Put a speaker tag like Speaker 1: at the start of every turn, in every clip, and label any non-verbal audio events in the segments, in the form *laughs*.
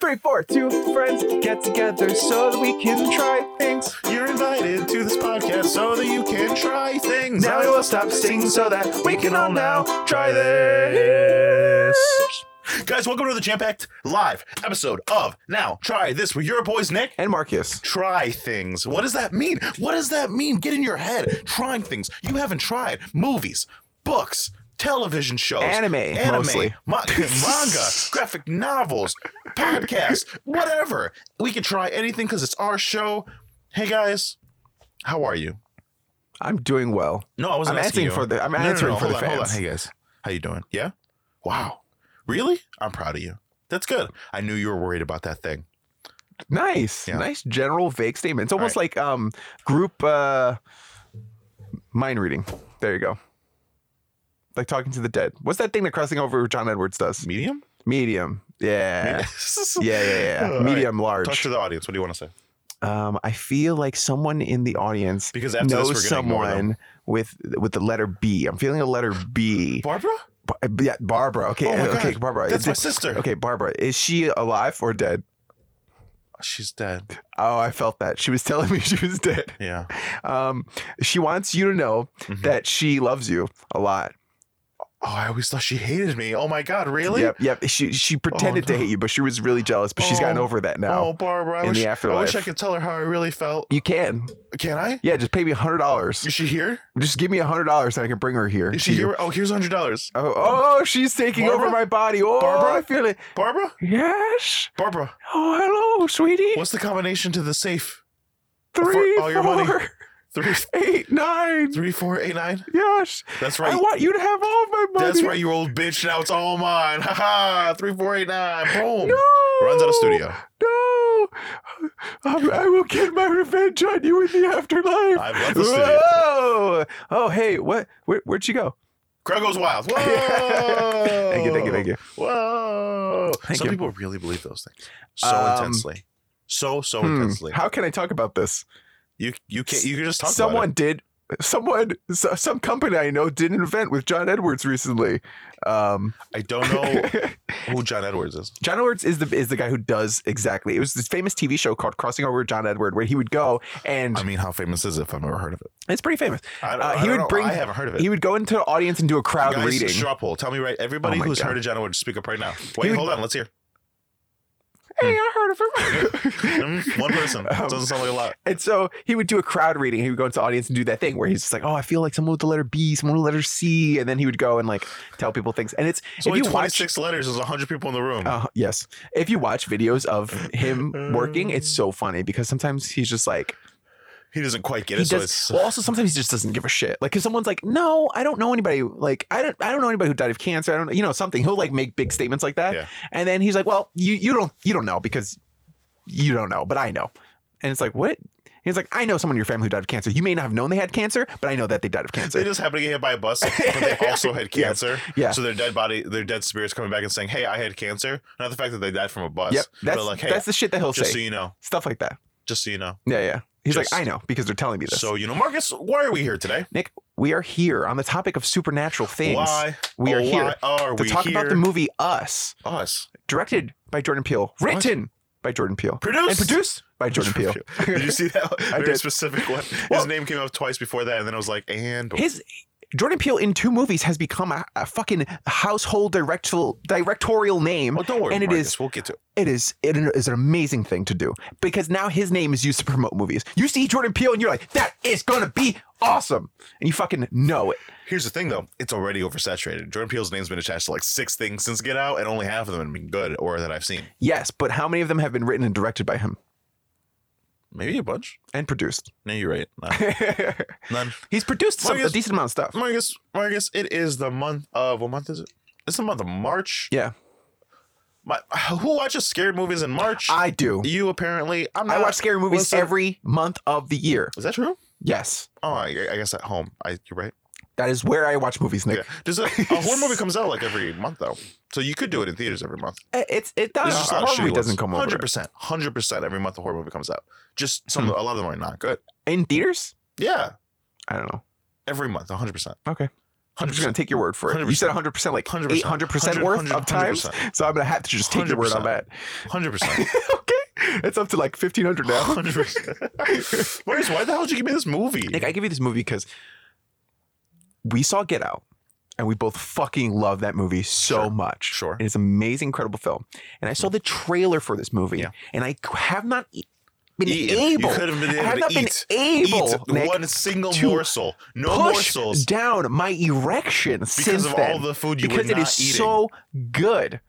Speaker 1: Three, four, two friends get together so that we can try things.
Speaker 2: You're invited to this podcast so that you can try things.
Speaker 1: Now we will stop singing so that we can all now try this.
Speaker 2: Guys, welcome to the Jam Packed Live episode of Now Try This with your boys, Nick.
Speaker 1: And Marcus.
Speaker 2: Try things. What does that mean? What does that mean? Get in your head. Trying things you haven't tried. Movies, books, television shows,
Speaker 1: Anime, mostly. *laughs*
Speaker 2: ma- manga, graphic novels, podcasts, whatever. We can try anything because it's our show. Hey, guys, how are you?
Speaker 1: I'm doing well.
Speaker 2: No, I wasn't
Speaker 1: I'm answering
Speaker 2: asking you.
Speaker 1: for the- I'm answering for
Speaker 2: hold
Speaker 1: the
Speaker 2: on, hold on.
Speaker 1: fans.
Speaker 2: Hey guys, how you doing? Yeah. Wow. Really? I'm proud of you. That's good. I knew you were worried about that thing.
Speaker 1: Nice.
Speaker 2: Yeah.
Speaker 1: Nice general vague statement. It's almost like um group uh mind reading. There you go. Like talking to the dead. What's that thing that crossing over John Edwards does?
Speaker 2: Medium.
Speaker 1: Medium. Yeah. Eh. *laughs* Yeah, yeah,
Speaker 2: *laughs*
Speaker 1: yeah.
Speaker 2: All right.
Speaker 1: Medium
Speaker 2: Talk
Speaker 1: large.
Speaker 2: to the audience. What do you want to say?
Speaker 1: Um, I feel like someone in the audience
Speaker 2: Because after this,
Speaker 1: knows
Speaker 2: we're gonna ignore them.
Speaker 1: someone with with the letter B. I'm feeling a letter B.
Speaker 2: Barbara.
Speaker 1: Bar- yeah, Barbara. Okay,
Speaker 2: Oh my
Speaker 1: okay,
Speaker 2: God.
Speaker 1: Barbara.
Speaker 2: That's
Speaker 1: Is
Speaker 2: my
Speaker 1: it-
Speaker 2: sister.
Speaker 1: Okay, Barbara. Is she alive or dead?
Speaker 2: She's dead.
Speaker 1: Oh, I felt that. She was *laughs* telling me she was dead.
Speaker 2: Yeah.
Speaker 1: Um, she wants you to know
Speaker 2: Mhm.
Speaker 1: that she loves you a lot.
Speaker 2: Oh, I always thought she hated me. Oh my God, really? Oh,
Speaker 1: Yep, yep. She she pretended
Speaker 2: no.
Speaker 1: to hate you, but she was really jealous. But she's gotten
Speaker 2: Oh,
Speaker 1: over that now.
Speaker 2: Oh, Barbara. I
Speaker 1: In
Speaker 2: wish,
Speaker 1: the
Speaker 2: I wish
Speaker 1: afterlife.
Speaker 2: I could tell her how I really felt.
Speaker 1: You can.
Speaker 2: Can I?
Speaker 1: Yeah, just pay me a hundred dollars.
Speaker 2: Is she here?
Speaker 1: Just give me a hundred dollars, and I can bring her here.
Speaker 2: Is she
Speaker 1: to you.
Speaker 2: here? Oh, here's hundred dollars.
Speaker 1: Oh, oh, she's taking
Speaker 2: Barbara?
Speaker 1: over my body. Oh,
Speaker 2: Barbara?
Speaker 1: I feel it.
Speaker 2: Barbara.
Speaker 1: Yes.
Speaker 2: Barbara.
Speaker 1: Oh, hello, sweetie.
Speaker 2: What's the combination to the safe?
Speaker 1: Three,
Speaker 2: for all your money.
Speaker 1: four,
Speaker 2: Three,
Speaker 1: eight, nine.
Speaker 2: three, four, eight, nine.
Speaker 1: Yes.
Speaker 2: That's right.
Speaker 1: I want you to have all of my money.
Speaker 2: That's right, you old bitch. Now it's all mine. *laughs* Ha ha. Three, four, eight, nine. Boom.
Speaker 1: No.
Speaker 2: Runs out of studio.
Speaker 1: No. I, I will get my revenge on you in the afterlife.
Speaker 2: I've left the studio.
Speaker 1: Whoa. Oh, hey, what? Where, where'd you go?
Speaker 2: Crowd
Speaker 1: *laughs*
Speaker 2: goes wild. Whoa. thank
Speaker 1: you, thank you, thank you.
Speaker 2: Whoa.
Speaker 1: Thank
Speaker 2: Some
Speaker 1: you.
Speaker 2: people really believe those things so
Speaker 1: Um,
Speaker 2: intensely. So, so
Speaker 1: Hmm,
Speaker 2: intensely.
Speaker 1: How can I talk about this?
Speaker 2: you you can't you can just Oh. talk
Speaker 1: someone
Speaker 2: about
Speaker 1: did. Someone, so, some company I know did an event with John Edwards recently. Um,
Speaker 2: it. I
Speaker 1: *laughs*
Speaker 2: don't know who John Edwards is.
Speaker 1: John Edwards is the is the guy who does exactly. It was this famous TV show called Crossing Over with John Edward, where he would go and
Speaker 2: I mean, how famous is it if I've never heard of it?
Speaker 1: it's pretty famous.
Speaker 2: I don't,
Speaker 1: Uh,
Speaker 2: I
Speaker 1: he
Speaker 2: don't
Speaker 1: would
Speaker 2: know.
Speaker 1: bring-
Speaker 2: I haven't heard of it.
Speaker 1: He would go into the audience and do a crowd
Speaker 2: Guys,
Speaker 1: reading.
Speaker 2: straw poll. Tell me right.
Speaker 1: Oh
Speaker 2: Everybody
Speaker 1: my
Speaker 2: who's
Speaker 1: God.
Speaker 2: heard of John Edwards, speak up right now. Wait,
Speaker 1: would-
Speaker 2: hold on. Let's hear.
Speaker 1: Hey, I heard
Speaker 2: *laughs*
Speaker 1: of him.
Speaker 2: Mm, One person.
Speaker 1: *laughs* Um,
Speaker 2: Doesn't sound like a lot.
Speaker 1: and so he would do a crowd reading. He would go into the audience and do that thing where he's just like, "Oh, I feel like someone with the letter B, someone with the letter C," and then he would go and like tell people things. And it's if
Speaker 2: So only
Speaker 1: you watch,
Speaker 2: 26 letters is 100 people in the room.
Speaker 1: uh, yes, if you watch videos of him working, it's so funny because sometimes he's just like
Speaker 2: he doesn't quite get
Speaker 1: he
Speaker 2: it. So
Speaker 1: does.
Speaker 2: it's *laughs*
Speaker 1: Well, also sometimes he just doesn't give a shit. Like if someone's like, "No, I don't know anybody. Like I don't, I don't know anybody who died of cancer. I don't, you know, something." He'll like make big statements like that,
Speaker 2: Yeah.
Speaker 1: and then he's like, "Well, you, you don't, you don't know because you don't know, but I know." And it's like, what? He's like, I know someone in your family who died of cancer. You may not have known they had cancer, but I know that they died of
Speaker 2: they
Speaker 1: cancer.
Speaker 2: just happened to get hit by a bus, but
Speaker 1: *laughs*
Speaker 2: they also had
Speaker 1: Yes.
Speaker 2: cancer.
Speaker 1: Yeah.
Speaker 2: So their dead body, their dead spirits coming back and saying, "Hey, I had cancer." Not the fact that they died from a bus.
Speaker 1: Yep,
Speaker 2: but
Speaker 1: that's
Speaker 2: like, hey,
Speaker 1: that's the shit that he'll
Speaker 2: just
Speaker 1: say.
Speaker 2: so you know,
Speaker 1: Stuff like that.
Speaker 2: just so you know.
Speaker 1: Yeah, yeah. He's
Speaker 2: Just-
Speaker 1: like, I know because they're telling me this.
Speaker 2: So you know, Marcus, why are we here today?
Speaker 1: Nick, we are here on the topic of supernatural things.
Speaker 2: Why
Speaker 1: We are
Speaker 2: oh,
Speaker 1: here
Speaker 2: Why are
Speaker 1: to
Speaker 2: we
Speaker 1: talk
Speaker 2: here?
Speaker 1: about the movie Us.
Speaker 2: Us
Speaker 1: directed by Jordan Peele, written by Jordan Peele,
Speaker 2: produced.
Speaker 1: and produced by Jordan
Speaker 2: *laughs*
Speaker 1: Peele.
Speaker 2: Did you
Speaker 1: *laughs*
Speaker 2: see that very
Speaker 1: did.
Speaker 2: specific one?
Speaker 1: Well-
Speaker 2: His name came up twice before that, and then I was like, "And
Speaker 1: His Jordan Peele in two movies has become a, a fucking household directorial directorial name.
Speaker 2: well, oh, don't worry,
Speaker 1: and it
Speaker 2: Marcus,
Speaker 1: is-
Speaker 2: We'll get to it.
Speaker 1: It is it is an amazing thing to do because now his name is used to promote movies. You see Jordan Peele and you're like, that is gonna be awesome, and you fucking know it.
Speaker 2: Here's the thing, though. It's already oversaturated. Jordan Peele's name's been attached to like six things since Get Out, and only half of them have been good or that I've seen.
Speaker 1: Yes, but how many of them have been written and directed by him
Speaker 2: Maybe a bunch.
Speaker 1: and produced? *laughs*
Speaker 2: No, you're right. No. *laughs* None.
Speaker 1: He's produced some, a
Speaker 2: Marcus-
Speaker 1: decent amount of stuff.
Speaker 2: Marcus, Marcus, it is the month of what month is it? It's the month of March.
Speaker 1: Yeah,
Speaker 2: My, *sighs* who watches scary movies in March?
Speaker 1: I do.
Speaker 2: you apparently. I'm not.
Speaker 1: I watch scary movies
Speaker 2: listen.
Speaker 1: every month of the year.
Speaker 2: Is that true?
Speaker 1: Yes.
Speaker 2: Oh, I, I guess at home. I, you're right.
Speaker 1: That is where I watch movies,
Speaker 2: Yeah.
Speaker 1: Nick.
Speaker 2: Does a, a horror movie comes out like every month though, so you could do it in theaters every month.
Speaker 1: It- It's it does.
Speaker 2: There's just a lot of
Speaker 1: horror
Speaker 2: shitty
Speaker 1: movie
Speaker 2: ones.
Speaker 1: doesn't come over
Speaker 2: 100%, 100% every month a horror movie comes out. Just some, a lot of them are not good.
Speaker 1: in theaters.
Speaker 2: Yeah,
Speaker 1: I don't know.
Speaker 2: every month, 100%.
Speaker 1: Okay. I'm just going to take your word for it. You said 100% like
Speaker 2: 100%.
Speaker 1: 800% worth of
Speaker 2: 100%.
Speaker 1: times. So I'm going to have to just take your word on that.
Speaker 2: *laughs*
Speaker 1: *laughs*
Speaker 2: 100%.
Speaker 1: okay. It's up to like 1500 now.
Speaker 2: 100%. Whereas, why the hell did you give me this movie?
Speaker 1: Nick, I give you this movie because we saw Get Out and we both fucking love that movie so
Speaker 2: Sure.
Speaker 1: much.
Speaker 2: Sure. Mm.
Speaker 1: It is an amazing, incredible film. And I saw the trailer for this movie
Speaker 2: Yeah.
Speaker 1: and I have not e- been
Speaker 2: Eat.
Speaker 1: able.
Speaker 2: You could have been
Speaker 1: I
Speaker 2: able
Speaker 1: have
Speaker 2: to
Speaker 1: not
Speaker 2: eat.
Speaker 1: been able,
Speaker 2: eat
Speaker 1: Nick,
Speaker 2: one single
Speaker 1: to
Speaker 2: morsel. No
Speaker 1: push
Speaker 2: morsels.
Speaker 1: down my erection since
Speaker 2: of all
Speaker 1: then,
Speaker 2: the food you were
Speaker 1: because it
Speaker 2: not
Speaker 1: is
Speaker 2: eating.
Speaker 1: so good.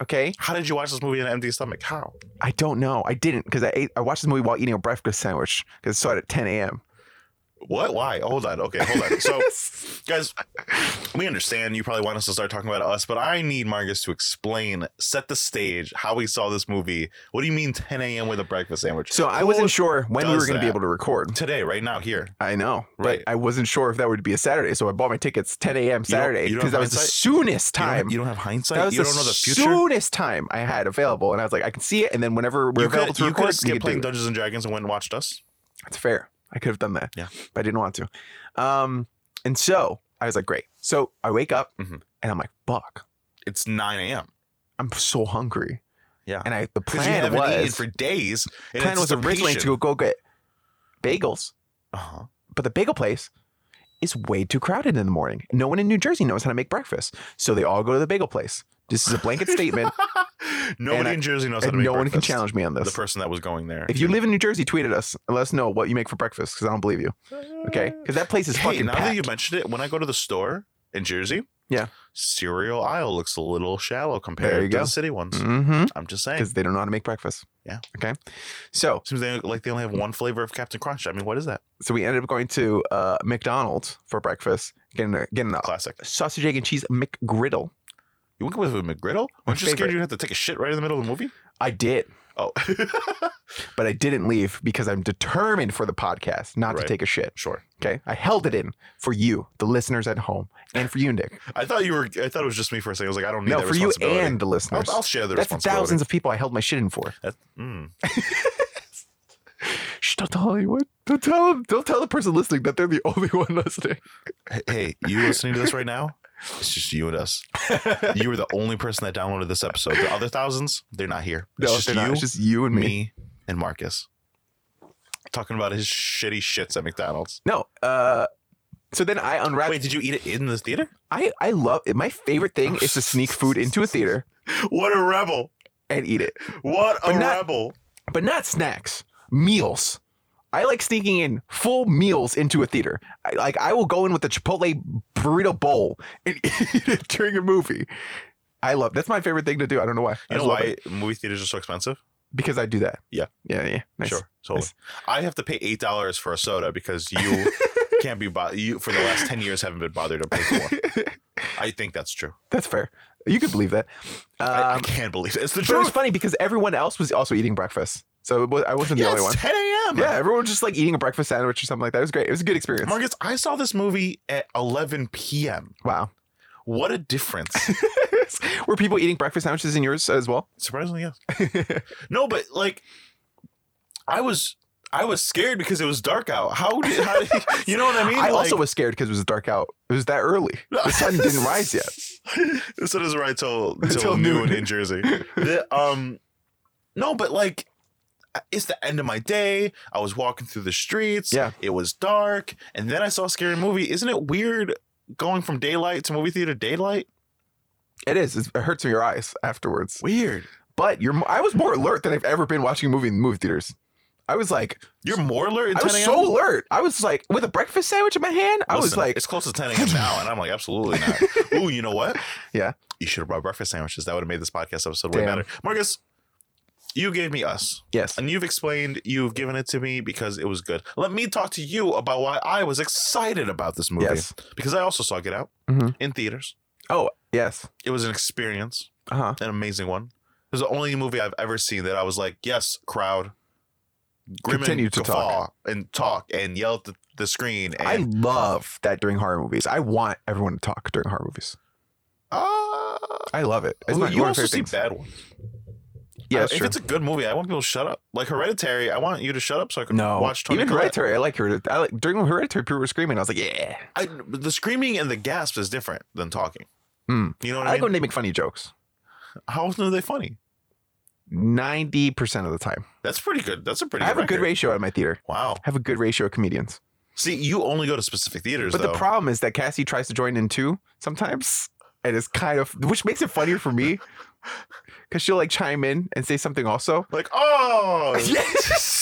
Speaker 1: Okay,
Speaker 2: How did you watch this movie on an empty stomach? How?
Speaker 1: I don't know. I didn't because I ate. I watched this movie while eating a breakfast sandwich because it started at 10 a.m.
Speaker 2: What? Why? Hold on. Okay, hold on. So, guys, we understand you probably want us to start talking about us, but I need Marcus to explain, set the stage, how we saw this movie. What do you mean 10 a.m. with a breakfast sandwich?
Speaker 1: So I
Speaker 2: Who
Speaker 1: wasn't sure when we
Speaker 2: does
Speaker 1: were going to be
Speaker 2: that?
Speaker 1: able to record.
Speaker 2: Today, right now, here.
Speaker 1: I know,
Speaker 2: Right.
Speaker 1: But I wasn't sure if that would be a Saturday, so I bought my tickets 10 a.m.
Speaker 2: don't-
Speaker 1: Saturday
Speaker 2: you don't
Speaker 1: because that
Speaker 2: have
Speaker 1: was the
Speaker 2: hindsight?
Speaker 1: soonest
Speaker 2: You don't-
Speaker 1: time.
Speaker 2: You don't, have hindsight.
Speaker 1: that was
Speaker 2: you don't know the future.
Speaker 1: soonest time I had available, and I was like, I can see it, and then whenever we're
Speaker 2: you
Speaker 1: available
Speaker 2: could,
Speaker 1: to
Speaker 2: you could
Speaker 1: record,
Speaker 2: have
Speaker 1: we
Speaker 2: skipped
Speaker 1: could do
Speaker 2: playing
Speaker 1: it.
Speaker 2: Dungeons and Dragons and went and watched us.
Speaker 1: That's fair. I could have done that.
Speaker 2: Yeah.
Speaker 1: But I didn't want to. Um, and so I was like, great. So I wake up
Speaker 2: Mhm.
Speaker 1: and I'm like, fuck,
Speaker 2: It's 9 a.m. I'm
Speaker 1: I'm so hungry.
Speaker 2: Yeah.
Speaker 1: And I the
Speaker 2: because you
Speaker 1: plan
Speaker 2: haven't eaten
Speaker 1: was
Speaker 2: for days. in
Speaker 1: plan was originally
Speaker 2: anticipation.
Speaker 1: to go get bagels,
Speaker 2: Uh-huh.
Speaker 1: but the bagel place is way too crowded in the morning. No one in New Jersey knows how to make breakfast, so they all go to the bagel place. This is a
Speaker 2: *laughs*
Speaker 1: blanket *laughs* statement, And
Speaker 2: Nobody
Speaker 1: I-
Speaker 2: in Jersey knows how
Speaker 1: and
Speaker 2: to
Speaker 1: no
Speaker 2: make
Speaker 1: one can
Speaker 2: breakfast.
Speaker 1: challenge me on
Speaker 2: the
Speaker 1: this.
Speaker 2: person that was going there.
Speaker 1: If you
Speaker 2: *laughs*
Speaker 1: live in New Jersey, tweet at us and let us know what you make for breakfast because I don't believe you. Okay, because that place is
Speaker 2: Hey,
Speaker 1: fucking
Speaker 2: now
Speaker 1: packed.
Speaker 2: that you mentioned it, when I go to the store in Jersey,
Speaker 1: Yeah.
Speaker 2: cereal aisle looks a little shallow compared
Speaker 1: There you
Speaker 2: to
Speaker 1: go.
Speaker 2: the city ones.
Speaker 1: mm-hmm.
Speaker 2: I'm just saying.
Speaker 1: because they don't know how to make breakfast.
Speaker 2: Yeah.
Speaker 1: Okay. So
Speaker 2: Seems they, like they only have one flavor of Captain Crunch. I mean, what is that?
Speaker 1: so we ended up going to uh, McDonald's for breakfast, getting a, getting a
Speaker 2: Classic.
Speaker 1: sausage egg and cheese McGriddle.
Speaker 2: You went with a McGriddle?
Speaker 1: My
Speaker 2: Weren't you
Speaker 1: favorite.
Speaker 2: scared you'd have to take a shit right in the middle of the movie?
Speaker 1: I did,
Speaker 2: Oh, *laughs*
Speaker 1: but I didn't leave because I'm determined for the podcast not to
Speaker 2: Right.
Speaker 1: take a shit.
Speaker 2: sure.
Speaker 1: Okay, I held it in for you, the listeners at home, and for you, Nick.
Speaker 2: I thought you were. I thought it was just me for a second. I was like, I don't need
Speaker 1: no,
Speaker 2: that
Speaker 1: for you
Speaker 2: responsibility.
Speaker 1: and the
Speaker 2: I'll,
Speaker 1: listeners.
Speaker 2: I'll share the
Speaker 1: That's
Speaker 2: responsibility.
Speaker 1: thousands of people I held my shit in for.
Speaker 2: That's, mm.
Speaker 1: Shh, don't tell anyone. Don't tell them. Don't tell the person listening that they're the *laughs* only one listening.
Speaker 2: Hey, Hey, you listening to this right now? It's just you
Speaker 1: *laughs*
Speaker 2: and us. You were the only person that downloaded this episode. The other thousands, they're not here. It's
Speaker 1: No,
Speaker 2: just
Speaker 1: they're
Speaker 2: you,
Speaker 1: not. It's just you and
Speaker 2: *laughs* me,
Speaker 1: me.
Speaker 2: and Marcus talking about his shitty shits at McDonald's.
Speaker 1: No. Uh, so then I unwrapped.
Speaker 2: Wait, did you eat it in the theater?
Speaker 1: I I love it. My favorite thing is to sneak food into a theater
Speaker 2: What a rebel!
Speaker 1: and eat it,
Speaker 2: What
Speaker 1: But not-
Speaker 2: rebel!
Speaker 1: but not snacks, meals. I like sneaking in full meals into a theater. I, like I will go in with a Chipotle burrito bowl and *laughs* eat it during a movie. I love that's my favorite thing to do. I don't know why. I
Speaker 2: You know
Speaker 1: just love
Speaker 2: why
Speaker 1: it.
Speaker 2: movie theaters are so expensive?
Speaker 1: Because I do that.
Speaker 2: Yeah.
Speaker 1: Yeah. Yeah. Nice.
Speaker 2: Sure, totally.
Speaker 1: Nice.
Speaker 2: I have to pay eight dollars for a soda because *laughs* you can't be bothered. You for the last ten years haven't been bothered to pay for one. I think that's true.
Speaker 1: That's fair. You could believe that. Um,
Speaker 2: I, I can't believe it. It's the
Speaker 1: but it was
Speaker 2: truth.
Speaker 1: funny because everyone else was also eating breakfast, so it was, I wasn't the
Speaker 2: Yeah,
Speaker 1: only one.
Speaker 2: it's ten *laughs* a.m.
Speaker 1: Yeah, everyone was just like eating a breakfast sandwich or something like that. It was great. It was a good experience.
Speaker 2: Marcus, I saw this movie at 11 p.m.
Speaker 1: Wow.
Speaker 2: What a difference.
Speaker 1: *laughs* Were people eating breakfast sandwiches in yours as well?
Speaker 2: Surprisingly, yes.
Speaker 1: *laughs*
Speaker 2: No, but like I was I was scared because it was dark out. How did, how did *laughs* you know what I mean?
Speaker 1: I
Speaker 2: Like-
Speaker 1: also was scared because it was dark out. It was that early. The sun
Speaker 2: *laughs*
Speaker 1: didn't rise yet.
Speaker 2: The sun doesn't rise
Speaker 1: *laughs*
Speaker 2: till till,
Speaker 1: Till
Speaker 2: noon.
Speaker 1: noon.
Speaker 2: in Jersey. The, um no, but like it's the end of my day. I was walking through the streets.
Speaker 1: Yeah.
Speaker 2: It was dark. And then I saw a scary movie. Isn't it weird going from daylight to movie theater daylight?
Speaker 1: It is. It's- It hurts in your eyes afterwards.
Speaker 2: Weird.
Speaker 1: But you're. I was more alert than I've ever been watching a movie in the movie theaters. I was like,
Speaker 2: You're more alert at
Speaker 1: I
Speaker 2: 10
Speaker 1: was
Speaker 2: a.m.
Speaker 1: so alert. I was like, with a breakfast sandwich in my hand, I was
Speaker 2: Listen,
Speaker 1: like,
Speaker 2: it's close to 10 a.m. now, and I'm like,
Speaker 1: *laughs*
Speaker 2: absolutely not. Ooh, you know what?
Speaker 1: Yeah.
Speaker 2: You should have brought breakfast sandwiches. That would have made this podcast episode way
Speaker 1: Damn.
Speaker 2: better. Marcus, you gave me us,
Speaker 1: yes.
Speaker 2: and you've explained you've given it to me because it was good. Let me talk to you about why I was excited about this movie.
Speaker 1: Yes.
Speaker 2: Because I also saw Get Out
Speaker 1: Mhm.
Speaker 2: in theaters.
Speaker 1: Oh, yes.
Speaker 2: It was an experience,
Speaker 1: Uh huh.
Speaker 2: an amazing one. It was the only movie I've ever seen that I was like, yes, crowd. Grim
Speaker 1: Continue
Speaker 2: and
Speaker 1: to talk.
Speaker 2: guffaw and talk and yell at the, the screen. And
Speaker 1: I love that during horror movies. I want everyone to talk during horror movies.
Speaker 2: Ah.
Speaker 1: I love it. It's
Speaker 2: Ooh,
Speaker 1: my,
Speaker 2: you
Speaker 1: one of
Speaker 2: also
Speaker 1: my favorite
Speaker 2: see
Speaker 1: things.
Speaker 2: bad ones. I-
Speaker 1: Yeah, that's
Speaker 2: if
Speaker 1: true.
Speaker 2: it's a good movie, I want people to shut up. Like Hereditary, I want you to shut up so I can
Speaker 1: No,
Speaker 2: watch Tony
Speaker 1: even
Speaker 2: Collette.
Speaker 1: Hereditary. I like Hereditary. I like during Hereditary, people were screaming. I was like, yeah.
Speaker 2: I, the screaming and the gasp is different than talking.
Speaker 1: Hmm.
Speaker 2: You know
Speaker 1: I
Speaker 2: what I,
Speaker 1: like
Speaker 2: mean?
Speaker 1: when they make funny jokes.
Speaker 2: How often are they funny?
Speaker 1: Ninety percent of the time,
Speaker 2: That's pretty good. That's a pretty.
Speaker 1: I have a good
Speaker 2: record.
Speaker 1: ratio at my theater.
Speaker 2: Wow.
Speaker 1: I have a good ratio of comedians.
Speaker 2: See, you only go to specific theaters,
Speaker 1: But
Speaker 2: though.
Speaker 1: the problem is that Cassie tries to join in too sometimes, and it's kind of which makes it funnier for
Speaker 2: *laughs*
Speaker 1: me because she'll like chime in and say something also.
Speaker 2: like,
Speaker 1: *laughs*
Speaker 2: oh,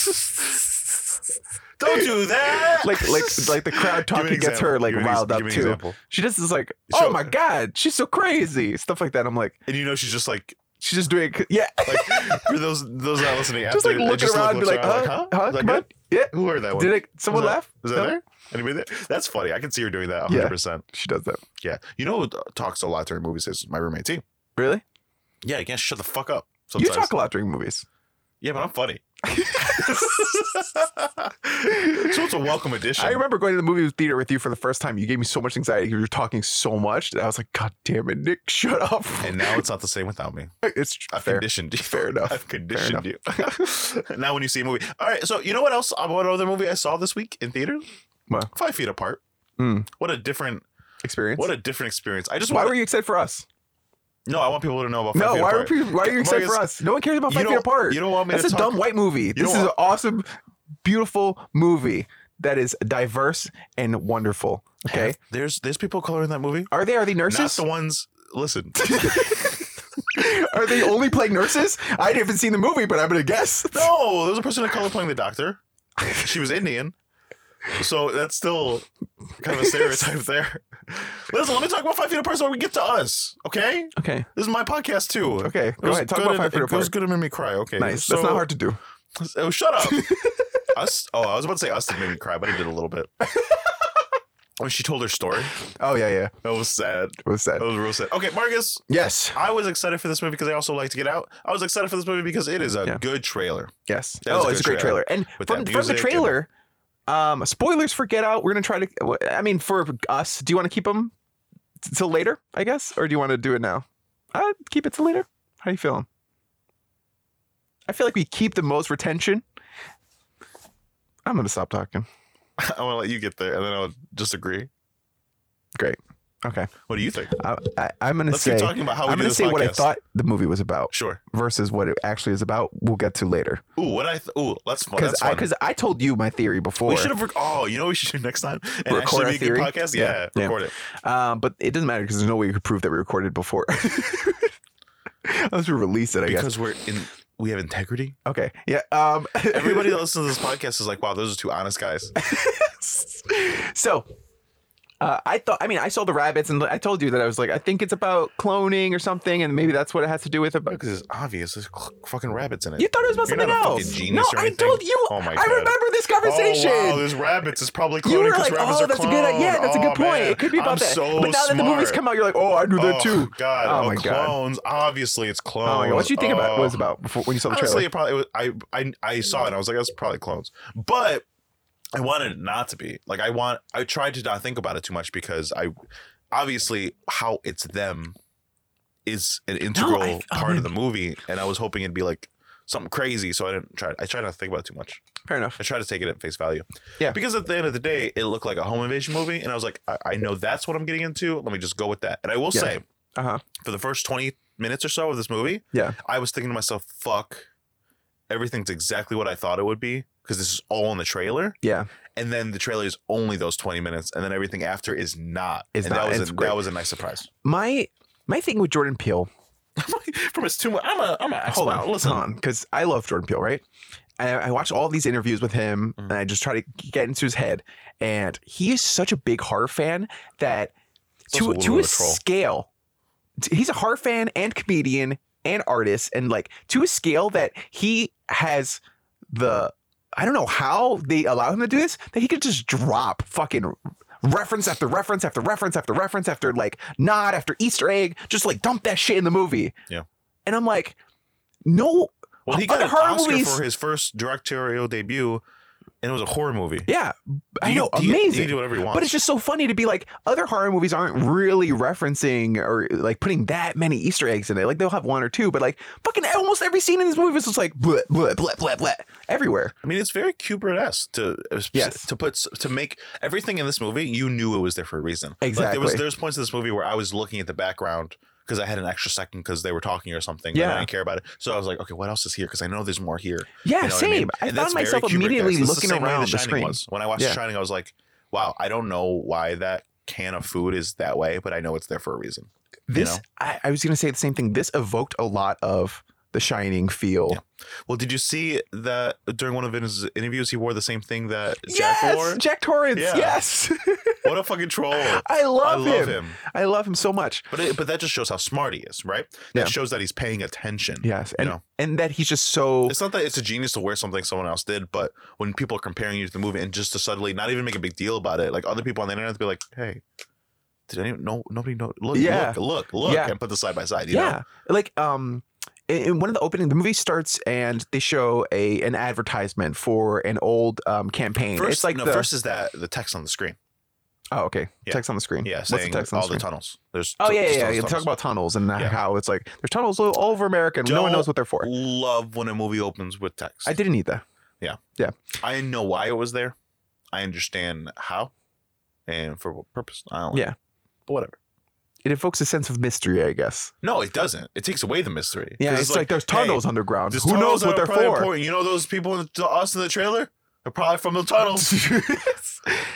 Speaker 1: Yes.
Speaker 2: *laughs* don't do that.
Speaker 1: like like like the crowd
Speaker 2: *laughs* Give me an
Speaker 1: talking gets
Speaker 2: example.
Speaker 1: her like
Speaker 2: Give me an ex-
Speaker 1: riled up
Speaker 2: give me an
Speaker 1: too.
Speaker 2: example.
Speaker 1: She just is like,
Speaker 2: So-
Speaker 1: oh my god, she's so crazy, stuff like that. I'm like,
Speaker 2: And you know she's just like,
Speaker 1: she's just doing, yeah,
Speaker 2: like *laughs* for those those not listening,
Speaker 1: just
Speaker 2: after,
Speaker 1: like
Speaker 2: they
Speaker 1: looking
Speaker 2: just look-
Speaker 1: around, and be
Speaker 2: looks
Speaker 1: like,
Speaker 2: around,
Speaker 1: huh, huh,
Speaker 2: Is that
Speaker 1: come on,
Speaker 2: good?
Speaker 1: yeah.
Speaker 2: Who heard that one?
Speaker 1: Did it? Someone
Speaker 2: that-
Speaker 1: laugh?
Speaker 2: Is that
Speaker 1: No?
Speaker 2: there? *laughs* Anybody there? That's funny. I can see her doing that
Speaker 1: Yeah.
Speaker 2: 100%.
Speaker 1: She does that.
Speaker 2: Yeah. You know who talks a lot during movies is my roommate, T.
Speaker 1: Really?
Speaker 2: Yeah, you can't shut the fuck up sometimes.
Speaker 1: You talk a lot during movies.
Speaker 2: yeah, but
Speaker 1: *laughs*
Speaker 2: I'm funny. *laughs* so it's a welcome addition.
Speaker 1: I remember going to the movie theater with you for the first time. You gave me so much anxiety. You were talking so much that I was like, God damn it, Nick, *laughs* shut up.
Speaker 2: and now it's not the same without me.
Speaker 1: it's
Speaker 2: I've
Speaker 1: fair.
Speaker 2: conditioned you.
Speaker 1: Fair enough.
Speaker 2: I've conditioned you. *laughs* now when you see a movie. All right, so you know what else? uh, What other movie I saw this week in theaters?
Speaker 1: What?
Speaker 2: Five Feet Apart.
Speaker 1: Mm.
Speaker 2: What a different,
Speaker 1: Experience.
Speaker 2: what a different experience. I just
Speaker 1: why
Speaker 2: want.
Speaker 1: were you excited for us?
Speaker 2: no, I want people to know about. Five
Speaker 1: No,
Speaker 2: Feet
Speaker 1: why were
Speaker 2: Apart.
Speaker 1: people, why are you excited for us? No one cares about
Speaker 2: You
Speaker 1: Five Feet
Speaker 2: don't-
Speaker 1: Apart.
Speaker 2: You don't want me
Speaker 1: That's a
Speaker 2: to talk.
Speaker 1: dumb white movie. This
Speaker 2: don't
Speaker 1: is an
Speaker 2: want-
Speaker 1: awesome, beautiful movie that is diverse and wonderful. Okay.
Speaker 2: There's there's people of color in that movie.
Speaker 1: Are they are they
Speaker 2: Not
Speaker 1: nurses?
Speaker 2: the ones.
Speaker 1: *laughs*
Speaker 2: Listen,
Speaker 1: are they only playing nurses? I haven't seen the movie, but I'm gonna guess.
Speaker 2: *laughs* no, there was a person of color playing the doctor. She was Indian, so that's still kind of a stereotype there. Listen, let me talk about Five Feet Apart so we get to us. Okay,
Speaker 1: Okay.
Speaker 2: this is my podcast too.
Speaker 1: Okay.
Speaker 2: It
Speaker 1: Go
Speaker 2: was
Speaker 1: ahead. Talk
Speaker 2: good
Speaker 1: about
Speaker 2: and-
Speaker 1: Five Feet
Speaker 2: It
Speaker 1: Apart.
Speaker 2: was good and made me cry. Okay,
Speaker 1: Nice.
Speaker 2: So,
Speaker 1: That's not hard to do.
Speaker 2: Oh, shut up.
Speaker 1: *laughs*
Speaker 2: us. Oh, I was about to say us that made me cry, but I did a
Speaker 1: *laughs*
Speaker 2: little bit. When she told her story,
Speaker 1: Oh yeah, yeah.
Speaker 2: that was sad.
Speaker 1: It was sad.
Speaker 2: That was real sad. Okay, Marcus,
Speaker 1: Yes.
Speaker 2: I was excited for this movie because I also like to get out. I was excited for this movie because it is a
Speaker 1: Yeah.
Speaker 2: good trailer.
Speaker 1: Yes.
Speaker 2: That was
Speaker 1: Oh,
Speaker 2: a
Speaker 1: it's a
Speaker 2: good
Speaker 1: great trailer. And
Speaker 2: With
Speaker 1: from, from
Speaker 2: that
Speaker 1: the
Speaker 2: music
Speaker 1: trailer, um, spoilers for Get Out. We're gonna try to. I mean, for us, do you want to keep them till later? I guess, or do you want to do it now? Uh, keep it till later. How you feeling? I feel like we keep the most retention. I'm gonna stop talking.
Speaker 2: *laughs* I want to let you get there, and then I'll just agree.
Speaker 1: Okay.
Speaker 2: What do you think?
Speaker 1: I, I, I'm gonna
Speaker 2: Let's
Speaker 1: say.
Speaker 2: keep talking about how we
Speaker 1: I'm
Speaker 2: do
Speaker 1: gonna
Speaker 2: this
Speaker 1: say what I
Speaker 2: podcast.
Speaker 1: thought the movie was about
Speaker 2: Sure.
Speaker 1: versus what it actually is about. We'll get to later
Speaker 2: Ooh, what I th- ooh, that's fun.
Speaker 1: because
Speaker 2: That's
Speaker 1: I
Speaker 2: fun.
Speaker 1: because I told you my theory before.
Speaker 2: we should have. Rec- oh, you know what we should do next time
Speaker 1: Record
Speaker 2: and
Speaker 1: our
Speaker 2: actually be a good
Speaker 1: theory?
Speaker 2: podcast.
Speaker 1: Yeah.
Speaker 2: Yeah,
Speaker 1: Yeah.
Speaker 2: record it.
Speaker 1: Um, but it doesn't matter because there's no way you could prove that we recorded before. *laughs* Unless we release it, I guess.
Speaker 2: because we're in we have integrity
Speaker 1: Okay. Yeah. Um, *laughs*
Speaker 2: everybody that listens to this podcast is like wow those are two honest guys
Speaker 1: so uh, I thought, I mean, I saw the rabbits and I told you that I was like, I think it's about cloning or something. And maybe that's what it has to do with it. But
Speaker 2: because it's obvious there's cl- fucking rabbits in it
Speaker 1: you thought it was about
Speaker 2: You're
Speaker 1: something
Speaker 2: not a fucking
Speaker 1: else.
Speaker 2: genius
Speaker 1: no,
Speaker 2: or
Speaker 1: I
Speaker 2: anything.
Speaker 1: told you.
Speaker 2: Oh my
Speaker 1: I
Speaker 2: God.
Speaker 1: remember this conversation.
Speaker 2: Oh wow, there's rabbits. It's probably cloning
Speaker 1: You were
Speaker 2: 'cause
Speaker 1: like,
Speaker 2: rabbits
Speaker 1: "Oh,
Speaker 2: are
Speaker 1: that's a good
Speaker 2: cloned.
Speaker 1: yeah, that's a
Speaker 2: Oh,
Speaker 1: good point.
Speaker 2: man.
Speaker 1: It could be about
Speaker 2: I'm
Speaker 1: that."
Speaker 2: So
Speaker 1: but now that the movie's
Speaker 2: smart.
Speaker 1: come out, you're like, "Oh, I knew that
Speaker 2: oh,
Speaker 1: too."
Speaker 2: God,
Speaker 1: Oh
Speaker 2: oh,
Speaker 1: my God.
Speaker 2: clones. Obviously, it's clones.
Speaker 1: Oh my god, what you think about
Speaker 2: Oh.
Speaker 1: what it was about before when you saw the trailer?
Speaker 2: Honestly, it probably was, I, I I saw it. and I was like, that's probably clones, but I wanted it not to be. Like I want. I tried to not think about it too much because I obviously how it's them is an integral
Speaker 1: I- I oh,
Speaker 2: part of the movie, and I was hoping it'd be like something crazy. So I didn't try. I tried not to think about it too much.
Speaker 1: Fair enough.
Speaker 2: I tried to take it at face value.
Speaker 1: Yeah.
Speaker 2: Because at the end of the day, it looked like a home invasion movie, and I was like, I, I know that's what I'm getting into. Let me just go with that. And I will
Speaker 1: Yeah.
Speaker 2: say,
Speaker 1: Uh huh.
Speaker 2: for the first 20 minutes or so of this movie,
Speaker 1: Yeah.
Speaker 2: I was thinking to myself, fuck, everything's exactly what I thought it would be because this is all in the trailer.
Speaker 1: Yeah.
Speaker 2: And then the trailer is only those 20 minutes, and then everything after is not.
Speaker 1: Is
Speaker 2: and
Speaker 1: not,
Speaker 2: That was,
Speaker 1: it's
Speaker 2: a,
Speaker 1: great.
Speaker 2: that was a nice surprise.
Speaker 1: My my thing with Jordan Peele
Speaker 2: *laughs* From his two, I'm a, I'm a,
Speaker 1: hold on, listen on, because I love Jordan Peele, right? And I, I watch all these interviews with him,
Speaker 2: Mhm.
Speaker 1: and I just try to get into his head. And he is such a big horror fan that
Speaker 2: He's also
Speaker 1: to
Speaker 2: a little
Speaker 1: to
Speaker 2: bit
Speaker 1: a
Speaker 2: of a troll.
Speaker 1: scale, t- he's a horror fan and comedian and artist, and like to a scale that he has the I don't know how they allow him to do this that he could just drop fucking reference after reference after reference after reference after like nod after Easter egg, just like dump that shit in the movie.
Speaker 2: Yeah.
Speaker 1: And I'm like, no,
Speaker 2: Well, he
Speaker 1: Other
Speaker 2: got an
Speaker 1: horror
Speaker 2: Oscar
Speaker 1: movies-
Speaker 2: for his first directorial debut and it was a horror movie.
Speaker 1: Yeah, I
Speaker 2: You-
Speaker 1: know,
Speaker 2: you- You,
Speaker 1: amazing.
Speaker 2: can do whatever you want.
Speaker 1: but it's just so funny to be like other horror movies aren't really referencing or like putting that many Easter eggs in it. Like they'll have one or two, but like fucking almost every scene in this movie is just like bleh bleh bleh bleh bleh everywhere.
Speaker 2: I mean, it's very Kubrick-esque to uh,
Speaker 1: Yes.
Speaker 2: to put to make everything in this movie. You knew it was there for a reason. Like there was
Speaker 1: Exactly.
Speaker 2: there's points in this movie where I was looking at the background because I had an extra second because they were talking or something. and I
Speaker 1: Yeah.
Speaker 2: didn't care about it. So I was like, okay, what else is here? Because I know there's more here.
Speaker 1: Yeah,
Speaker 2: You know what I
Speaker 1: same. I,
Speaker 2: mean? And that's
Speaker 1: found
Speaker 2: very
Speaker 1: myself
Speaker 2: Kubrick-esque.
Speaker 1: immediately
Speaker 2: It's the
Speaker 1: looking
Speaker 2: same way
Speaker 1: around the,
Speaker 2: Shining
Speaker 1: screen.
Speaker 2: was. When I watched
Speaker 1: Yeah.
Speaker 2: The Shining, I was like, wow, I don't know why that can of food is that way, but I know it's there for a reason.
Speaker 1: This
Speaker 2: know?
Speaker 1: I, I was gonna say the same thing. This evoked a lot of the Shining feel.
Speaker 2: Yeah. Well, did you see that during one of his interviews, he wore the same thing that Jack
Speaker 1: yes,
Speaker 2: wore?
Speaker 1: Jack Torrance.
Speaker 2: Yeah.
Speaker 1: Yes,
Speaker 2: What a fucking troll!
Speaker 1: *laughs* I
Speaker 2: I
Speaker 1: love,
Speaker 2: love
Speaker 1: him.
Speaker 2: him.
Speaker 1: I love him so much.
Speaker 2: But it, but that just shows how smart he is, right? That
Speaker 1: Yeah.
Speaker 2: shows that he's paying attention.
Speaker 1: Yes, and
Speaker 2: know.
Speaker 1: and that he's just so
Speaker 2: It's not that it's a genius to wear something someone else did, but when people are comparing you to the movie and just to suddenly not even make a big deal about it, like other people on the internet be like, "Hey, did anyone? No, nobody know. Look,
Speaker 1: Yeah.
Speaker 2: look, look, look,
Speaker 1: Yeah.
Speaker 2: and put this side by side." You know?
Speaker 1: yeah like um in in one of the opening the movie starts and they show a an advertisement for an old um campaign
Speaker 2: First,
Speaker 1: it's like
Speaker 2: no,
Speaker 1: the,
Speaker 2: first is that the text on the screen.
Speaker 1: oh okay
Speaker 2: Yeah.
Speaker 1: text on the screen
Speaker 2: Yeah,
Speaker 1: what's the
Speaker 2: saying
Speaker 1: text on
Speaker 2: all
Speaker 1: the
Speaker 2: the
Speaker 1: screen
Speaker 2: tunnels. There's
Speaker 1: oh yeah
Speaker 2: t-
Speaker 1: yeah,
Speaker 2: just
Speaker 1: yeah.
Speaker 2: those
Speaker 1: They talk
Speaker 2: tunnels.
Speaker 1: about tunnels and
Speaker 2: Yeah.
Speaker 1: how it's like there's tunnels all over america and no one
Speaker 2: Don't-
Speaker 1: knows what they're for
Speaker 2: Love when a movie opens with text.
Speaker 1: i
Speaker 2: I,
Speaker 1: didn't need that
Speaker 2: I know why it was there. I understand how, and for what purpose. I don't. know.
Speaker 1: Yeah.
Speaker 2: but whatever.
Speaker 1: it evokes a sense of mystery i guess
Speaker 2: No, it doesn't. It takes away the mystery.
Speaker 1: yeah
Speaker 2: 'Cause
Speaker 1: it's, like, there's tunnels underground
Speaker 2: there's
Speaker 1: who
Speaker 2: tunnels
Speaker 1: knows what
Speaker 2: that
Speaker 1: they're
Speaker 2: are probably
Speaker 1: for *laughs*
Speaker 2: important. *laughs* You know those people in the, us in the trailer? They're probably from the
Speaker 1: *laughs*
Speaker 2: tunnels.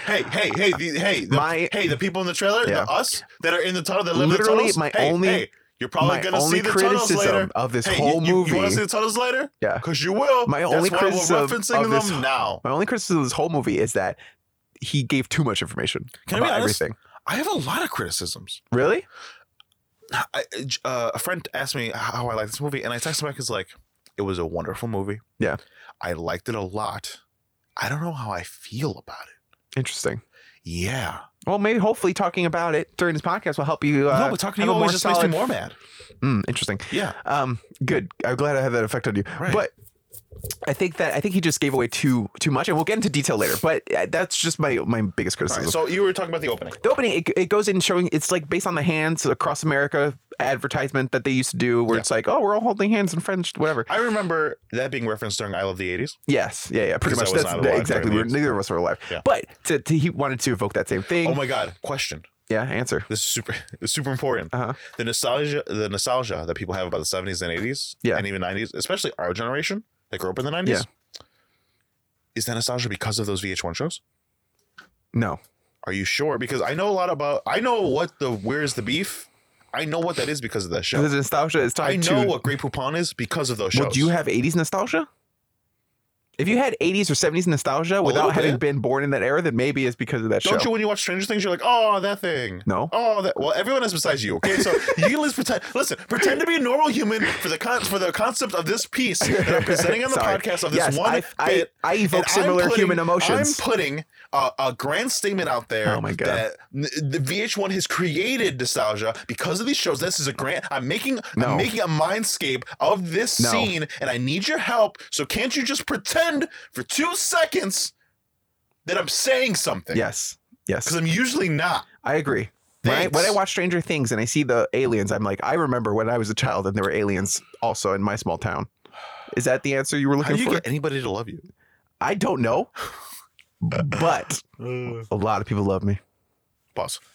Speaker 2: hey, hey, hey, the, hey, the,
Speaker 1: My-
Speaker 2: hey, the people in the trailer, the
Speaker 1: Yeah.
Speaker 2: us that are in the tunnel that live in the
Speaker 1: Literally,
Speaker 2: tunnels.
Speaker 1: my
Speaker 2: hey,
Speaker 1: only-
Speaker 2: hey, you're probably
Speaker 1: my
Speaker 2: gonna see
Speaker 1: only
Speaker 2: the tunnels
Speaker 1: criticism
Speaker 2: later.
Speaker 1: of this
Speaker 2: Hey, you-
Speaker 1: whole
Speaker 2: you,
Speaker 1: movie
Speaker 2: You want to see the tunnels later?
Speaker 1: yeah
Speaker 2: Because you will.
Speaker 1: My
Speaker 2: That's
Speaker 1: only
Speaker 2: why
Speaker 1: criticism
Speaker 2: we're
Speaker 1: of
Speaker 2: referencing
Speaker 1: this
Speaker 2: them
Speaker 1: whole-
Speaker 2: now.
Speaker 1: my only criticism of this whole movie is that he gave too much information
Speaker 2: Can I be
Speaker 1: about
Speaker 2: honest?
Speaker 1: everything
Speaker 2: I have a lot of criticisms.
Speaker 1: really
Speaker 2: I, uh, a friend asked me how I liked this movie, and I texted him back. It's like it was a wonderful movie.
Speaker 1: Yeah.
Speaker 2: I liked it a lot. I don't know how I feel about it.
Speaker 1: interesting
Speaker 2: Yeah,
Speaker 1: Well, maybe hopefully talking about it during this podcast will help you. Uh,
Speaker 2: no, but talking
Speaker 1: have
Speaker 2: to
Speaker 1: a
Speaker 2: you always
Speaker 1: more
Speaker 2: just
Speaker 1: solid-
Speaker 2: makes me more mad.
Speaker 1: mm, interesting.
Speaker 2: Yeah,
Speaker 1: Um, good. I'm glad I had that effect on you.
Speaker 2: Right.
Speaker 1: But I think that I think he just gave away too too much, and we'll get into detail later. But uh, that's just my my biggest
Speaker 2: All
Speaker 1: criticism.
Speaker 2: right, so you were talking about the opening.
Speaker 1: the opening it, it goes in showing it's like based on the hands across America advertisement that they used to do, where
Speaker 2: Yeah.
Speaker 1: it's like, oh, we're all holding hands in French, whatever.
Speaker 2: I remember that being referenced during "I Love the '80s."
Speaker 1: Yes, yeah, yeah, pretty much.
Speaker 2: Because I was
Speaker 1: That's
Speaker 2: not alive
Speaker 1: exactly.
Speaker 2: during
Speaker 1: We were,
Speaker 2: these.
Speaker 1: neither of us were alive.
Speaker 2: Yeah.
Speaker 1: But to, to, he wanted to evoke that same thing.
Speaker 2: Oh my God! Question.
Speaker 1: yeah, answer.
Speaker 2: This is super. *laughs* This is super important.
Speaker 1: Uh-huh.
Speaker 2: The nostalgia, the nostalgia that people have about the '70s and '80s,
Speaker 1: Yeah.
Speaker 2: and even '90s, especially our generation that grew up in the '90s,
Speaker 1: Yeah.
Speaker 2: is that nostalgia because of those VH1 shows?
Speaker 1: No.
Speaker 2: Are you sure? Because I know a lot about. I know what the where's the beef. I know what that is because of that show.
Speaker 1: The nostalgia is
Speaker 2: I
Speaker 1: tied
Speaker 2: know
Speaker 1: to
Speaker 2: what Great Poupon is because of those shows.
Speaker 1: Well, do you have 80s nostalgia? If you had 80s or 70s nostalgia
Speaker 2: little
Speaker 1: without having
Speaker 2: bit.
Speaker 1: been born in that era, then maybe it's because of that
Speaker 2: Don't
Speaker 1: show.
Speaker 2: you when you watch Stranger Things, you're like, oh, that thing.
Speaker 1: No.
Speaker 2: Oh, that. Well, everyone is besides you. Okay,
Speaker 1: *laughs*
Speaker 2: so you can at least pretend. Listen, pretend to be a normal human for the con- for the concept of this piece that I'm presenting on the
Speaker 1: Sorry.
Speaker 2: podcast of this
Speaker 1: yes,
Speaker 2: one
Speaker 1: I, I,
Speaker 2: bit.
Speaker 1: I evoke
Speaker 2: And I'm
Speaker 1: similar
Speaker 2: putting-
Speaker 1: human emotions.
Speaker 2: I'm putting a, a grand statement out there.
Speaker 1: Oh my God.
Speaker 2: That n- the VH1 has created nostalgia because of these shows. This is a grand. I'm making. I'm
Speaker 1: No.
Speaker 2: making a mindscape of this
Speaker 1: No.
Speaker 2: scene, and I need your help. So can't you just pretend for two seconds that I'm saying something?
Speaker 1: yes, yes,
Speaker 2: Because I'm usually not.
Speaker 1: I agree. When I, when I
Speaker 2: Thanks.
Speaker 1: watch Stranger Things and I see the aliens, I'm like, I remember when I was a child and there were aliens also in my small town. Is that the answer you were
Speaker 2: How
Speaker 1: looking
Speaker 2: do you
Speaker 1: for?
Speaker 2: get anybody to love you?
Speaker 1: I don't know, but
Speaker 2: Uh.
Speaker 1: a lot of people love me. *laughs*
Speaker 2: Pause. *laughs*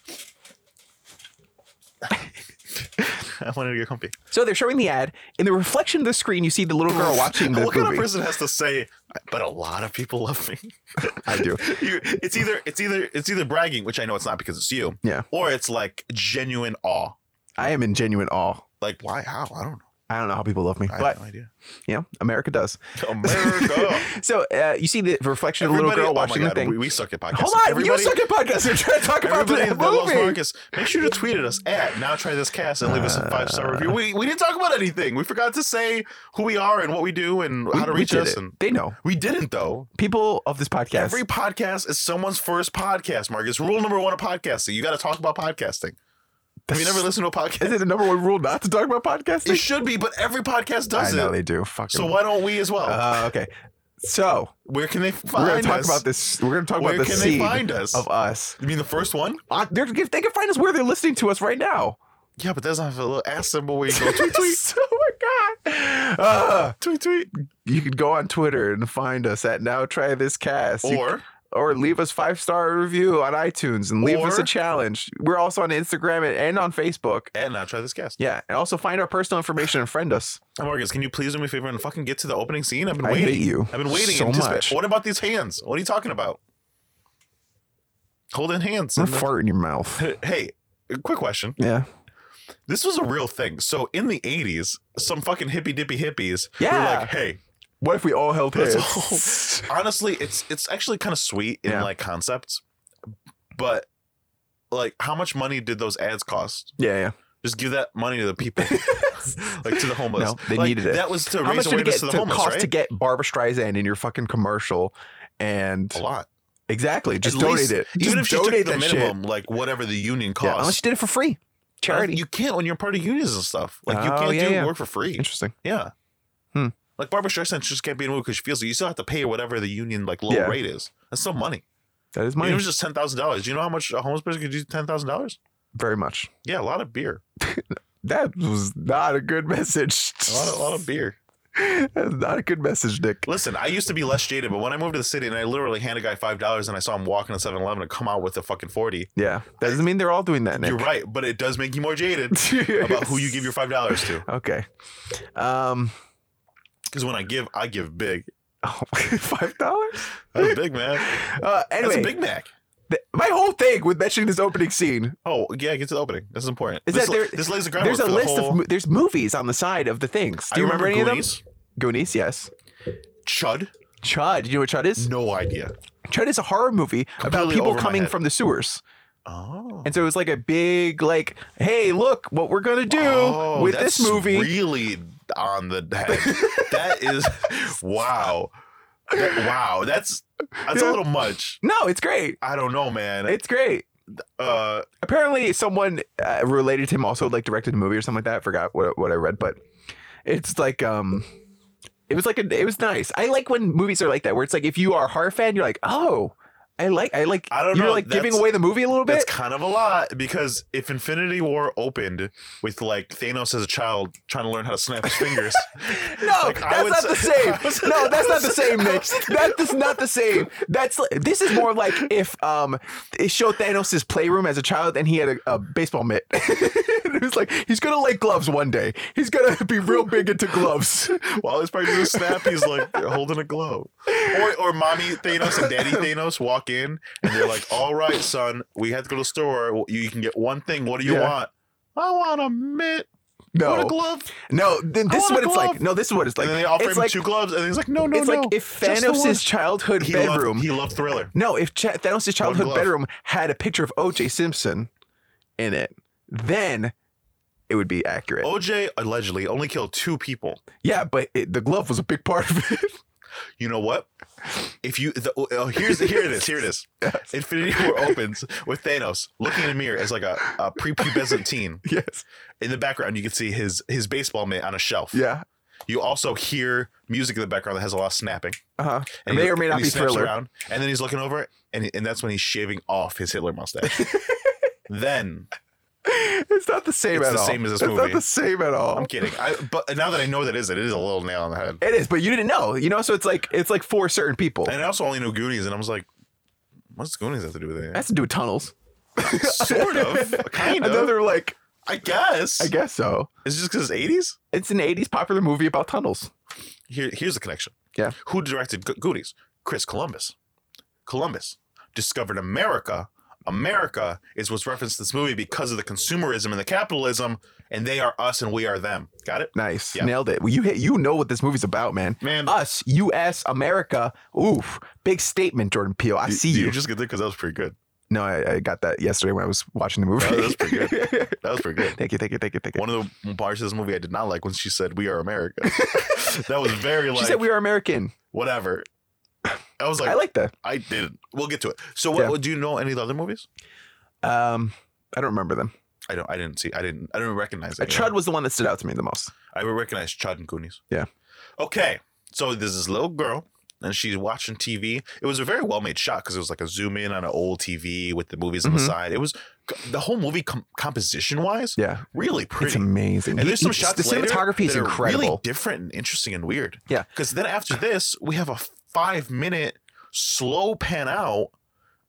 Speaker 2: I wanted to get comfy.
Speaker 1: So they're showing the ad. In the reflection of the screen, you see the little
Speaker 2: *laughs*
Speaker 1: girl watching the
Speaker 2: what
Speaker 1: movie.
Speaker 2: kind of person has to say? But a lot of people love me.
Speaker 1: *laughs* I do.
Speaker 2: *laughs* you, it's either it's either it's either bragging, which I know it's not because it's you.
Speaker 1: Yeah.
Speaker 2: Or it's like genuine awe.
Speaker 1: I am in genuine awe.
Speaker 2: Like why? How? I don't know.
Speaker 1: I don't know how people love me,
Speaker 2: I
Speaker 1: but
Speaker 2: have no idea.
Speaker 1: you know, America does. *laughs*
Speaker 2: America.
Speaker 1: So uh, you see the reflection of the
Speaker 2: Everybody-
Speaker 1: little girl
Speaker 2: oh my
Speaker 1: watching the
Speaker 2: God,
Speaker 1: thing.
Speaker 2: We, we suck at podcasts.
Speaker 1: Hold on,
Speaker 2: Everybody-
Speaker 1: you suck at podcasts. You're trying to talk about
Speaker 2: Everybody
Speaker 1: the
Speaker 2: that loves
Speaker 1: movie.
Speaker 2: Marcus, make sure to tweet at us at Now Try This Cast and leave us
Speaker 1: Uh,
Speaker 2: a five star review. We, we didn't talk about anything. We forgot to say who we are and what we do and how to
Speaker 1: We- we
Speaker 2: reach
Speaker 1: did
Speaker 2: us.
Speaker 1: it.
Speaker 2: And
Speaker 1: They know.
Speaker 2: we didn't though.
Speaker 1: People of this podcast.
Speaker 2: Every podcast is someone's first podcast, Marcus. Rule number one of podcasting: you got to talk about podcasting. Have you never
Speaker 1: *laughs*
Speaker 2: listened to a podcast?
Speaker 1: Is it the number one rule not to talk about
Speaker 2: It
Speaker 1: podcasting?
Speaker 2: should be, but every podcast
Speaker 1: I
Speaker 2: does
Speaker 1: know
Speaker 2: it.
Speaker 1: they do. Fucking.
Speaker 2: So why don't we as well?
Speaker 1: Uh, okay. So
Speaker 2: Where can they
Speaker 1: we're
Speaker 2: find
Speaker 1: gonna talk
Speaker 2: us?
Speaker 1: about this. We're gonna talk
Speaker 2: Where
Speaker 1: about the
Speaker 2: can
Speaker 1: seed
Speaker 2: they find us?
Speaker 1: of us.
Speaker 2: you mean the first one?
Speaker 1: Uh, they're- if they can find us where they're listening to us right now.
Speaker 2: Yeah, but that's not a little ass symbol where you go *laughs*
Speaker 1: *laughs*
Speaker 2: tweet, tweet,
Speaker 1: oh my god. Uh,
Speaker 2: tweet, tweet.
Speaker 1: you could go on Twitter and find us at Now Try This Cast. You-
Speaker 2: Or
Speaker 1: or leave us five star review on iTunes and leave us a
Speaker 2: Or-
Speaker 1: challenge. We're also on Instagram and, and on Facebook.
Speaker 2: and now try this guest.
Speaker 1: Yeah, and also find our personal information and friend us.
Speaker 2: And Marcus, can you please do me a favor and fucking get to the opening scene? I've been
Speaker 1: I
Speaker 2: waiting.
Speaker 1: hate you.
Speaker 2: I've been waiting
Speaker 1: so
Speaker 2: in anticipa-
Speaker 1: much.
Speaker 2: What about these hands? What are you talking about? Holding hands.
Speaker 1: I'm
Speaker 2: and-
Speaker 1: gonna fart in your mouth.
Speaker 2: *laughs* hey, quick question.
Speaker 1: Yeah.
Speaker 2: This was a real thing. So in the 80s, some fucking hippy dippy hippies
Speaker 1: Yeah.
Speaker 2: were like, hey,
Speaker 1: What if we all held
Speaker 2: That's
Speaker 1: hands?
Speaker 2: honestly, it's it's actually kind of sweet in
Speaker 1: Yeah.
Speaker 2: like concepts, but like how much money did those ads cost?
Speaker 1: *laughs* yeah, yeah.
Speaker 2: Just give that money to the people,
Speaker 1: *laughs*
Speaker 2: like to the homeless.
Speaker 1: No, they
Speaker 2: Like,
Speaker 1: needed it.
Speaker 2: That was to
Speaker 1: How
Speaker 2: raise
Speaker 1: much did it
Speaker 2: awareness
Speaker 1: get to
Speaker 2: to the homeless,
Speaker 1: cost
Speaker 2: right?
Speaker 1: to get Barbara Streisand in your fucking commercial? And
Speaker 2: a lot.
Speaker 1: exactly, just
Speaker 2: At
Speaker 1: donate
Speaker 2: least-
Speaker 1: it.
Speaker 2: Even
Speaker 1: Just
Speaker 2: if she took
Speaker 1: donate
Speaker 2: the
Speaker 1: that shit.
Speaker 2: minimum, like whatever the union
Speaker 1: yeah, unless
Speaker 2: costs.
Speaker 1: she did it for free, charity.
Speaker 2: You can't when you're part of unions and stuff. Like you
Speaker 1: Oh,
Speaker 2: can't
Speaker 1: yeah,
Speaker 2: do
Speaker 1: yeah.
Speaker 2: work for free.
Speaker 1: Interesting.
Speaker 2: Yeah.
Speaker 1: Hmm.
Speaker 2: Like Barbara Streisand just can't be in a movie because she feels like you still have to pay her whatever the union like low
Speaker 1: Yeah.
Speaker 2: rate is. That's still money.
Speaker 1: That is
Speaker 2: I mean,
Speaker 1: money.
Speaker 2: It was just ten thousand dollars. Do you know how much a homeless person could do ten thousand dollars?
Speaker 1: Very much.
Speaker 2: Yeah, a lot of beer.
Speaker 1: That was not a good *laughs* message.
Speaker 2: A lot, a lot of beer.
Speaker 1: That's not a good message, Nick.
Speaker 2: Listen, I used to be less jaded, but when I moved to the city and I literally hand a guy five dollars and I saw him walking to 7-Eleven and come out with a fucking forty,
Speaker 1: Yeah, that doesn't mean they're all doing that, Nick.
Speaker 2: you're right, but it does make you more jaded
Speaker 1: *laughs*
Speaker 2: about who you give your five dollars to.
Speaker 1: Okay. Um. *laughs*
Speaker 2: Because when I give, I give big.
Speaker 1: Oh, Five dollars.
Speaker 2: That's big, man.
Speaker 1: Uh,
Speaker 2: That's
Speaker 1: anyway,
Speaker 2: a Big Mac.
Speaker 1: th- my whole thing with mentioning this opening scene
Speaker 2: Oh yeah, get to the opening. That's important.
Speaker 1: Is
Speaker 2: this,
Speaker 1: that there-
Speaker 2: this lays the groundwork
Speaker 1: There's a
Speaker 2: for the
Speaker 1: list
Speaker 2: whole-
Speaker 1: of mo- there's movies on the side of the things. Do you
Speaker 2: I
Speaker 1: remember, any of
Speaker 2: Goonies.
Speaker 1: them? Goonies, yes.
Speaker 2: Chud?
Speaker 1: Chud. Do you know what Chud is?
Speaker 2: No idea.
Speaker 1: Chud is a horror movie about
Speaker 2: Completely
Speaker 1: people
Speaker 2: over my
Speaker 1: coming
Speaker 2: head.
Speaker 1: from the sewers,
Speaker 2: Oh.
Speaker 1: and so it was like a big like, hey, look what we're gonna do
Speaker 2: Oh,
Speaker 1: with
Speaker 2: that's
Speaker 1: this movie.
Speaker 2: really on the head.
Speaker 1: *laughs*
Speaker 2: that is wow. That- wow, that's that's
Speaker 1: Yeah.
Speaker 2: a little much.
Speaker 1: no, it's great.
Speaker 2: I don't know, man.
Speaker 1: It's great.
Speaker 2: uh,
Speaker 1: Apparently, someone uh, related to him also like directed a movie or something like that. I forgot what what I read, but it's like um. It was like a, it was nice. I like when movies are like that, where it's like if you are a horror fan, you're like, oh, I like, I like.
Speaker 2: I don't
Speaker 1: you're
Speaker 2: know,
Speaker 1: like giving
Speaker 2: that's-
Speaker 1: away the movie a little bit.
Speaker 2: that's kind of a lot because if Infinity War opened with like Thanos as a child trying to learn how to snap
Speaker 1: *laughs*
Speaker 2: his fingers,
Speaker 1: No,
Speaker 2: Like,
Speaker 1: that's
Speaker 2: I would
Speaker 1: not
Speaker 2: say-
Speaker 1: the
Speaker 2: *laughs* I would say-
Speaker 1: same. No, that's not
Speaker 2: I would
Speaker 1: the
Speaker 2: say-
Speaker 1: same, Nick. That is not the same. That's li- this is more like if um it showed Thanos' playroom as a child and he had a, a baseball mitt. *laughs* it was like he's gonna like gloves one day. He's gonna *laughs* be real big into
Speaker 2: *laughs*
Speaker 1: gloves.
Speaker 2: while his practicing a snap, he's like holding a glove. Or, or mommy Thanos and daddy Thanos walk in and they're like, "All right, son, we have to go to the store. You can get one thing. What do you
Speaker 1: Yeah.
Speaker 2: want? I want a mitt. I want a
Speaker 1: No,
Speaker 2: glove."
Speaker 1: no. Then this is
Speaker 2: want a
Speaker 1: what it's like.
Speaker 2: glove.
Speaker 1: No, this is what it's like.
Speaker 2: and then they offer
Speaker 1: It's
Speaker 2: him
Speaker 1: like
Speaker 2: two gloves, and he's like, "No, no,
Speaker 1: it's
Speaker 2: no."
Speaker 1: like if
Speaker 2: just the one."
Speaker 1: Thanos' childhood
Speaker 2: he
Speaker 1: bedroom.
Speaker 2: loved, he loved Thriller.
Speaker 1: No, if Ch- Thanos' childhood
Speaker 2: glove.
Speaker 1: bedroom had a picture of O.J. Simpson in it, then it would be accurate.
Speaker 2: OJ allegedly only killed two people.
Speaker 1: Yeah, but it, the glove was a big part of it. *laughs*
Speaker 2: You know what? If you the, oh, here's here it is here it *laughs* is. Infinity War opens with Thanos looking in a mirror as like a, a prepubescent teen.
Speaker 1: yes.
Speaker 2: In the background, you can see his his baseball mitt on a shelf.
Speaker 1: Yeah.
Speaker 2: You also hear music in the background that has a lot of snapping.
Speaker 1: Uh huh.
Speaker 2: he-
Speaker 1: may or may not
Speaker 2: he
Speaker 1: be
Speaker 2: snaps
Speaker 1: Thriller.
Speaker 2: Around, and then he's looking over, and and that's when he's shaving off his Hitler
Speaker 1: *laughs*
Speaker 2: mustache. then
Speaker 1: It's not the same
Speaker 2: It's
Speaker 1: at
Speaker 2: the
Speaker 1: all.
Speaker 2: same as this
Speaker 1: it's
Speaker 2: movie.
Speaker 1: not the same at all.
Speaker 2: I'm kidding. I, but now that I know what that is it, it is a little nail on the head.
Speaker 1: It is, but you didn't know, you know. So it's like it's like for certain people.
Speaker 2: And I also only know Goonies, and I was like, what's Goonies have to do with
Speaker 1: *laughs*
Speaker 2: it?
Speaker 1: That's to do with tunnels.
Speaker 2: sort of,
Speaker 1: *laughs*
Speaker 2: kind of.
Speaker 1: Another like,
Speaker 2: I guess.
Speaker 1: I guess so.
Speaker 2: It's just because it's eighties.
Speaker 1: It's an '80s popular movie about tunnels.
Speaker 2: Here, here's the connection.
Speaker 1: Yeah.
Speaker 2: Who directed Go- Goonies? Chris Columbus. Columbus discovered America. America is what's referenced in this movie because of the consumerism and the capitalism, and they are us and we are them. Got it?
Speaker 1: Nice,
Speaker 2: Yeah.
Speaker 1: nailed it. Well, you hit, you know what this movie's about, man.
Speaker 2: Man,
Speaker 1: Us, U.S., America. Oof, big statement, Jordan Peele. I
Speaker 2: do-
Speaker 1: see
Speaker 2: do
Speaker 1: you.
Speaker 2: just get there because that was pretty good.
Speaker 1: No, I, I got that yesterday when I was watching the movie.
Speaker 2: Oh, that's pretty good. That was pretty
Speaker 1: *laughs*
Speaker 2: good.
Speaker 1: thank you, thank you, thank you, thank you.
Speaker 2: One of the parts of this movie I did not like when she said "We
Speaker 1: *laughs*
Speaker 2: are America." that was very like
Speaker 1: she said we are American.
Speaker 2: whatever. I was like,
Speaker 1: I
Speaker 2: I,
Speaker 1: like that.
Speaker 2: didn't. We'll get to it. So, what,
Speaker 1: Yeah.
Speaker 2: do you know any of the other movies?
Speaker 1: Um, I don't remember them.
Speaker 2: I don't. I didn't see. I didn't. I didn't recognize
Speaker 1: Uh,
Speaker 2: it.
Speaker 1: Chud was the one that stood out to me the most.
Speaker 2: I recognize Chud and Goonies.
Speaker 1: Yeah.
Speaker 2: Okay. So there's this little girl. and she's watching TV. It was a very well made shot because it was like a zoom in on an old TV with the movies on
Speaker 1: Mhm.
Speaker 2: the side. It was the whole movie com- composition wise
Speaker 1: Yeah,
Speaker 2: really
Speaker 1: it's
Speaker 2: pretty.
Speaker 1: amazing.
Speaker 2: and there's some
Speaker 1: It's-
Speaker 2: shots.
Speaker 1: The
Speaker 2: later
Speaker 1: cinematography is
Speaker 2: that are
Speaker 1: incredible.
Speaker 2: Really different and interesting and weird.
Speaker 1: Yeah.
Speaker 2: Because then after this, we have a five minute slow pan out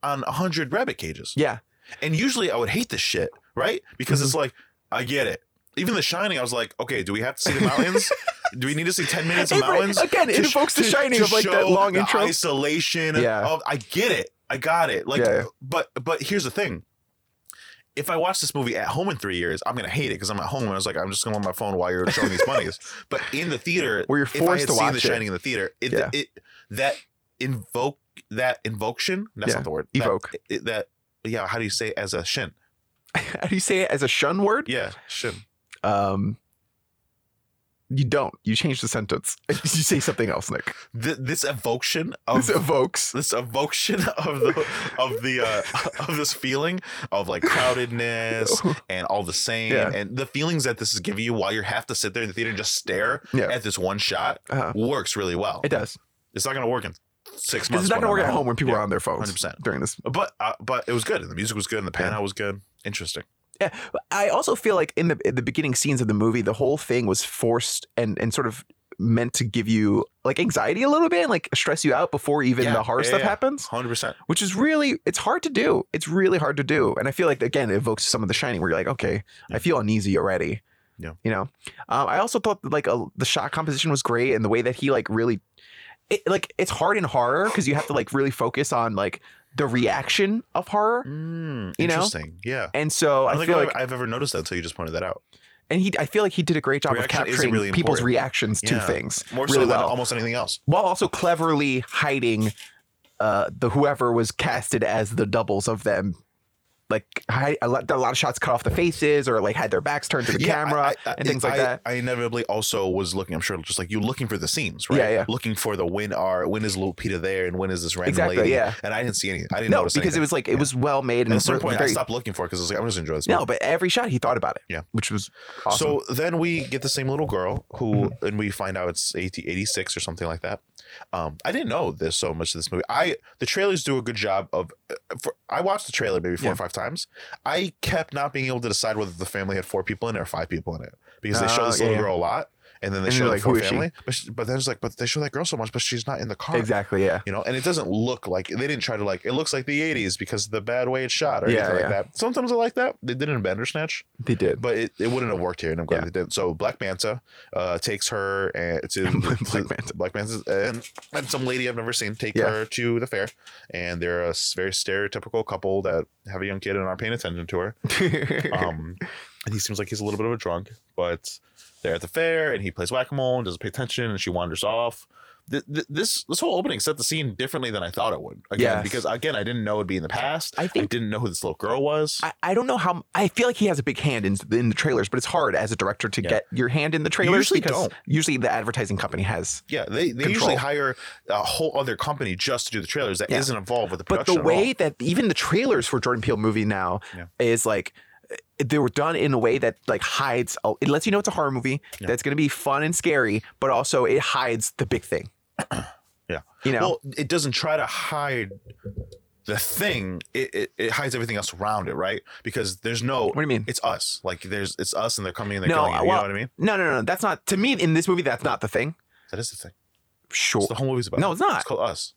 Speaker 2: on a hundred rabbit cages.
Speaker 1: yeah, Mm-hmm.
Speaker 2: And usually I would hate this shit, right? Because it's like, I get it. Even The Shining, I was like, okay, do we have to see
Speaker 1: *laughs*
Speaker 2: the mountains? do we need to see 10 minutes of
Speaker 1: It-
Speaker 2: mountains?
Speaker 1: again, *laughs* it
Speaker 2: to-
Speaker 1: invokes the
Speaker 2: to-
Speaker 1: shining
Speaker 2: to
Speaker 1: of like that
Speaker 2: show
Speaker 1: long
Speaker 2: the
Speaker 1: intro.
Speaker 2: isolation.
Speaker 1: Yeah.
Speaker 2: of- I get it. I got it. Like,
Speaker 1: Yeah, yeah.
Speaker 2: but but here's the thing. If I watch this movie at home in three years, I'm gonna hate it because I'm at home and I was like, I'm just gonna on my phone while you're showing these
Speaker 1: *laughs*
Speaker 2: bunnies. But in the theater,
Speaker 1: Where you're
Speaker 2: if I
Speaker 1: forced
Speaker 2: had
Speaker 1: to
Speaker 2: seen
Speaker 1: watch
Speaker 2: The
Speaker 1: it.
Speaker 2: Shining in the theater, it,
Speaker 1: Yeah.
Speaker 2: it that invoke that invocation. That's
Speaker 1: Yeah.
Speaker 2: not the word. That-
Speaker 1: evoke.
Speaker 2: it- that yeah how do you say it as a shin
Speaker 1: How do you say it as a shun word?
Speaker 2: yeah shin
Speaker 1: Um, you don't. You change the sentence. *laughs* You say something else, Nick.
Speaker 2: Th- this evocation of
Speaker 1: this evokes.
Speaker 2: this evocation *laughs* of the of the uh, *laughs* of this feeling of
Speaker 1: *laughs*
Speaker 2: like crowdedness and all the same
Speaker 1: Yeah.
Speaker 2: and the feelings that this is giving you while you have to sit there in the theater and just stare
Speaker 1: Yeah.
Speaker 2: at this one shot
Speaker 1: Uh,
Speaker 2: works really well
Speaker 1: it does.
Speaker 2: it's not gonna work in six months
Speaker 1: It's not
Speaker 2: when
Speaker 1: gonna
Speaker 2: I'm
Speaker 1: work at home when people are on their
Speaker 2: Yeah,
Speaker 1: phones
Speaker 2: 100%
Speaker 1: during this
Speaker 2: but uh, but it was good and the music was good and the pan
Speaker 1: Yeah.
Speaker 2: out was good interesting
Speaker 1: Eh, I also feel like in the in the beginning scenes of the movie, the whole thing was forced and and sort of meant to give you like anxiety a little bit, and, like stress you out before even
Speaker 2: Yeah,
Speaker 1: the hard
Speaker 2: yeah,
Speaker 1: stuff
Speaker 2: yeah.
Speaker 1: happens,
Speaker 2: 100%
Speaker 1: which is really it's hard to do. It's really hard to do, and I feel like again it evokes some of The Shining, where you're like, okay, I
Speaker 2: Yeah.
Speaker 1: feel uneasy already.
Speaker 2: Yeah.
Speaker 1: you know. Um, I also thought that, like a, the shot composition was great, and the way that he like really, it, like it's hard in horror because you have to like really focus on like the reaction of horror.
Speaker 2: Mm,
Speaker 1: You know?
Speaker 2: interesting yeah
Speaker 1: And so
Speaker 2: I "Oh
Speaker 1: I,
Speaker 2: don't think
Speaker 1: feel
Speaker 2: I've,
Speaker 1: like
Speaker 2: I've ever noticed that until you just pointed that out.
Speaker 1: and he I feel like he did a great job
Speaker 2: Reaction
Speaker 1: of
Speaker 2: is
Speaker 1: capturing
Speaker 2: really
Speaker 1: people's
Speaker 2: important.
Speaker 1: reactions to
Speaker 2: Yeah.
Speaker 1: things
Speaker 2: More
Speaker 1: Really
Speaker 2: so than
Speaker 1: well.
Speaker 2: almost anything else.
Speaker 1: while also cleverly hiding uh the whoever was casted as the doubles of them like hi- a lot, a lot of shots cut off the faces or like had their backs turned to the camera
Speaker 2: I- I-
Speaker 1: and things like
Speaker 2: I-
Speaker 1: that.
Speaker 2: I inevitably also was looking. I'm sure, just like you, looking for the scenes, right?
Speaker 1: Yeah, yeah.
Speaker 2: Looking for the when are when is Lupita there and when is this random
Speaker 1: Exactly,
Speaker 2: lady?
Speaker 1: yeah.
Speaker 2: And I didn't see any. I didn't
Speaker 1: no
Speaker 2: notice
Speaker 1: because it was like it
Speaker 2: Yeah.
Speaker 1: was well made
Speaker 2: anything.
Speaker 1: and
Speaker 2: at a certain point I
Speaker 1: very-
Speaker 2: stopped looking for it because I was like, I'm just enjoying this.
Speaker 1: no but every shot he thought about it
Speaker 2: Yeah.
Speaker 1: which was
Speaker 2: movie.
Speaker 1: awesome Mm-hmm.
Speaker 2: So then we get the same little girl who, and we find out it's 80, 86 or something like that. Um, I didn't know this so much of this movie. I the trailers do a good job of. uh, For, I watched the trailer maybe four
Speaker 1: Yeah.
Speaker 2: or five times. I kept not being able to decide whether the family had four people in it or five people in it because they show
Speaker 1: Oh,
Speaker 2: this
Speaker 1: yeah,
Speaker 2: little
Speaker 1: yeah.
Speaker 2: girl a lot, and then they
Speaker 1: And
Speaker 2: show
Speaker 1: you're
Speaker 2: the
Speaker 1: like,
Speaker 2: four
Speaker 1: who is she?
Speaker 2: family. But, she, but then it's like, but they show that girl so much, but she's not in the car.
Speaker 1: exactly yeah
Speaker 2: You know, and it doesn't look like they didn't try to like. It looks like the '80s because of the bad way it's shot or
Speaker 1: Yeah,
Speaker 2: anything
Speaker 1: yeah.
Speaker 2: like that. Sometimes I like that. They did it in Bandersnatch
Speaker 1: they did *laughs*
Speaker 2: but it, it wouldn't have worked here, and I'm glad
Speaker 1: Yeah.
Speaker 2: they didn't. So Black Manta uh, takes her and to
Speaker 1: *laughs* Black
Speaker 2: to-
Speaker 1: Manta.
Speaker 2: Black Manta, and, and some lady I've never seen take
Speaker 1: Yeah.
Speaker 2: her to the fair, and they're a s- very stereotypical couple that have a young kid and aren't paying
Speaker 1: *laughs*
Speaker 2: attention to her. Um, and he seems like he's a little bit of a drunk, but they're at the fair, and he plays whack a mole and doesn't pay attention, and she wanders off. Th- th- This this whole opening set the scene differently than I thought it would. Again,
Speaker 1: Yes.
Speaker 2: because again, I didn't know it'd be in the past.
Speaker 1: I
Speaker 2: I
Speaker 1: think-
Speaker 2: didn't know who this little girl was.
Speaker 1: I, I don't know how I feel like he has a big hand in, in the trailers, but it's hard as a director to
Speaker 2: Yeah.
Speaker 1: get your hand in the trailers
Speaker 2: usually
Speaker 1: because
Speaker 2: don't.
Speaker 1: usually the advertising company has.
Speaker 2: Yeah, they, they
Speaker 1: control.
Speaker 2: usually hire a whole other company just to do the trailers that
Speaker 1: Yeah.
Speaker 2: not involved with the
Speaker 1: But
Speaker 2: production.
Speaker 1: the way that even the trailers for Jordan Peele movie now
Speaker 2: Yeah.
Speaker 1: is like eh, they were done in a way that like hides oh, it lets you know it's a horror movie
Speaker 2: Yeah.
Speaker 1: that's going to be fun and scary, but also it hides the big thing.
Speaker 2: *clears throat* Yeah.
Speaker 1: You know.
Speaker 2: Well, it doesn't try to hide the thing. It, it, it hides everything else around it, right? Because there's no.
Speaker 1: what do you mean?
Speaker 2: It's us. Like there's it's us, and they're coming and they're
Speaker 1: No,
Speaker 2: killing you. You
Speaker 1: well-
Speaker 2: know what I mean?
Speaker 1: No, no, no. That's not to me in this movie that's not the thing.
Speaker 2: That is the thing.
Speaker 1: Sure.
Speaker 2: It's the whole movie's about.
Speaker 1: No, it's not.
Speaker 2: It's called us.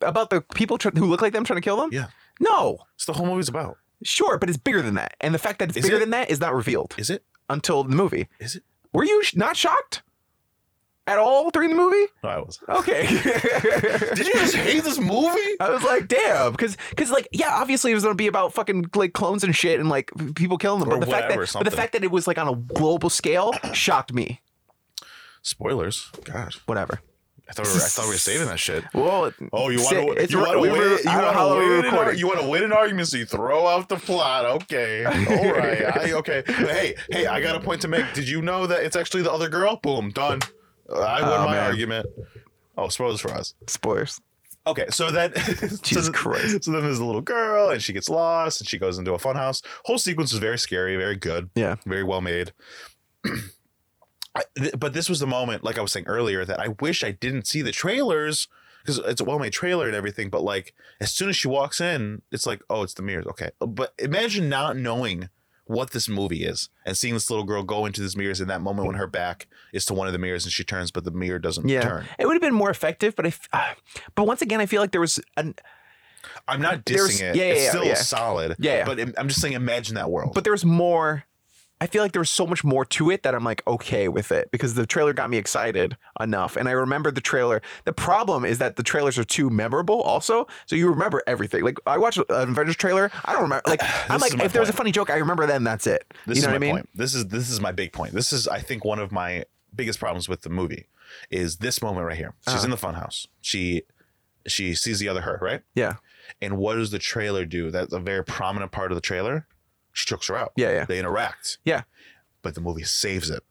Speaker 1: About the people tr- who look like them trying to kill them?
Speaker 2: Yeah.
Speaker 1: No.
Speaker 2: It's the whole movie's about.
Speaker 1: Sure, but it's bigger than that. And the fact that it's
Speaker 2: Is
Speaker 1: bigger
Speaker 2: it?
Speaker 1: than that is not revealed
Speaker 2: Is it?
Speaker 1: until the movie.
Speaker 2: Is it?
Speaker 1: Were you sh- not shocked at all during the movie?
Speaker 2: No, I was.
Speaker 1: Okay. *laughs*
Speaker 2: Did you just hate this movie?
Speaker 1: I was like, damn, because because like yeah, obviously it was gonna be about fucking like clones and shit and like people killing them,
Speaker 2: Or
Speaker 1: but the fact
Speaker 2: whatever,
Speaker 1: that but the
Speaker 2: something.
Speaker 1: fact that it was like on a global scale shocked me.
Speaker 2: Spoilers. God,
Speaker 1: Whatever.
Speaker 2: I thought we were, I thought we were saving that shit.
Speaker 1: Well,
Speaker 2: Oh, you
Speaker 1: Say-
Speaker 2: want to
Speaker 1: it's
Speaker 2: you
Speaker 1: re-
Speaker 2: want to
Speaker 1: we
Speaker 2: win,
Speaker 1: were-
Speaker 2: you
Speaker 1: I don't know
Speaker 2: want
Speaker 1: how
Speaker 2: to
Speaker 1: we were
Speaker 2: win, an, ar-
Speaker 1: recording.
Speaker 2: you want to win an argument, so you throw out the plot.
Speaker 1: *laughs*
Speaker 2: Okay, all right, I, okay. But hey, hey, I got a point to make. Did you know that it's actually the other girl? Boom, done. I won
Speaker 1: Oh,
Speaker 2: my
Speaker 1: man.
Speaker 2: argument. Oh, spoilers for us.
Speaker 1: spoilers.
Speaker 2: Okay, so then *laughs*
Speaker 1: Jesus
Speaker 2: so,
Speaker 1: Christ.
Speaker 2: So then there's a little girl, and she gets lost, and she goes into a funhouse. Whole sequence is very scary, very good,
Speaker 1: Yeah.
Speaker 2: very well made. *clears throat* I, th- but this was the moment, like I was saying earlier, that I wish I didn't see the trailers because it's a well-made trailer and everything. But like, as soon as she walks in, it's like, oh, it's the mirrors. Okay, but imagine not knowing what this movie is and seeing this little girl go into these mirrors in that moment when her back is to one of the mirrors and she turns, but the mirror doesn't
Speaker 1: Yeah.
Speaker 2: turn.
Speaker 1: It would have been more effective, but I, f- *sighs* ah, but once again, I feel like there was an,
Speaker 2: I'm not
Speaker 1: There's-
Speaker 2: dissing it.
Speaker 1: yeah, yeah,
Speaker 2: it's
Speaker 1: yeah,
Speaker 2: still
Speaker 1: yeah.
Speaker 2: solid.
Speaker 1: Yeah, yeah.
Speaker 2: But im- I'm just saying, imagine that world.
Speaker 1: but there was more. I feel like there was so much more to it that I'm like okay with it because the trailer got me excited enough, and I remember the trailer. The problem is that the trailers are too memorable, also, so you remember everything. Like I watched an Avengers trailer, I don't remember.
Speaker 2: *sighs*
Speaker 1: Like I'm
Speaker 2: is
Speaker 1: like, if
Speaker 2: my
Speaker 1: there's a
Speaker 2: point.
Speaker 1: funny joke, I remember then. That's it.
Speaker 2: This
Speaker 1: you
Speaker 2: is
Speaker 1: know
Speaker 2: my
Speaker 1: what I mean?
Speaker 2: point. This is this is my big point. This is I think one of my biggest problems with the movie is this moment right here. She's
Speaker 1: Uh-huh.
Speaker 2: in the funhouse. She she sees the other her, right?
Speaker 1: Yeah,
Speaker 2: And what does the trailer do? That's a very prominent part of the trailer. She chokes her out.
Speaker 1: yeah, yeah.
Speaker 2: They interact.
Speaker 1: Yeah.
Speaker 2: But the movie saves it.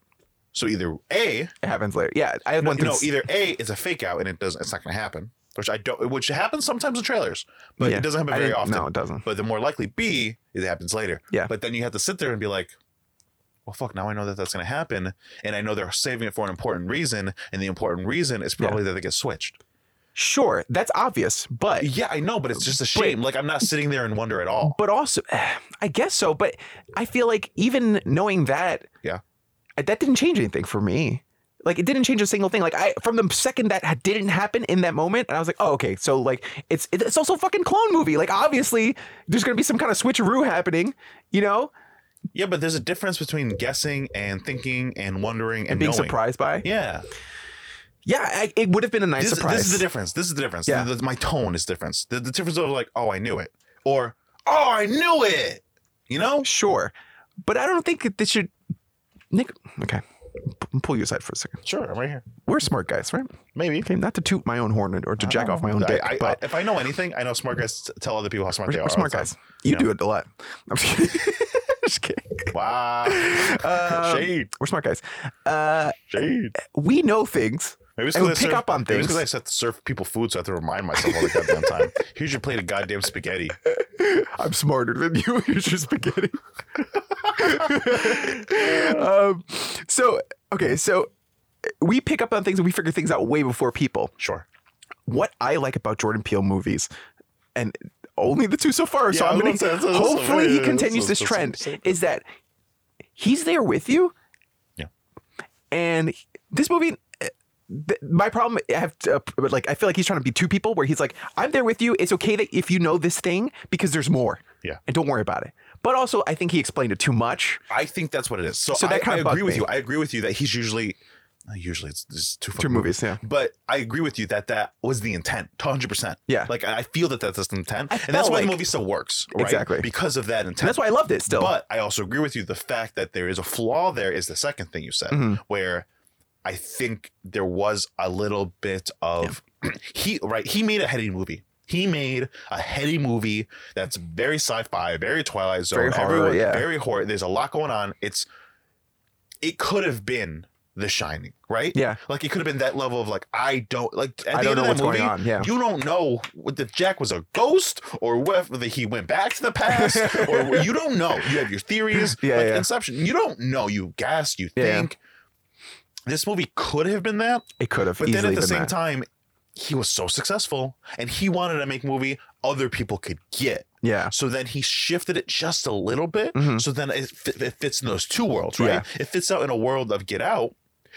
Speaker 2: So either A,
Speaker 1: It happens later. Yeah, I have one
Speaker 2: you
Speaker 1: thing.
Speaker 2: know, either A it's a fake out and it doesn't it's not gonna happen. Which I don't which happens sometimes in trailers, but
Speaker 1: Yeah.
Speaker 2: it doesn't happen
Speaker 1: I
Speaker 2: very
Speaker 1: didn't-
Speaker 2: often.
Speaker 1: No, it doesn't.
Speaker 2: But the more likely B, it happens later.
Speaker 1: Yeah.
Speaker 2: But then you have to sit there and be like, well, fuck, now I know that that's going to happen. And I know they're saving it for an important reason. And the important reason is probably that they get switched.
Speaker 1: Sure, that's obvious, but
Speaker 2: Yeah, I know, but it's just a shame. like, I'm not sitting there in wonder at all.
Speaker 1: but also *sighs* I guess so, but I feel like even knowing that
Speaker 2: Yeah.
Speaker 1: that didn't change anything for me. Like it didn't change a single thing. Like I from the second that ha- didn't happen in that moment, and I was like, oh okay, so like it's it's also a fucking clone movie. Like obviously there's gonna be some kind of switcheroo happening, you know,
Speaker 2: Yeah, but there's a difference between guessing and thinking and wondering and,
Speaker 1: and being
Speaker 2: knowing.
Speaker 1: surprised by. Yeah,
Speaker 2: Yeah.
Speaker 1: I, it would have been a nice
Speaker 2: This,
Speaker 1: surprise.
Speaker 2: this is the difference. This is the difference.
Speaker 1: Yeah.
Speaker 2: The- the- my tone is different. The, the difference of like, oh, I knew it. Or, oh, I knew it. You know?
Speaker 1: sure, but I don't think that this should. Nick, okay, P- pull you aside for a second.
Speaker 2: Sure, I'm right here.
Speaker 1: We're smart guys, right?
Speaker 2: Maybe.
Speaker 1: Okay, not to toot my own horn or to jack off my own
Speaker 2: I-
Speaker 1: dick,
Speaker 2: I-
Speaker 1: but
Speaker 2: if I know anything, I know smart guys t- tell other people how smart
Speaker 1: We're,
Speaker 2: they are.
Speaker 1: we're
Speaker 2: all
Speaker 1: smart
Speaker 2: the time.
Speaker 1: guys. You
Speaker 2: Yeah.
Speaker 1: do it a lot. *laughs* I'm just kidding. *laughs* Just kidding.
Speaker 2: Wow.
Speaker 1: *laughs* Um,
Speaker 2: shade,
Speaker 1: We're smart guys. Uh,
Speaker 2: shade.
Speaker 1: we know things. *laughs*
Speaker 2: Maybe it's
Speaker 1: and we
Speaker 2: 'cause I
Speaker 1: pick
Speaker 2: serve-
Speaker 1: up on
Speaker 2: maybe it's 'cause
Speaker 1: things.
Speaker 2: I set to serve people food, so I have to remind myself all the
Speaker 1: *laughs*
Speaker 2: goddamn time. Here's your plate of goddamn spaghetti.
Speaker 1: I'm smarter than you. *laughs* Here's your spaghetti. um, so okay, so uh, we pick up on things and we figure things out way before people.
Speaker 2: Sure.
Speaker 1: What I like about Jordan Peele movies, and only the two so far. so
Speaker 2: Yeah,
Speaker 1: I'm
Speaker 2: I
Speaker 1: gonna,
Speaker 2: was gonna say, that's- that's-
Speaker 1: hopefully
Speaker 2: yeah,
Speaker 1: he
Speaker 2: that's-
Speaker 1: continues
Speaker 2: that's-
Speaker 1: this
Speaker 2: that's-
Speaker 1: trend.
Speaker 2: that's-
Speaker 1: Is that he's there with you?
Speaker 2: Yeah.
Speaker 1: And this movie, eh, th- my problem, I have to, uh, but like I feel like he's trying to be two people. Where he's like, I'm there with you. It's okay that if you know this thing because there's more.
Speaker 2: Yeah.
Speaker 1: And don't worry about it. But also, I think he explained it too much.
Speaker 2: I think that's what it is. So,
Speaker 1: So that
Speaker 2: I,
Speaker 1: kinda
Speaker 2: I agree
Speaker 1: bugged
Speaker 2: with
Speaker 1: me.
Speaker 2: you. I agree with you that he's usually, not usually it's, it's too
Speaker 1: Two movies, yeah.
Speaker 2: But I agree with you that that was the intent, hundred percent.
Speaker 1: Yeah.
Speaker 2: Like I feel that that's the intent,
Speaker 1: I
Speaker 2: and that's
Speaker 1: felt
Speaker 2: why
Speaker 1: like-
Speaker 2: the movie still works, right?
Speaker 1: Exactly.
Speaker 2: because of that intent.
Speaker 1: And that's why I loved it still.
Speaker 2: But I also agree with you. The fact that there is a flaw there is the second thing you said,
Speaker 1: Mhm.
Speaker 2: where I think there was a little bit of *clears throat* he right. He made a heady movie. He made a heady movie that's very sci-fi, very Twilight Zone,
Speaker 1: Very horror,
Speaker 2: everyone-
Speaker 1: yeah.
Speaker 2: very horror. There's a lot going on. It's it could have been The Shining, right?
Speaker 1: Yeah.
Speaker 2: like it could have been that level of like I don't like at the
Speaker 1: I don't
Speaker 2: end
Speaker 1: know
Speaker 2: of
Speaker 1: what's
Speaker 2: that movie,
Speaker 1: going on. Yeah.
Speaker 2: you don't know whether Jack was a ghost or whether he went back to the past,
Speaker 1: *laughs*
Speaker 2: or you don't know. You have your theories,
Speaker 1: Yeah,
Speaker 2: like
Speaker 1: yeah.
Speaker 2: Inception. You don't know. You guess. You
Speaker 1: Yeah.
Speaker 2: think. This movie could have been that,
Speaker 1: It could have
Speaker 2: but
Speaker 1: easily
Speaker 2: then at the
Speaker 1: been
Speaker 2: same
Speaker 1: that.
Speaker 2: time, he was so successful, and he wanted to make a movie other people could get.
Speaker 1: Yeah.
Speaker 2: So then he shifted it just a little bit.
Speaker 1: Mhm.
Speaker 2: So then it, fit, it fits in those two worlds, right?
Speaker 1: Yeah.
Speaker 2: It fits out in a world of Get Out,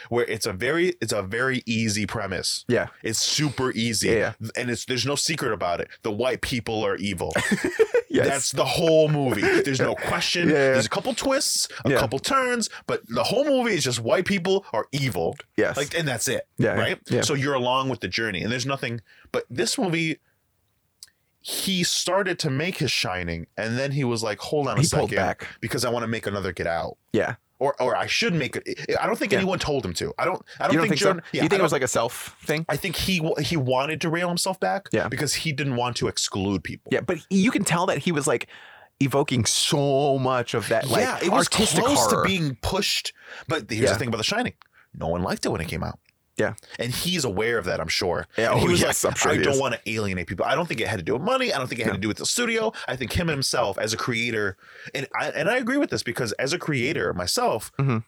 Speaker 2: where it's a very it's a very easy premise.
Speaker 1: Yeah.
Speaker 2: It's super easy,
Speaker 1: Yeah.
Speaker 2: and it's there's no secret about it. The white people are evil.
Speaker 1: *laughs* Yes.
Speaker 2: That's the whole movie. There's no question.
Speaker 1: Yeah, yeah.
Speaker 2: There's a couple twists, a
Speaker 1: Yeah.
Speaker 2: couple turns, but the whole movie is just white people are evil.
Speaker 1: yes.
Speaker 2: Like, and that's it.
Speaker 1: Yeah,
Speaker 2: Right.
Speaker 1: yeah.
Speaker 2: So you're along with the journey, and there's nothing. But this movie, he started to make his shining, and then he was like, "Hold on a
Speaker 1: he
Speaker 2: second,
Speaker 1: pulled back.
Speaker 2: because I want to make another Get Out."
Speaker 1: Yeah.
Speaker 2: Or, or I should make it. I don't think
Speaker 1: Yeah.
Speaker 2: anyone told him to. I don't. I don't,
Speaker 1: You don't
Speaker 2: think.
Speaker 1: think
Speaker 2: Jordan,
Speaker 1: so? you
Speaker 2: yeah, I
Speaker 1: think it
Speaker 2: don't-
Speaker 1: was like a self thing?
Speaker 2: I think he wa- he wanted to rail himself back.
Speaker 1: Yeah.
Speaker 2: Because he didn't want to exclude people.
Speaker 1: Yeah, but you can tell that he was like evoking so much of that like
Speaker 2: yeah, it was
Speaker 1: artistic
Speaker 2: close
Speaker 1: horror.
Speaker 2: to being pushed. But here's
Speaker 1: Yeah.
Speaker 2: the thing about The Shining: no one liked it when it came out.
Speaker 1: Yeah.
Speaker 2: and he's aware of that. I'm sure.
Speaker 1: Yeah,
Speaker 2: and he
Speaker 1: oh,
Speaker 2: was
Speaker 1: yes,
Speaker 2: like,
Speaker 1: I'm sure
Speaker 2: I
Speaker 1: he
Speaker 2: don't
Speaker 1: is."
Speaker 2: want to alienate people. I don't think it had to do with money. I don't think it had
Speaker 1: No.
Speaker 2: to do with the studio. I think him and himself as a creator, and I and I agree with this because as a creator myself.
Speaker 1: Mhm.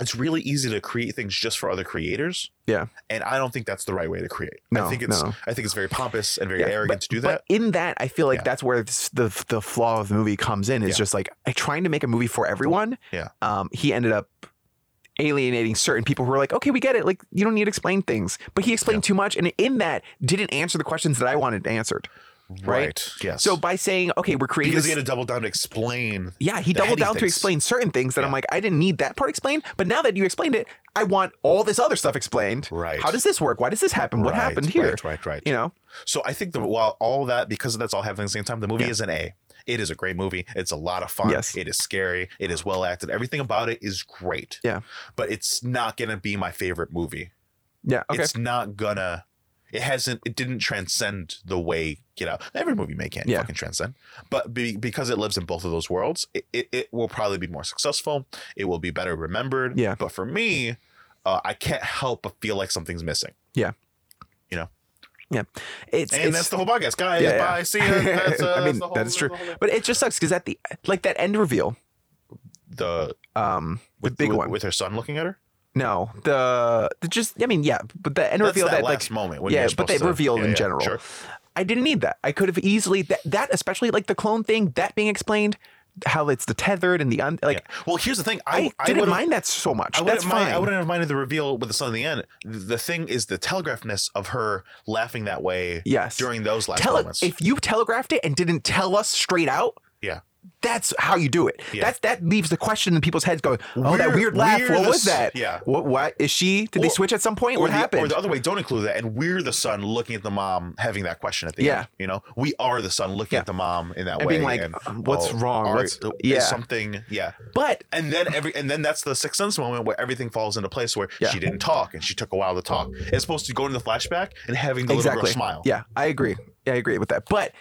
Speaker 2: it's really easy to create things just for other creators.
Speaker 1: Yeah.
Speaker 2: And I don't think that's the right way to create.
Speaker 1: No,
Speaker 2: I think it's
Speaker 1: no.
Speaker 2: I think it's very pompous and very
Speaker 1: Yeah,
Speaker 2: arrogant to do that.
Speaker 1: But in that, I feel like
Speaker 2: Yeah.
Speaker 1: that's where this- the the flaw of the movie comes in. Is
Speaker 2: Yeah.
Speaker 1: just like uh, trying to make a movie for everyone.
Speaker 2: Yeah.
Speaker 1: Um, he ended up alienating certain people who were like, okay, we get it. Like you don't need to explain things. But he explained too much, and in that, didn't answer the questions that I wanted answered. right?
Speaker 2: Yes.
Speaker 1: So by saying, okay, we're creating
Speaker 2: because
Speaker 1: this-
Speaker 2: he had to double down to explain.
Speaker 1: yeah, he
Speaker 2: the
Speaker 1: doubled
Speaker 2: heady
Speaker 1: down to
Speaker 2: things.
Speaker 1: explain certain things that I'm
Speaker 2: Yeah.
Speaker 1: like, I didn't need that part explained, but now that you explained it, I want all this other stuff explained.
Speaker 2: Right.
Speaker 1: How does this work? Why does this happen? What
Speaker 2: Right,
Speaker 1: happened here?
Speaker 2: Right, right, right.
Speaker 1: You know?
Speaker 2: So I think the while all that because that's all happening at the same time, the movie
Speaker 1: Yeah.
Speaker 2: is an A. It is a great movie. It's a lot of fun.
Speaker 1: Yes.
Speaker 2: It is scary. It is well acted. Everything about it is great.
Speaker 1: Yeah.
Speaker 2: But it's not gonna be my favorite movie.
Speaker 1: Yeah. Okay.
Speaker 2: It's not gonna. It hasn't. It didn't transcend the way Get Out. Every movie may can't
Speaker 1: Yeah.
Speaker 2: fucking transcend, but be, because it lives in both of those worlds, it, it, it will probably be more successful. It will be better remembered.
Speaker 1: Yeah.
Speaker 2: But for me, uh, I can't help but feel like something's missing,
Speaker 1: It's,
Speaker 2: and
Speaker 1: it's-
Speaker 2: that's the whole podcast, guys.
Speaker 1: Yeah, yeah. *laughs*
Speaker 2: Bye. See ya. That's, uh,
Speaker 1: I mean,
Speaker 2: that's the whole,
Speaker 1: that is true.
Speaker 2: the whole-
Speaker 1: but it just sucks because at the like that end reveal,
Speaker 2: the
Speaker 1: um, the
Speaker 2: with,
Speaker 1: big
Speaker 2: with,
Speaker 1: one.
Speaker 2: with her son looking at her.
Speaker 1: no, the, the just I mean, yeah, but the end
Speaker 2: That's
Speaker 1: reveal
Speaker 2: that,
Speaker 1: that like
Speaker 2: last moment. When
Speaker 1: yeah,
Speaker 2: you're
Speaker 1: but
Speaker 2: supposed
Speaker 1: they
Speaker 2: to-
Speaker 1: revealed
Speaker 2: yeah,
Speaker 1: in
Speaker 2: yeah,
Speaker 1: general.
Speaker 2: Sure.
Speaker 1: I didn't need that. I could have easily that that especially like the clone thing that being explained, how it's the tethered and the un, like
Speaker 2: Yeah. Well, here's the thing.
Speaker 1: I,
Speaker 2: I, I
Speaker 1: didn't
Speaker 2: would've-
Speaker 1: mind that so much.
Speaker 2: I
Speaker 1: That's
Speaker 2: wouldn't
Speaker 1: fine.
Speaker 2: mind. I wouldn't have minded the reveal with the son at the end. The thing is the telegraphedness of her laughing that way
Speaker 1: Yes.
Speaker 2: during those last
Speaker 1: Tele-
Speaker 2: moments.
Speaker 1: if you telegraphed it and didn't tell us straight out,
Speaker 2: Yeah.
Speaker 1: that's how you do it.
Speaker 2: Yeah.
Speaker 1: That's that leaves the question in people's heads going, oh, that
Speaker 2: We're-
Speaker 1: weird laugh.
Speaker 2: we're
Speaker 1: What
Speaker 2: the
Speaker 1: was
Speaker 2: s-
Speaker 1: that?
Speaker 2: yeah.
Speaker 1: What? What is she? Did they
Speaker 2: Or-
Speaker 1: switch at some point?
Speaker 2: or
Speaker 1: What
Speaker 2: the,
Speaker 1: happened?
Speaker 2: Or the other way, don't include that. And we're the son looking at the mom having that question at the
Speaker 1: Yeah.
Speaker 2: end. You know, we are the son looking
Speaker 1: Yeah.
Speaker 2: at the mom in that
Speaker 1: And
Speaker 2: way.
Speaker 1: being like,
Speaker 2: and, oh,
Speaker 1: um, what's wrong?
Speaker 2: are-
Speaker 1: What's-
Speaker 2: is
Speaker 1: yeah.
Speaker 2: something. Yeah.
Speaker 1: but
Speaker 2: And then every and then that's the sixth sense moment where everything falls into place where
Speaker 1: Yeah.
Speaker 2: she didn't talk and she took a while to talk. It's supposed to go into the flashback and having the little
Speaker 1: exactly.
Speaker 2: girl smile.
Speaker 1: Yeah, I agree. Yeah, I agree with that. But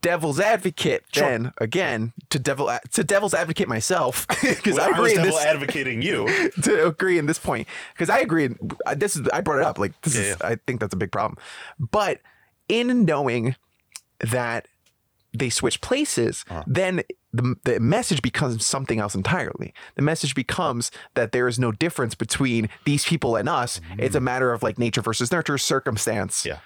Speaker 1: devil's advocate,
Speaker 2: Sure.
Speaker 1: then again, to devil to devil's advocate myself *laughs* because
Speaker 2: Well,
Speaker 1: I
Speaker 2: was
Speaker 1: agree in
Speaker 2: devil
Speaker 1: this
Speaker 2: advocating you.
Speaker 1: *laughs* to agree in this point because I agree. I- This is I brought it up. Like this
Speaker 2: Yeah,
Speaker 1: is
Speaker 2: yeah.
Speaker 1: I think that's a big problem. But in knowing that they switch places,
Speaker 2: Uh-huh.
Speaker 1: then the, the message becomes something else entirely. The message becomes that there is no difference between these people and us. It's a matter of like nature versus nurture, circumstance.
Speaker 2: Mm. Yeah.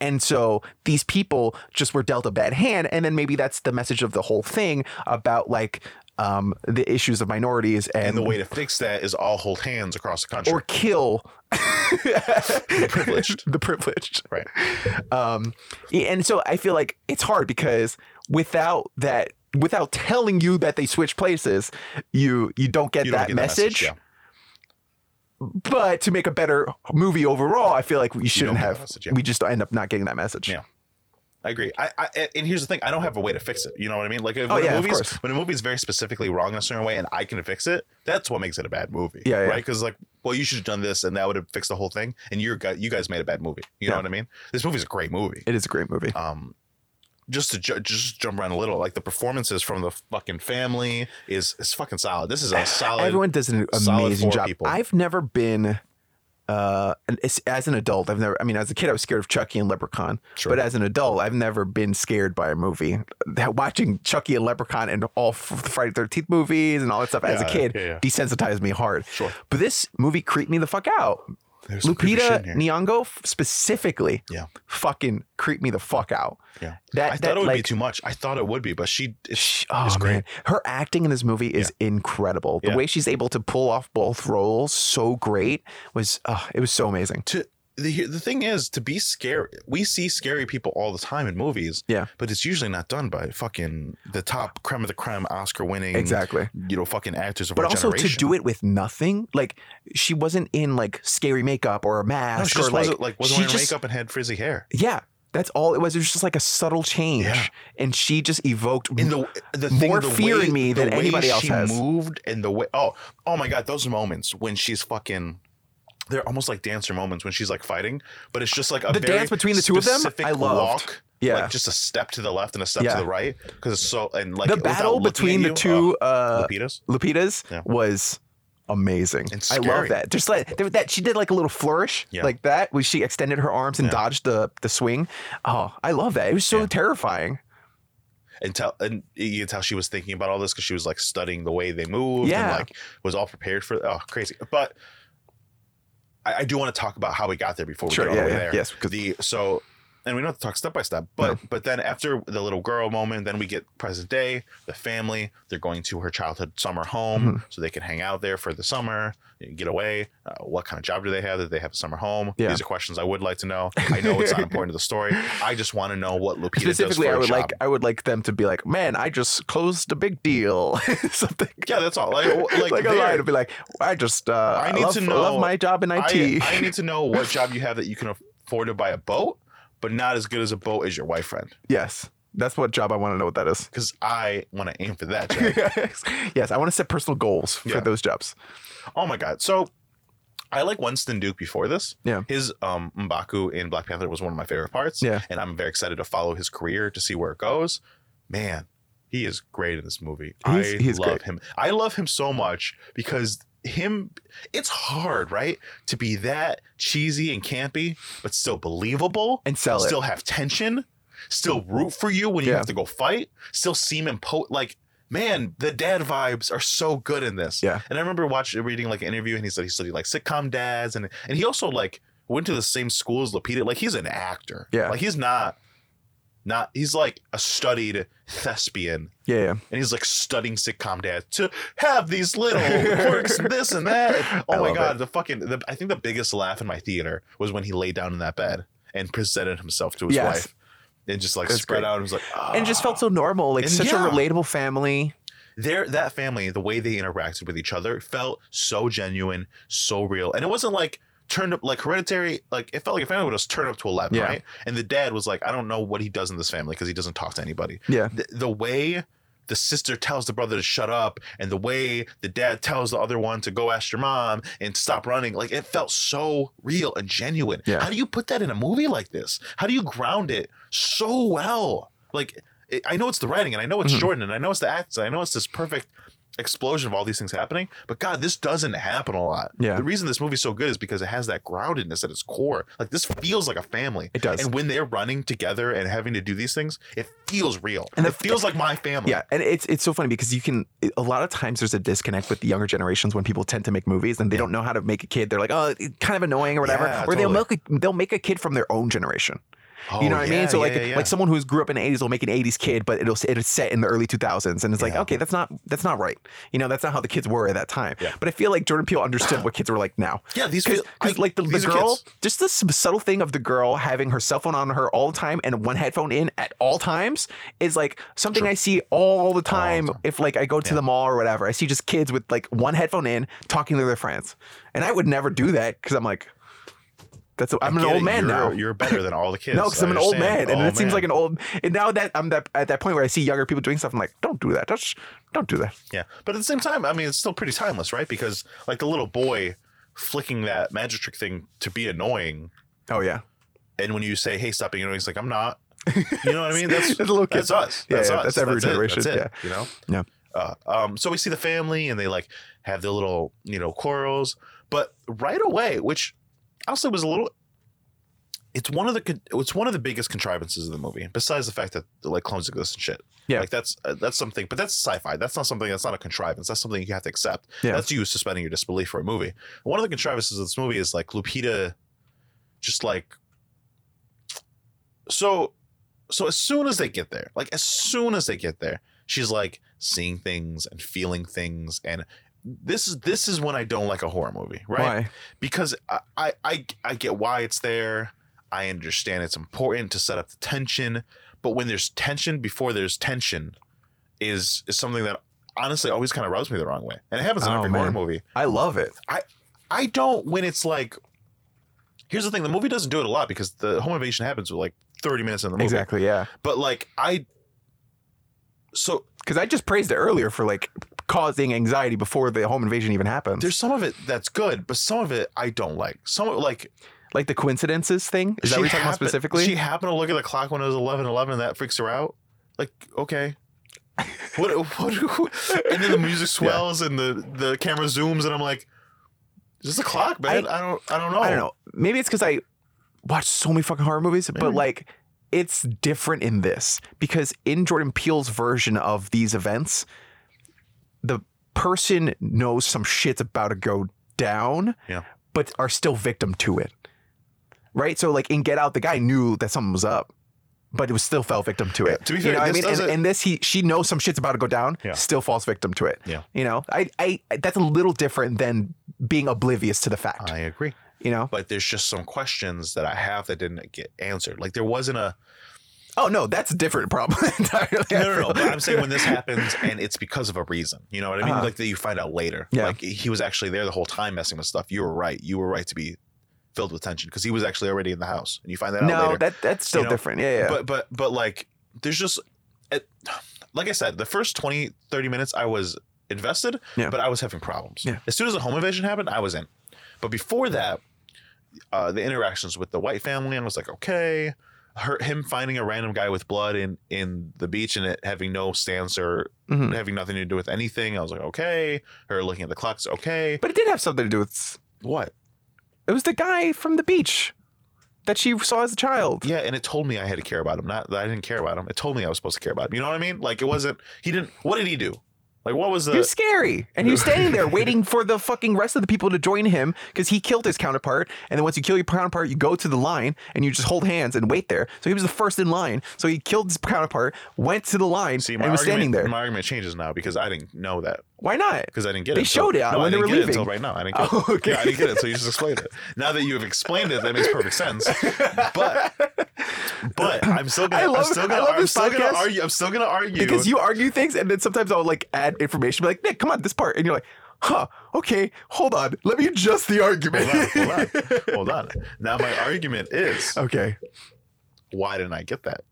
Speaker 1: And so these people just were dealt a bad hand. And then maybe that's the message of the whole thing about like um, the issues of minorities and,
Speaker 2: And the way to fix that is all hold hands across the country.
Speaker 1: Mm-hmm.
Speaker 2: *laughs*
Speaker 1: or kill the *laughs*
Speaker 2: privileged.
Speaker 1: the privileged
Speaker 2: right.
Speaker 1: um yeah, and so i feel like it's hard because without that without telling you that they switch places you you don't get,
Speaker 2: You don't
Speaker 1: that,
Speaker 2: get
Speaker 1: message,
Speaker 2: Yeah.
Speaker 1: but to make a better movie overall i feel like we shouldn't
Speaker 2: get that
Speaker 1: have
Speaker 2: message, yeah.
Speaker 1: we just end up not getting that message
Speaker 2: Yeah. I agree. I, I and here's the thing: I don't have a way to fix it. You know what I mean? Like if
Speaker 1: Oh,
Speaker 2: when,
Speaker 1: yeah,
Speaker 2: a
Speaker 1: of
Speaker 2: movie's,
Speaker 1: course.
Speaker 2: when a movie's very specifically wrong in a certain way, and I can fix it, that's what makes it a bad movie.
Speaker 1: Yeah, yeah.
Speaker 2: right. Because like, well, you should have done this, and that would have fixed the whole thing. And you're gu- you guys made a bad movie. You
Speaker 1: Yeah.
Speaker 2: know what I mean? This movie's a great movie.
Speaker 1: it is a great movie
Speaker 2: Um, just to ju- just jump around a little, like the performances from the fucking family is is fucking solid. This is
Speaker 1: *sighs*
Speaker 2: a solid.
Speaker 1: everyone does an
Speaker 2: solid
Speaker 1: amazing
Speaker 2: four
Speaker 1: job
Speaker 2: people.
Speaker 1: i've never been uh, an- as- as an adult, I've never. I mean, as a kid, I was scared of Chucky and Leprechaun.
Speaker 2: Sure.
Speaker 1: But as an adult, I've never been scared by a movie. That- watching Chucky and Leprechaun and all f- the Friday Thirteenth movies and all that stuff as a
Speaker 2: Yeah,
Speaker 1: kid
Speaker 2: yeah, yeah.
Speaker 1: desensitized me hard.
Speaker 2: Sure.
Speaker 1: But this movie creeped me the fuck out.
Speaker 2: There's some creepy shit
Speaker 1: Lupita
Speaker 2: in here.
Speaker 1: Nyong'o f- specifically,
Speaker 2: Yeah.
Speaker 1: fucking creeped me the fuck out.
Speaker 2: Yeah.
Speaker 1: That
Speaker 2: I
Speaker 1: that
Speaker 2: thought it would
Speaker 1: like
Speaker 2: be too much. I thought it would be, but she.
Speaker 1: sh- oh
Speaker 2: It's great.
Speaker 1: man, her acting in this movie is incredible. The
Speaker 2: Yeah.
Speaker 1: way she's able to pull off both roles so great was uh, it was so amazing.
Speaker 2: to the the thing is to be scary. We see scary people all the time in movies.
Speaker 1: Yeah.
Speaker 2: but it's usually not done by fucking the top creme of the creme, Oscar winning,
Speaker 1: Exactly.
Speaker 2: you know, fucking actors of
Speaker 1: But
Speaker 2: our
Speaker 1: also
Speaker 2: generation.
Speaker 1: to do it with nothing, like she wasn't in like scary makeup or a
Speaker 2: No,
Speaker 1: mask
Speaker 2: she just
Speaker 1: or like,
Speaker 2: wasn't like wasn't
Speaker 1: she
Speaker 2: wearing
Speaker 1: just-
Speaker 2: makeup and had frizzy hair.
Speaker 1: yeah, that's all it was. It was just like a subtle change,
Speaker 2: Yeah.
Speaker 1: and she just evoked
Speaker 2: And the the thing,
Speaker 1: More
Speaker 2: the
Speaker 1: fear
Speaker 2: way,
Speaker 1: in me
Speaker 2: the
Speaker 1: than
Speaker 2: way
Speaker 1: anybody else
Speaker 2: she
Speaker 1: has.
Speaker 2: Moved and the way oh oh my god, those moments when she's fucking. They're almost like dancer moments when she's like fighting, but it's just like a
Speaker 1: The
Speaker 2: very
Speaker 1: dance between the two of them,
Speaker 2: specific
Speaker 1: I loved.
Speaker 2: walk,
Speaker 1: Yeah.
Speaker 2: like just a step to the left and a step
Speaker 1: Yeah.
Speaker 2: to the right because it's so and like
Speaker 1: the
Speaker 2: without
Speaker 1: battle
Speaker 2: looking at
Speaker 1: between the
Speaker 2: you,
Speaker 1: two
Speaker 2: oh,
Speaker 1: uh,
Speaker 2: Lupitas.
Speaker 1: Lupitas
Speaker 2: Yeah.
Speaker 1: was amazing.
Speaker 2: And
Speaker 1: I love
Speaker 2: scary.
Speaker 1: that. Just like there, that, she did like a little flourish,
Speaker 2: Yeah.
Speaker 1: like that, where she extended her arms and
Speaker 2: Yeah.
Speaker 1: dodged the the swing. Oh, I love that. It was so
Speaker 2: Yeah.
Speaker 1: terrifying.
Speaker 2: and tell and you can tell she was thinking about all this because she was like studying the way they moved
Speaker 1: Yeah.
Speaker 2: and like was all prepared for oh crazy but I, I do want to talk about how we got there before we
Speaker 1: Sure,
Speaker 2: get all
Speaker 1: yeah,
Speaker 2: the way
Speaker 1: yeah,
Speaker 2: there
Speaker 1: yes, 'cause-
Speaker 2: the so and we don't have to talk step by step but but then after the little girl moment then we get present day the family they're going to her childhood summer home
Speaker 1: Mm-hmm.
Speaker 2: so they can hang out there for the summer get away uh, what kind of job do they have that they have a summer home
Speaker 1: Yeah.
Speaker 2: these are questions i would like to know i
Speaker 1: *laughs*
Speaker 2: know it's not important to the story i just want to know what lupita does
Speaker 1: Specifically,
Speaker 2: for
Speaker 1: I
Speaker 2: a
Speaker 1: would
Speaker 2: job.
Speaker 1: like I would like them to be like, man, I just closed a big deal, *laughs* something.
Speaker 2: yeah that's all like
Speaker 1: *laughs*
Speaker 2: like,
Speaker 1: Like, a line
Speaker 2: there,
Speaker 1: to be like, I just uh, I,
Speaker 2: need
Speaker 1: love,
Speaker 2: to
Speaker 1: I love
Speaker 2: know-
Speaker 1: my job in
Speaker 2: I,
Speaker 1: IT.
Speaker 2: I need to know what job you have that you can afford to buy a boat but not as good as a boat as your wife friend
Speaker 1: *laughs* yes, that's what job I want to know what that is.
Speaker 2: because i want to aim for that job
Speaker 1: *laughs* yes. I want to set personal goals for
Speaker 2: Yeah.
Speaker 1: those jobs.
Speaker 2: Oh my god. So I like Winston Duke before this.
Speaker 1: Yeah.
Speaker 2: His um Mbaku in Black Panther was one of my favorite parts.
Speaker 1: Yeah.
Speaker 2: And I'm very excited to follow his career to see where it goes. Man, he is great in this movie.
Speaker 1: He's-
Speaker 2: I
Speaker 1: he's
Speaker 2: love
Speaker 1: great.
Speaker 2: him. I love him so much because him it's hard, right? To be that cheesy and campy, but still believable
Speaker 1: And sell it. Mm-hmm.
Speaker 2: still have tension, still root for you when you
Speaker 1: Yeah.
Speaker 2: have to go fight, still seem impotent. Like, man, the dad vibes are so good in this.
Speaker 1: Yeah.
Speaker 2: And I remember watching, reading like an interview, and he said he studied like sitcom dads, and and he also like went to the same school as Lupita. Like, he's an actor.
Speaker 1: Yeah.
Speaker 2: Like, he's not. Not he's like a studied thespian,
Speaker 1: Yeah, yeah.
Speaker 2: and he's like studying sitcom dads to have these little
Speaker 1: *laughs*
Speaker 2: quirks, and this and that. And-
Speaker 1: I
Speaker 2: oh my
Speaker 1: love
Speaker 2: god, the fucking! The, I think the biggest laugh in my theater was when he lay down in that bed and presented himself to his
Speaker 1: Yes.
Speaker 2: wife and just like
Speaker 1: That's
Speaker 2: spread
Speaker 1: great.
Speaker 2: out and was like ah.
Speaker 1: And it just felt so normal, like
Speaker 2: And
Speaker 1: such
Speaker 2: yeah.
Speaker 1: a relatable family.
Speaker 2: their that family the way they interacted with each other felt so genuine so real and it wasn't like turned up like hereditary like it felt like a family was turned up to 11
Speaker 1: Yeah.
Speaker 2: right and the dad was like i don't know what he does in this family because he doesn't talk to anybody
Speaker 1: Yeah.
Speaker 2: the, the way the sister tells the brother to shut up and the way the dad tells the other one to go ask your mom and stop running like it felt so real and genuine
Speaker 1: Yeah.
Speaker 2: how do you put that in a movie like this how do you ground it so well like it, i know it's the writing and i know it's
Speaker 1: Mhm.
Speaker 2: jordan and i know it's the acts and i know it's this perfect explosion of all these things happening but god this doesn't happen a lot
Speaker 1: Yeah.
Speaker 2: the reason this movie's so good is because it has that groundedness at its core like this feels like a family
Speaker 1: It does.
Speaker 2: and when they're running together and having to do these things, it feels real.
Speaker 1: And
Speaker 2: And
Speaker 1: the-
Speaker 2: it feels like my family.
Speaker 1: Yeah, and it's it's so funny because you can a lot of times there's a disconnect with the younger generations when people tend to make movies and they don't know how to make a kid. They're like, oh, it's kind of annoying or whatever.
Speaker 2: Yeah,
Speaker 1: or they'll make
Speaker 2: totally.
Speaker 1: a, they'll make a kid from their own generation.
Speaker 2: Oh,
Speaker 1: you know what I
Speaker 2: yeah,
Speaker 1: mean? So
Speaker 2: yeah,
Speaker 1: like
Speaker 2: yeah, yeah.
Speaker 1: like someone who's grew up in the '80s will make an '80s kid, but it'll it's set in the early 2000s, and it's like,
Speaker 2: Yeah.
Speaker 1: okay, that's not that's not right. You know, that's not how the kids were at that time.
Speaker 2: Yeah.
Speaker 1: But I feel like Jordan Peele understood what kids were like now.
Speaker 2: yeah, these
Speaker 1: Because,
Speaker 2: feel- I-
Speaker 1: like the, the
Speaker 2: these are
Speaker 1: girl,
Speaker 2: kids.
Speaker 1: just this subtle thing of the girl having her cell phone on her all the time and one headphone in at all times is like something I see all the time. If like I go to the mall or whatever, I see just kids with like one headphone in talking to their friends, and I would never do that because I'm like, that's i I'm an
Speaker 2: Get
Speaker 1: old
Speaker 2: it,
Speaker 1: man
Speaker 2: you're,
Speaker 1: now.
Speaker 2: You're better than all the
Speaker 1: *laughs*
Speaker 2: kids.
Speaker 1: no, because I'm
Speaker 2: I
Speaker 1: an old man,
Speaker 2: understand.
Speaker 1: and
Speaker 2: Oh,
Speaker 1: it seems
Speaker 2: man.
Speaker 1: like an old. And now that I'm that at that point where I see younger people doing stuff, I'm like, don't do that. That's don't do that.
Speaker 2: Yeah, but at the same time, I mean, it's still pretty timeless, right? Because like the little boy flicking that magic trick thing to be annoying,
Speaker 1: Oh yeah,
Speaker 2: and when you say, "Hey, stop being annoying," he's like, "I'm not." You know what
Speaker 1: *laughs*
Speaker 2: I mean? That's
Speaker 1: It's a little kid.
Speaker 2: that's us.
Speaker 1: Yeah,
Speaker 2: That's
Speaker 1: yeah,
Speaker 2: us.
Speaker 1: that's every
Speaker 2: it.
Speaker 1: generation,
Speaker 2: That's it,
Speaker 1: yeah.
Speaker 2: You know.
Speaker 1: Yeah.
Speaker 2: Uh, um, so we see the family and they like have their little, you know, quarrels. But right away, which honestly was a little it's one of the con- it's one of the biggest contrivances of the movie, besides the fact that like clones exist and shit.
Speaker 1: Yeah.
Speaker 2: Like that's uh, that's something, but that's sci-fi. That's not something that's not a contrivance. That's something you have to accept.
Speaker 1: Yeah.
Speaker 2: That's you suspending your disbelief for a movie. One of the contrivances of this movie is like Lupita just like so so as soon as they get there, like as soon as they get there, she's like seeing things and feeling things and this is this is when I don't like a horror movie, right?
Speaker 1: why?
Speaker 2: Because I, I I I get why it's there. I understand it's important to set up the tension, but when there's tension before there's tension is is something that honestly always kind of rubs me the wrong way. And it happens in
Speaker 1: Oh,
Speaker 2: every horror
Speaker 1: man.
Speaker 2: movie.
Speaker 1: I love it.
Speaker 2: I don't when it's like here's the thing, the movie doesn't do it a lot because the home invasion happens with like 30 minutes in the movie.
Speaker 1: Exactly. Yeah.
Speaker 2: But like I so
Speaker 1: Because I just praised it earlier for like causing anxiety before the home invasion even happens.
Speaker 2: there's some of it that's good, but some of it I don't like. Some of- like
Speaker 1: like the coincidences thing. Is that what you're talking about
Speaker 2: happened-
Speaker 1: specifically?
Speaker 2: She happened to look at the clock when it was 11 11 and that freaks her out. Like,
Speaker 1: *laughs*
Speaker 2: okay. what, what, and then the music swells and the, the camera zooms and I'm like, is this a clock, man? I, don't I don't know. Mm-hmm.
Speaker 1: I don't know. Maybe it's because I watch so many fucking horror movies, but
Speaker 2: Maybe.
Speaker 1: like it's different in this because in Jordan Peele's version of these events, the person knows some shit's about to go down,
Speaker 2: Yeah.
Speaker 1: but are still victim to it. Right? So like in Get Out, the guy knew that something was up, but it was still fell victim to it.
Speaker 2: Yeah, to be
Speaker 1: You
Speaker 2: fair,
Speaker 1: know what I
Speaker 2: this
Speaker 1: mean? And,
Speaker 2: doesn't-
Speaker 1: and this he she knows some shit's about to go down,
Speaker 2: Yeah.
Speaker 1: still falls victim to it.
Speaker 2: Yeah.
Speaker 1: You know, I, I that's a little different than being oblivious to the fact.
Speaker 2: I agree.
Speaker 1: you know?
Speaker 2: But there's just some questions that I have that didn't get answered. Like there wasn't a
Speaker 1: Oh no, that's a different problem *laughs* entirely. I
Speaker 2: no, no, no.
Speaker 1: feel.
Speaker 2: But I'm
Speaker 1: *laughs*
Speaker 2: saying when this happens, and it's because of a reason. You know what I mean?
Speaker 1: Uh-huh.
Speaker 2: Like that you find out later.
Speaker 1: Yeah.
Speaker 2: Like he was actually there the whole time messing with stuff. You were right. You were right to be filled with tension because he was actually already in the house, and you find that
Speaker 1: *laughs*
Speaker 2: out
Speaker 1: no,
Speaker 2: later.
Speaker 1: that that's still
Speaker 2: know?
Speaker 1: different. Yeah, yeah.
Speaker 2: But but but like there's just it, like I said, the first 20, 30 minutes I was invested,
Speaker 1: Yeah.
Speaker 2: but I was having problems.
Speaker 1: Yeah.
Speaker 2: As soon as the home invasion happened, I was in. But before that, uh, the interactions with the white family, I was like, okay. Her, him finding a random guy with blood in in the beach and it having no stance or
Speaker 1: Mhm.
Speaker 2: having nothing to do with anything. I was like, okay. Her looking at the clocks, okay.
Speaker 1: But it did have something to do with
Speaker 2: What?
Speaker 1: it was the guy from the beach that she saw as a child.
Speaker 2: Yeah, and it told me I had to care about him. Not that I didn't care about him. It told me I was supposed to care about him. You know what I mean? Like it wasn't. He didn't. What did he do? Like what was the?
Speaker 1: He was scary, and he was standing there waiting for the fucking rest of the people to join him because he killed his counterpart. And then once you kill your counterpart, you go to the line and you just hold hands and wait there. So he was the first in line. So he killed his counterpart, went to the line,
Speaker 2: See,
Speaker 1: and
Speaker 2: my
Speaker 1: was
Speaker 2: argument,
Speaker 1: standing there.
Speaker 2: My argument changes now because I didn't know that
Speaker 1: Why not?
Speaker 2: because I didn't get
Speaker 1: They
Speaker 2: it. till-
Speaker 1: showed it
Speaker 2: no,
Speaker 1: when
Speaker 2: I
Speaker 1: they
Speaker 2: didn't
Speaker 1: were
Speaker 2: get it until
Speaker 1: leaving.
Speaker 2: right now. I didn't get
Speaker 1: Oh, *laughs*
Speaker 2: it.
Speaker 1: okay.
Speaker 2: Yeah, I didn't get it. So you just explained it. Now that you have explained it, that makes perfect sense. But but I'm still gonna.
Speaker 1: I love-
Speaker 2: am still
Speaker 1: I
Speaker 2: gonna,
Speaker 1: love
Speaker 2: I'm
Speaker 1: this
Speaker 2: still
Speaker 1: podcast
Speaker 2: gonna argue. I'm still gonna argue
Speaker 1: because you argue things and then sometimes I'll like add information, be like, Nick, come on, this part. And you're like, huh, okay, hold on. Let me adjust the argument.
Speaker 2: Hold on, hold on, hold on. Now my argument
Speaker 1: *laughs*
Speaker 2: is
Speaker 1: okay.
Speaker 2: why didn't I get that?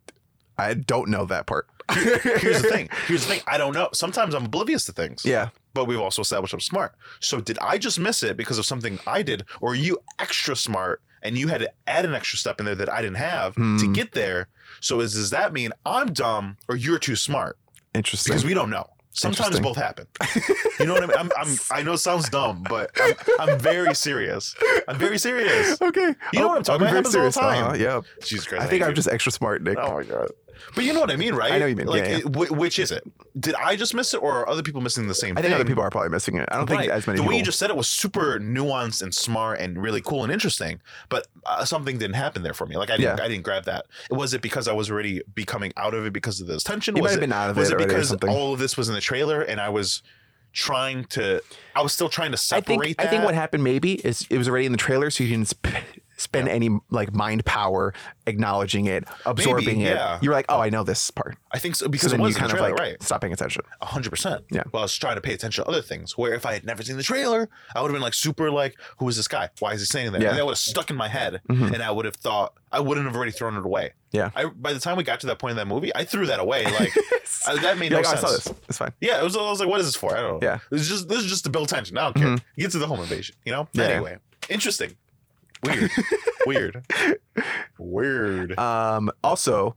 Speaker 1: I don't know that part.
Speaker 2: Here's the thing. Here's the thing. I don't know. Sometimes I'm oblivious to
Speaker 1: *laughs*
Speaker 2: things.
Speaker 1: Yeah.
Speaker 2: but we've also established I'm smart. So did I just miss it because of something I did, or are you extra smart and you had to add an extra step in there that I didn't have to
Speaker 1: Hmm.
Speaker 2: get there? So is, does that mean I'm dumb or you're too smart?
Speaker 1: Interesting.
Speaker 2: Because we don't know. Sometimes
Speaker 1: Interesting.
Speaker 2: both happen. You know what I mean? I'm, I'm, I know it sounds dumb, but I'm, I'm very serious. I'm very serious.
Speaker 1: Okay.
Speaker 2: You know what I'm talking about?
Speaker 1: very
Speaker 2: It happens all the
Speaker 1: serious.
Speaker 2: time.
Speaker 1: Uh-huh, Yeah.
Speaker 2: Jesus Christ!
Speaker 1: I think
Speaker 2: hate
Speaker 1: I'm
Speaker 2: you.
Speaker 1: just extra smart, Nick.
Speaker 2: Oh my god! But you know what I mean, right?
Speaker 1: I know what you mean.
Speaker 2: Like,
Speaker 1: Yeah, yeah.
Speaker 2: it- wh- which is it? Did I just miss it, or are other people missing the same
Speaker 1: I
Speaker 2: thing?
Speaker 1: think other people are probably missing it. I don't think
Speaker 2: Right.
Speaker 1: as many
Speaker 2: the
Speaker 1: people.
Speaker 2: way you just said it was super nuanced and smart and really cool and interesting, but uh, something didn't happen there for me. Like I didn't,
Speaker 1: Yeah.
Speaker 2: I didn't grab that. Was it because I was already becoming out of it because of this tension?
Speaker 1: You might
Speaker 2: was
Speaker 1: have
Speaker 2: it,
Speaker 1: been out of
Speaker 2: was
Speaker 1: it
Speaker 2: it
Speaker 1: already or
Speaker 2: because
Speaker 1: something.
Speaker 2: all of this was in the trailer and I was trying to, I was still trying
Speaker 1: I
Speaker 2: to separate
Speaker 1: think
Speaker 2: that?
Speaker 1: I think what happened maybe is it was already in the trailer, so you didn't sp- spend any like mind power acknowledging it, absorbing it.
Speaker 2: Oh, yeah.
Speaker 1: You were like, oh, I know this part.
Speaker 2: I think so
Speaker 1: So
Speaker 2: because it
Speaker 1: then you
Speaker 2: was in
Speaker 1: kind
Speaker 2: the
Speaker 1: of
Speaker 2: trailer,
Speaker 1: like
Speaker 2: right?
Speaker 1: stop paying
Speaker 2: *laughs*
Speaker 1: attention.
Speaker 2: A hundred percent.
Speaker 1: Yeah.
Speaker 2: Well, I was trying to pay attention to other things. Where if I had never seen the trailer, I would have been like super like, who is this guy? Why is he saying that?
Speaker 1: Yeah.
Speaker 2: And that would have stuck in my head,
Speaker 1: Mhm.
Speaker 2: and I would have thought I wouldn't have already thrown it away.
Speaker 1: Yeah.
Speaker 2: I by the time we got to that point in that movie, I threw that away. Like
Speaker 1: *laughs*
Speaker 2: I- that made
Speaker 1: You're
Speaker 2: no
Speaker 1: like, oh, I
Speaker 2: sense.
Speaker 1: saw this. It's fine.
Speaker 2: Yeah, it was. I was like, what is this for? I don't know.
Speaker 1: Yeah. Mm-hmm.
Speaker 2: It's just this is just to build tension. I don't care. Get to the home invasion. You know.
Speaker 1: Yeah.
Speaker 2: Anyway, interesting.
Speaker 1: *laughs*
Speaker 2: Weird. Weird. Weird.
Speaker 1: Um, also,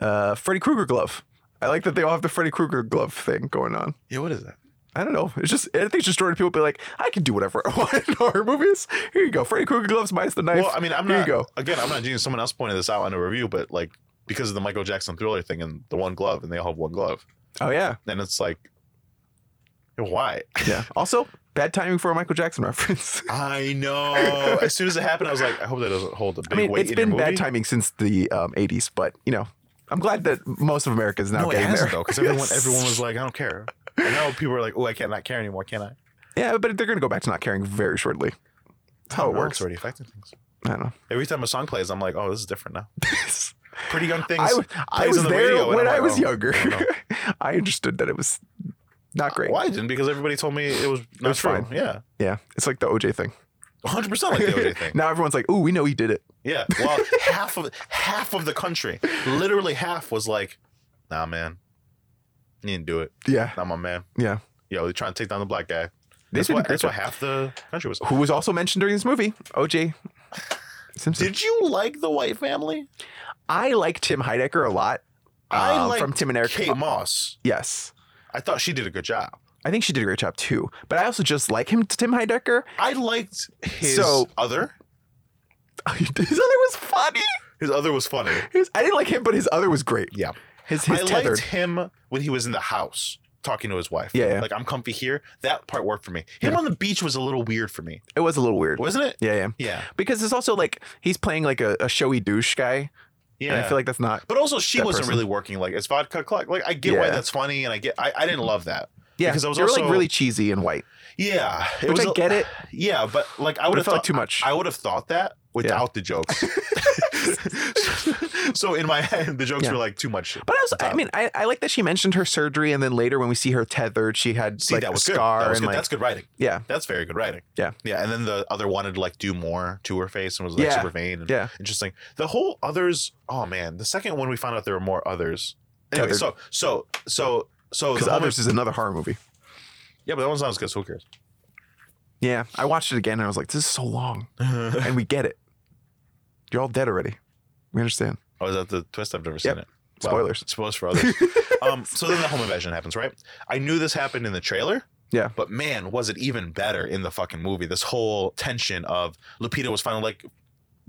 Speaker 1: uh, Freddy Krueger glove. I like that they all have the Freddy Krueger glove thing going on.
Speaker 2: yeah. What is that?
Speaker 1: I don't know. It's just I think it's just Jordan Peele be like, I can do whatever I *laughs* want in horror movies. Here you go, Freddy Krueger gloves minus the knife.
Speaker 2: Well, I mean, I'm
Speaker 1: Here
Speaker 2: not.
Speaker 1: you go.
Speaker 2: Again, I'm not genius. Someone else pointed this out in a review, but like because of the Michael Jackson thriller thing and the one glove, and they all have one glove,
Speaker 1: oh yeah,
Speaker 2: and it's like, why?
Speaker 1: yeah. Also, bad timing for a Michael Jackson *laughs* reference.
Speaker 2: I know. *laughs* as soon as it happened, I was like, I hope that doesn't hold a big
Speaker 1: I mean,
Speaker 2: weight.
Speaker 1: it's
Speaker 2: in your
Speaker 1: been
Speaker 2: movie.
Speaker 1: bad timing since the um, '80s, but you know, I'm glad that most of America is now
Speaker 2: No, it
Speaker 1: getting
Speaker 2: hasn't
Speaker 1: there.
Speaker 2: though, because everyone everyone was like, I don't care. And now people are like, oh, I can't not care anymore, can I?
Speaker 1: yeah, but they're gonna go back to not caring very shortly. That's how
Speaker 2: Oh,
Speaker 1: it works.
Speaker 2: It's already affecting things.
Speaker 1: I don't know. *laughs*
Speaker 2: Every time a song plays, I'm like, oh, this is different now. Pretty *laughs* young things.
Speaker 1: I, w- I
Speaker 2: plays
Speaker 1: was
Speaker 2: on the
Speaker 1: there
Speaker 2: radio, and
Speaker 1: when
Speaker 2: I'm
Speaker 1: I
Speaker 2: like,
Speaker 1: was
Speaker 2: oh,
Speaker 1: younger.
Speaker 2: I don't
Speaker 1: *laughs* I understood that it was not great.
Speaker 2: Well, I didn't because everybody told me it was not
Speaker 1: was
Speaker 2: true.
Speaker 1: fine.
Speaker 2: Yeah,
Speaker 1: Yeah, it's like the OJ thing.
Speaker 2: 100 percent like the OJ thing.
Speaker 1: *laughs* now everyone's like, "Ooh, we know he did it."
Speaker 2: Yeah. Well, half of half of the country, literally half, was like, "Nah, man, you didn't do it.
Speaker 1: Yeah,
Speaker 2: Not my man.
Speaker 1: yeah.
Speaker 2: Yo, they're trying to take down the black guy."
Speaker 1: They
Speaker 2: That's
Speaker 1: did a
Speaker 2: what,
Speaker 1: great
Speaker 2: that's what
Speaker 1: job.
Speaker 2: half the
Speaker 1: *laughs*
Speaker 2: country was.
Speaker 1: Who was also mentioned during this movie? OJ Simpson.
Speaker 2: Did you like the White Family?
Speaker 1: I like Tim Heidecker a lot.
Speaker 2: I
Speaker 1: um,
Speaker 2: liked
Speaker 1: from Tim and Eric.
Speaker 2: Kate Moss.
Speaker 1: Yes,
Speaker 2: I thought she did a good job.
Speaker 1: I think she did a great job too. But I also just like him, Tim Heidecker. *laughs*
Speaker 2: I liked his
Speaker 1: So-
Speaker 2: other.
Speaker 1: His other was funny.
Speaker 2: His other was funny.
Speaker 1: His, I didn't like him, but his other was great.
Speaker 2: Yeah.
Speaker 1: His his
Speaker 2: I
Speaker 1: tethered.
Speaker 2: liked him when he was in the house talking to his wife.
Speaker 1: Yeah, yeah.
Speaker 2: Like I'm comfy here. That part worked for me. Him
Speaker 1: Yeah.
Speaker 2: on the beach was a little weird for me,
Speaker 1: It was a little weird.
Speaker 2: wasn't it?
Speaker 1: Yeah, yeah.
Speaker 2: Yeah.
Speaker 1: Because it's also like he's playing like a, a showy douche guy,
Speaker 2: Yeah.
Speaker 1: and I feel like that's not.
Speaker 2: but also she
Speaker 1: that
Speaker 2: wasn't
Speaker 1: person.
Speaker 2: really working like it's vodka clock. Like I get why
Speaker 1: Yeah.
Speaker 2: that's funny and I get I, I didn't love that.
Speaker 1: Yeah,
Speaker 2: Because I was
Speaker 1: they were like
Speaker 2: also-
Speaker 1: really cheesy and white,
Speaker 2: Yeah. It
Speaker 1: which
Speaker 2: was
Speaker 1: I
Speaker 2: a-
Speaker 1: get it.
Speaker 2: Yeah, but like I
Speaker 1: But
Speaker 2: would
Speaker 1: it felt
Speaker 2: have thought
Speaker 1: like too much.
Speaker 2: I would have thought that without
Speaker 1: *laughs*
Speaker 2: the jokes. so in my head, the jokes
Speaker 1: Yeah.
Speaker 2: were like too much.
Speaker 1: But I also, I mean, I, I like that she mentioned her surgery, and then later when we see her tethered, she had
Speaker 2: See,
Speaker 1: like
Speaker 2: that was
Speaker 1: a scar
Speaker 2: good. That was
Speaker 1: and
Speaker 2: good.
Speaker 1: like
Speaker 2: That's good writing.
Speaker 1: yeah,
Speaker 2: That's very good writing.
Speaker 1: Yeah.
Speaker 2: Yeah. And then the other wanted to like do more to her face and was like
Speaker 1: Yeah.
Speaker 2: super vain and
Speaker 1: yeah,
Speaker 2: interesting. The whole others, oh man, the second one we found out there were more others. Anyway,
Speaker 1: Tethered.
Speaker 2: so so so so
Speaker 1: because
Speaker 2: the
Speaker 1: others
Speaker 2: Homer-
Speaker 1: is another horror movie.
Speaker 2: yeah, but that one sounds good, so who cares?
Speaker 1: Yeah, I watched it again and I was like, this is so long,
Speaker 2: *laughs*
Speaker 1: and we get it. You're all dead already. We understand.
Speaker 2: oh, is that the twist? I've never seen
Speaker 1: Yep.
Speaker 2: it. Wow.
Speaker 1: Spoilers.
Speaker 2: Spoilers for
Speaker 1: *laughs*
Speaker 2: others. um, so then the home invasion happens, right? I knew this happened in the trailer.
Speaker 1: Yeah.
Speaker 2: But man, was it even better in the fucking movie? This whole tension of Lupita was finally like,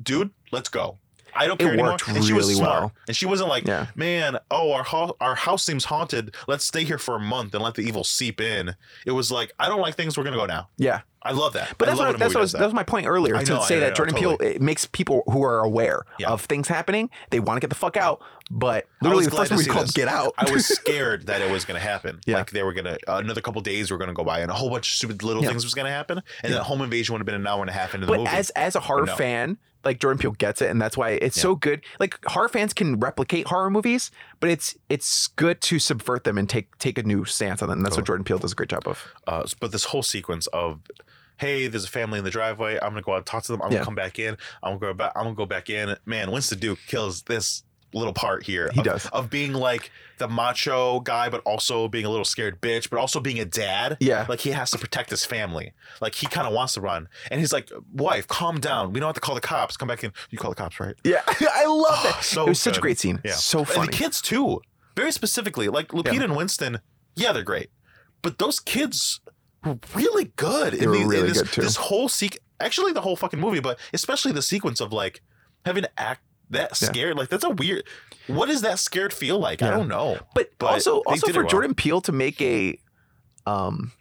Speaker 2: dude, let's go. I don't
Speaker 1: It
Speaker 2: care anymore.
Speaker 1: worked
Speaker 2: and she was
Speaker 1: really
Speaker 2: smart.
Speaker 1: well.
Speaker 2: And she wasn't like,
Speaker 1: Yeah.
Speaker 2: man, oh, our, ho- our house seems haunted. Let's stay here for a month and let the evil seep in. It was like, I don't like things. We're going to go now.
Speaker 1: Yeah,
Speaker 2: I love that.
Speaker 1: but
Speaker 2: I
Speaker 1: that's
Speaker 2: love
Speaker 1: what,
Speaker 2: when a
Speaker 1: that's
Speaker 2: movie
Speaker 1: what was,
Speaker 2: does
Speaker 1: that was my point earlier
Speaker 2: I
Speaker 1: to
Speaker 2: know, I
Speaker 1: say
Speaker 2: know, I
Speaker 1: that
Speaker 2: know,
Speaker 1: Jordan
Speaker 2: totally.
Speaker 1: Peele it makes people who are aware
Speaker 2: Yeah.
Speaker 1: of things happening they want to get the fuck out, but
Speaker 2: I
Speaker 1: literally
Speaker 2: was
Speaker 1: the
Speaker 2: glad
Speaker 1: first
Speaker 2: to
Speaker 1: movie
Speaker 2: see
Speaker 1: called
Speaker 2: this.
Speaker 1: Get Out.
Speaker 2: I
Speaker 1: *laughs*
Speaker 2: was scared that it was going to happen.
Speaker 1: Yeah.
Speaker 2: Like they were going to another couple days were going to go by, and a whole bunch of stupid little
Speaker 1: Yeah.
Speaker 2: things was going to happen, and
Speaker 1: Yeah.
Speaker 2: then home invasion would have been an hour and a half into the
Speaker 1: but
Speaker 2: movie.
Speaker 1: as as a horror
Speaker 2: No.
Speaker 1: fan, like Jordan Peele gets it, and that's why it's
Speaker 2: Yeah.
Speaker 1: so good. Like horror fans can replicate horror movies, but it's it's good to subvert them and take take a new stance on them. And that's what
Speaker 2: Totally.
Speaker 1: Jordan Peele does a great job of.
Speaker 2: uh, but this whole sequence of, hey, there's a family in the driveway. I'm going to go out and talk to them. I'm going
Speaker 1: Yeah.
Speaker 2: to come back in. I'm going to go back. I'm going to go back in. Man, Winston Duke kills this little part here.
Speaker 1: He
Speaker 2: of,
Speaker 1: does.
Speaker 2: of being like the macho guy, but also being a little scared bitch, but also being a dad.
Speaker 1: Yeah,
Speaker 2: Like he has to protect his family. Like he kind of wants to run, and he's like, "Wife, calm down. We don't have to call the cops. Come back in. You call the cops, right?"
Speaker 1: yeah, *laughs* I love Oh, that.
Speaker 2: *sighs* so
Speaker 1: it was such a
Speaker 2: good.
Speaker 1: great scene.
Speaker 2: Yeah.
Speaker 1: So
Speaker 2: And the
Speaker 1: funny.
Speaker 2: kids too, very specifically. Like Lupita and Winston, yeah, they're great, but those kids were really good.
Speaker 1: They were really
Speaker 2: this,
Speaker 1: good, too.
Speaker 2: This whole sequ- actually the whole fucking movie, but especially the sequence of like having to act that
Speaker 1: Yeah.
Speaker 2: scared. Like that's a weird. What does that scared feel like? I
Speaker 1: Yeah.
Speaker 2: don't know.
Speaker 1: But,
Speaker 2: but
Speaker 1: also
Speaker 2: they
Speaker 1: also
Speaker 2: did it
Speaker 1: for
Speaker 2: well.
Speaker 1: Jordan Peele to make a um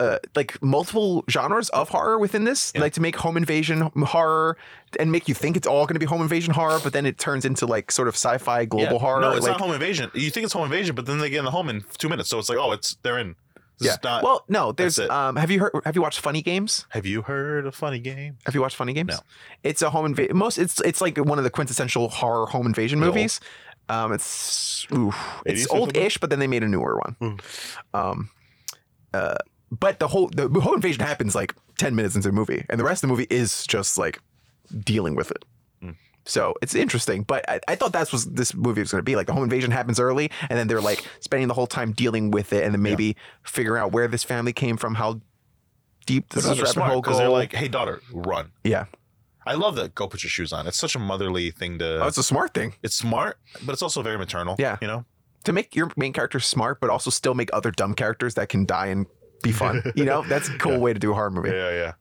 Speaker 1: uh, like multiple genres of horror within this,
Speaker 2: Yeah.
Speaker 1: like to make home invasion horror and make you think it's all going to be home invasion horror, but then it turns into like sort of sci-fi global
Speaker 2: Yeah.
Speaker 1: horror.
Speaker 2: No, it's
Speaker 1: like,
Speaker 2: not home invasion. You think it's home invasion, but then they get in the home in two minutes, so it's like, oh, it's they're in. This is not.
Speaker 1: well, no, there's
Speaker 2: it.
Speaker 1: um have you heard have you watched Funny Games?
Speaker 2: have you heard of funny game?
Speaker 1: Have you watched Funny Games?
Speaker 2: No.
Speaker 1: It's a home invasion most it's it's like one of the quintessential horror home invasion
Speaker 2: Is it
Speaker 1: movies. Um it's oof, it's
Speaker 2: 80s or something? Hmm.
Speaker 1: old-ish, but then they made a newer one. Um uh but the whole the home invasion happens like 10 minutes into the movie and the rest of the movie is just like dealing with it.
Speaker 2: Mm.
Speaker 1: So it's interesting, but I, I thought that's was this movie was going to be like the home invasion happens early, and then they're like spending the whole time dealing with it, and then maybe figuring out where this family came from, how deep this is rabbit hole
Speaker 2: because they're
Speaker 1: goes.
Speaker 2: like, hey, daughter, run.
Speaker 1: yeah,
Speaker 2: I love that. Go put your shoes on. It's such a motherly thing to.
Speaker 1: oh, it's a smart thing
Speaker 2: it's smart, but it's also very maternal.
Speaker 1: Yeah.
Speaker 2: you know.
Speaker 1: to make your main character smart, but also still make other dumb characters that can die and be
Speaker 2: *laughs*
Speaker 1: fun. you know, that's a cool way to do a horror movie.
Speaker 2: yeah, yeah.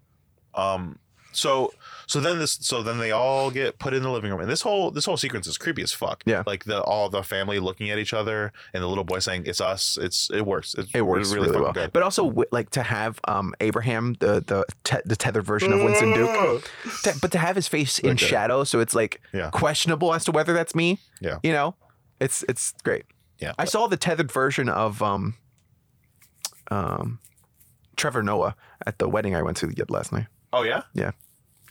Speaker 2: Um. So, so then this, so then they all get put in the living room, and this whole this whole sequence is creepy as fuck.
Speaker 1: Yeah.
Speaker 2: like the all the family looking at each other, and the little boy saying, "It's us." It's it works. It's,
Speaker 1: It works
Speaker 2: it's
Speaker 1: really,
Speaker 2: fucking
Speaker 1: well, but also wi- like to have um, Abraham, the the te- the tethered version of Winston Duke,
Speaker 2: Mm.
Speaker 1: to- but to have his face in
Speaker 2: Okay.
Speaker 1: shadow, so it's like
Speaker 2: Yeah.
Speaker 1: questionable as to whether that's me.
Speaker 2: Yeah.
Speaker 1: you know, it's it's great.
Speaker 2: Yeah.
Speaker 1: I saw the tethered version of um, um, Trevor Noah at the wedding I went to last night,
Speaker 2: Oh yeah.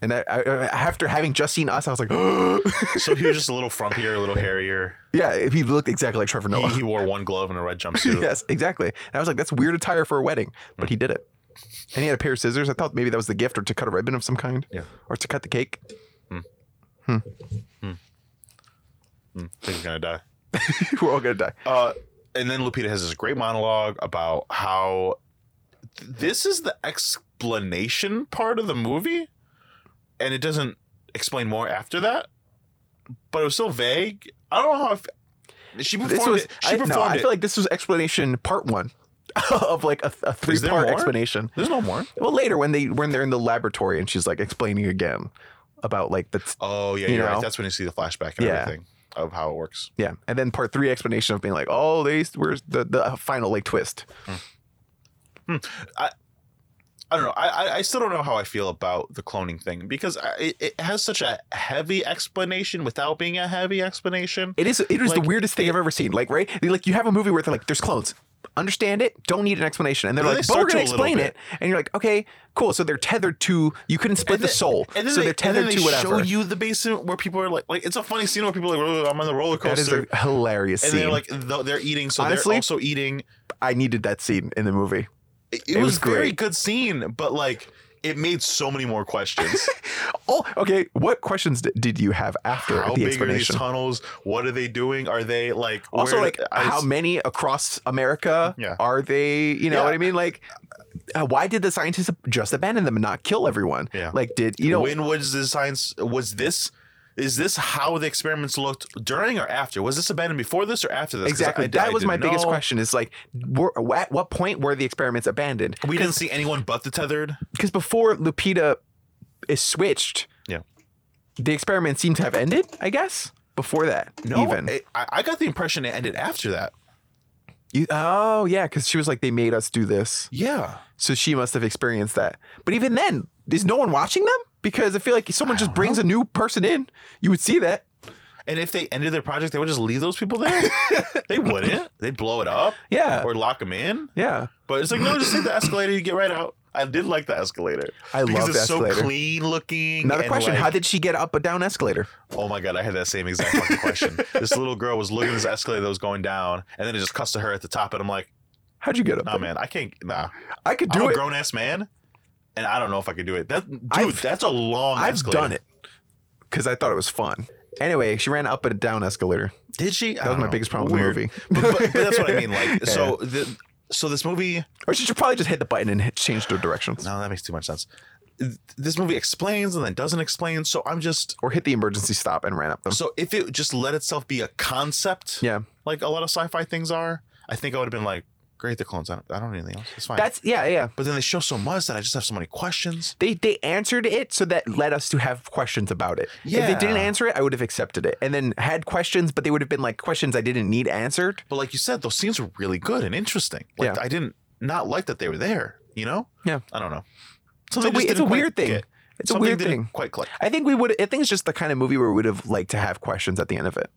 Speaker 1: and I, I I- after having just seen us, I was
Speaker 2: *laughs*
Speaker 1: like, *gasps*
Speaker 2: *laughs* So he was just a little frumpier, a little hairier.
Speaker 1: yeah, he looked exactly like Trevor
Speaker 2: He,
Speaker 1: *laughs* Noah.
Speaker 2: he wore one glove and a
Speaker 1: *laughs*
Speaker 2: red jumpsuit.
Speaker 1: yes, exactly. And I was like, that's weird attire for a wedding, but he did it. And he had a pair of scissors. I thought maybe that was the gift, or to cut a ribbon of some kind,
Speaker 2: Yeah.
Speaker 1: or to cut the cake. *laughs*
Speaker 2: Mm, I think he's gonna die.
Speaker 1: We're all gonna die.
Speaker 2: Uh, and then Lupita has this great monologue about how th- this is the explanation part of the movie, and it doesn't explain more after that. But it was still vague. I don't know how. I f- she performed
Speaker 1: This was
Speaker 2: it. She
Speaker 1: I,
Speaker 2: performed
Speaker 1: no, I
Speaker 2: it.
Speaker 1: feel like this was explanation part one *laughs* of like a, a three
Speaker 2: Is there
Speaker 1: part
Speaker 2: more?
Speaker 1: explanation.
Speaker 2: There's no more.
Speaker 1: Well, later when they when they're in the laboratory and she's like explaining again, about like the
Speaker 2: Oh yeah,
Speaker 1: You
Speaker 2: you are
Speaker 1: know?
Speaker 2: right. That's when you see the flashback and
Speaker 1: Yeah.
Speaker 2: everything of how it works.
Speaker 1: yeah, and then part three explanation of being like, oh, they were the the final like twist.
Speaker 2: I don't know. I, I- I still don't know how I feel about the cloning thing because I, it, it has such a heavy explanation without being a heavy explanation.
Speaker 1: It is it is the
Speaker 2: Like,
Speaker 1: weirdest thing I've ever seen. Like right, They- like you have a movie where they're like, there's clones. Understand it? Don't need an explanation. And they're
Speaker 2: Then
Speaker 1: like,
Speaker 2: they
Speaker 1: but we're
Speaker 2: start to
Speaker 1: gonna
Speaker 2: a little
Speaker 1: explain it.
Speaker 2: bit.
Speaker 1: And you're like, okay, cool. So they're tethered to. You couldn't split the
Speaker 2: then-
Speaker 1: soul.
Speaker 2: And then
Speaker 1: so
Speaker 2: they,
Speaker 1: they, are tethered
Speaker 2: and then
Speaker 1: to
Speaker 2: they
Speaker 1: whatever.
Speaker 2: show you the basement where people are like, like it's a funny scene where people are like, "Oh, I'm on the roller
Speaker 1: that is
Speaker 2: coaster,
Speaker 1: a hilarious
Speaker 2: and
Speaker 1: scene.
Speaker 2: they're like, th- they're eating, so
Speaker 1: Honestly,
Speaker 2: they're also eating.
Speaker 1: I needed that scene in the movie.
Speaker 2: It,
Speaker 1: it
Speaker 2: was,
Speaker 1: was
Speaker 2: very
Speaker 1: great.
Speaker 2: good scene, but like, it made so many more *laughs* questions.
Speaker 1: Oh, okay. What questions d- did you have after the
Speaker 2: how big are these
Speaker 1: explanation?
Speaker 2: tunnels? What are they doing? Are they like
Speaker 1: also,
Speaker 2: where-
Speaker 1: like
Speaker 2: I-
Speaker 1: how many across America
Speaker 2: Yeah.
Speaker 1: are they? You know
Speaker 2: Yeah.
Speaker 1: what I mean? Like, uh, why did the scientists just abandon them and not kill everyone?
Speaker 2: Yeah.
Speaker 1: Like, did you know?
Speaker 2: when was the science was this is this how the experiments looked during or after was this abandoned before this or after this 'Cause
Speaker 1: exactly.
Speaker 2: I-
Speaker 1: that
Speaker 2: I
Speaker 1: was my
Speaker 2: didn't
Speaker 1: biggest
Speaker 2: know.
Speaker 1: question. Is like, were, at what point were the experiments abandoned?
Speaker 2: we didn't see anyone but the tethered
Speaker 1: Because before Lupita is switched,
Speaker 2: Yeah.
Speaker 1: the experiments seem to have ended. I guess before that, even.
Speaker 2: it- I, I got the impression it ended after that
Speaker 1: You- oh yeah, because she was like, they made us do this.
Speaker 2: yeah
Speaker 1: So she must have experienced that. But even then, is no one watching them? Because I feel like if someone just brings a new person in, you would see that.
Speaker 2: and if they ended their project they would just leave those people
Speaker 1: *laughs*
Speaker 2: there they wouldn't they'd blow it up
Speaker 1: Yeah.
Speaker 2: or lock them in
Speaker 1: yeah.
Speaker 2: but it's like no just take the escalator you get right out I did like the escalator.
Speaker 1: I
Speaker 2: because
Speaker 1: love
Speaker 2: it's
Speaker 1: the escalator.
Speaker 2: so clean looking.
Speaker 1: Another
Speaker 2: and,
Speaker 1: question:
Speaker 2: like-
Speaker 1: How did she get up a down escalator?
Speaker 2: Oh my god, I had that same exact
Speaker 1: *laughs*
Speaker 2: fucking question. this little girl was looking at this escalator that was going down, and then it just cuts to her at the top, and I'm like,
Speaker 1: How'd you get up?
Speaker 2: nah,
Speaker 1: there?
Speaker 2: man, I can't. Nah,
Speaker 1: I could
Speaker 2: I'm
Speaker 1: do
Speaker 2: a
Speaker 1: it.
Speaker 2: grown ass man, and I don't know if I could do it. That dude,
Speaker 1: I've-
Speaker 2: that's a long.
Speaker 1: I've
Speaker 2: escalator.
Speaker 1: done it because I thought it was fun. Anyway, she ran up a down escalator.
Speaker 2: Did she?
Speaker 1: That was my biggest problem
Speaker 2: Oh, Weird.
Speaker 1: with the
Speaker 2: but,
Speaker 1: movie.
Speaker 2: but, but that's what I mean. Like, so the, so this movie.
Speaker 1: *laughs* or she should probably just hit the button and hit, change the directions,
Speaker 2: No, that makes too much sense. Th- This movie explains and then doesn't explain. So I'm just.
Speaker 1: or hit the emergency stop and ran up them.
Speaker 2: So if it just let itself be a concept,
Speaker 1: Yeah,
Speaker 2: like a lot of sci-fi things are, I think I would have been like, great, the clones. I don't, I don't need anything else. It's fine.
Speaker 1: that's yeah, yeah.
Speaker 2: but then they show so much that I just have so many questions.
Speaker 1: they they answered it so that led us to have questions about it. If they
Speaker 2: Yeah.
Speaker 1: didn't answer it, I would have accepted it and then had questions, but they would have been like questions I didn't need answered.
Speaker 2: But like you said, those scenes were really good and interesting. Like
Speaker 1: Yeah.
Speaker 2: I didn't not like that they were there. You know?
Speaker 1: Yeah.
Speaker 2: I don't know.
Speaker 1: It's a,
Speaker 2: Something
Speaker 1: we- it's
Speaker 2: just
Speaker 1: a
Speaker 2: didn't quite
Speaker 1: weird thing.
Speaker 2: get-
Speaker 1: It's a
Speaker 2: something
Speaker 1: weird
Speaker 2: didn't
Speaker 1: thing.
Speaker 2: Quite click.
Speaker 1: I think we would. I think it's just the kind of movie where we would have liked to have questions at the end of it.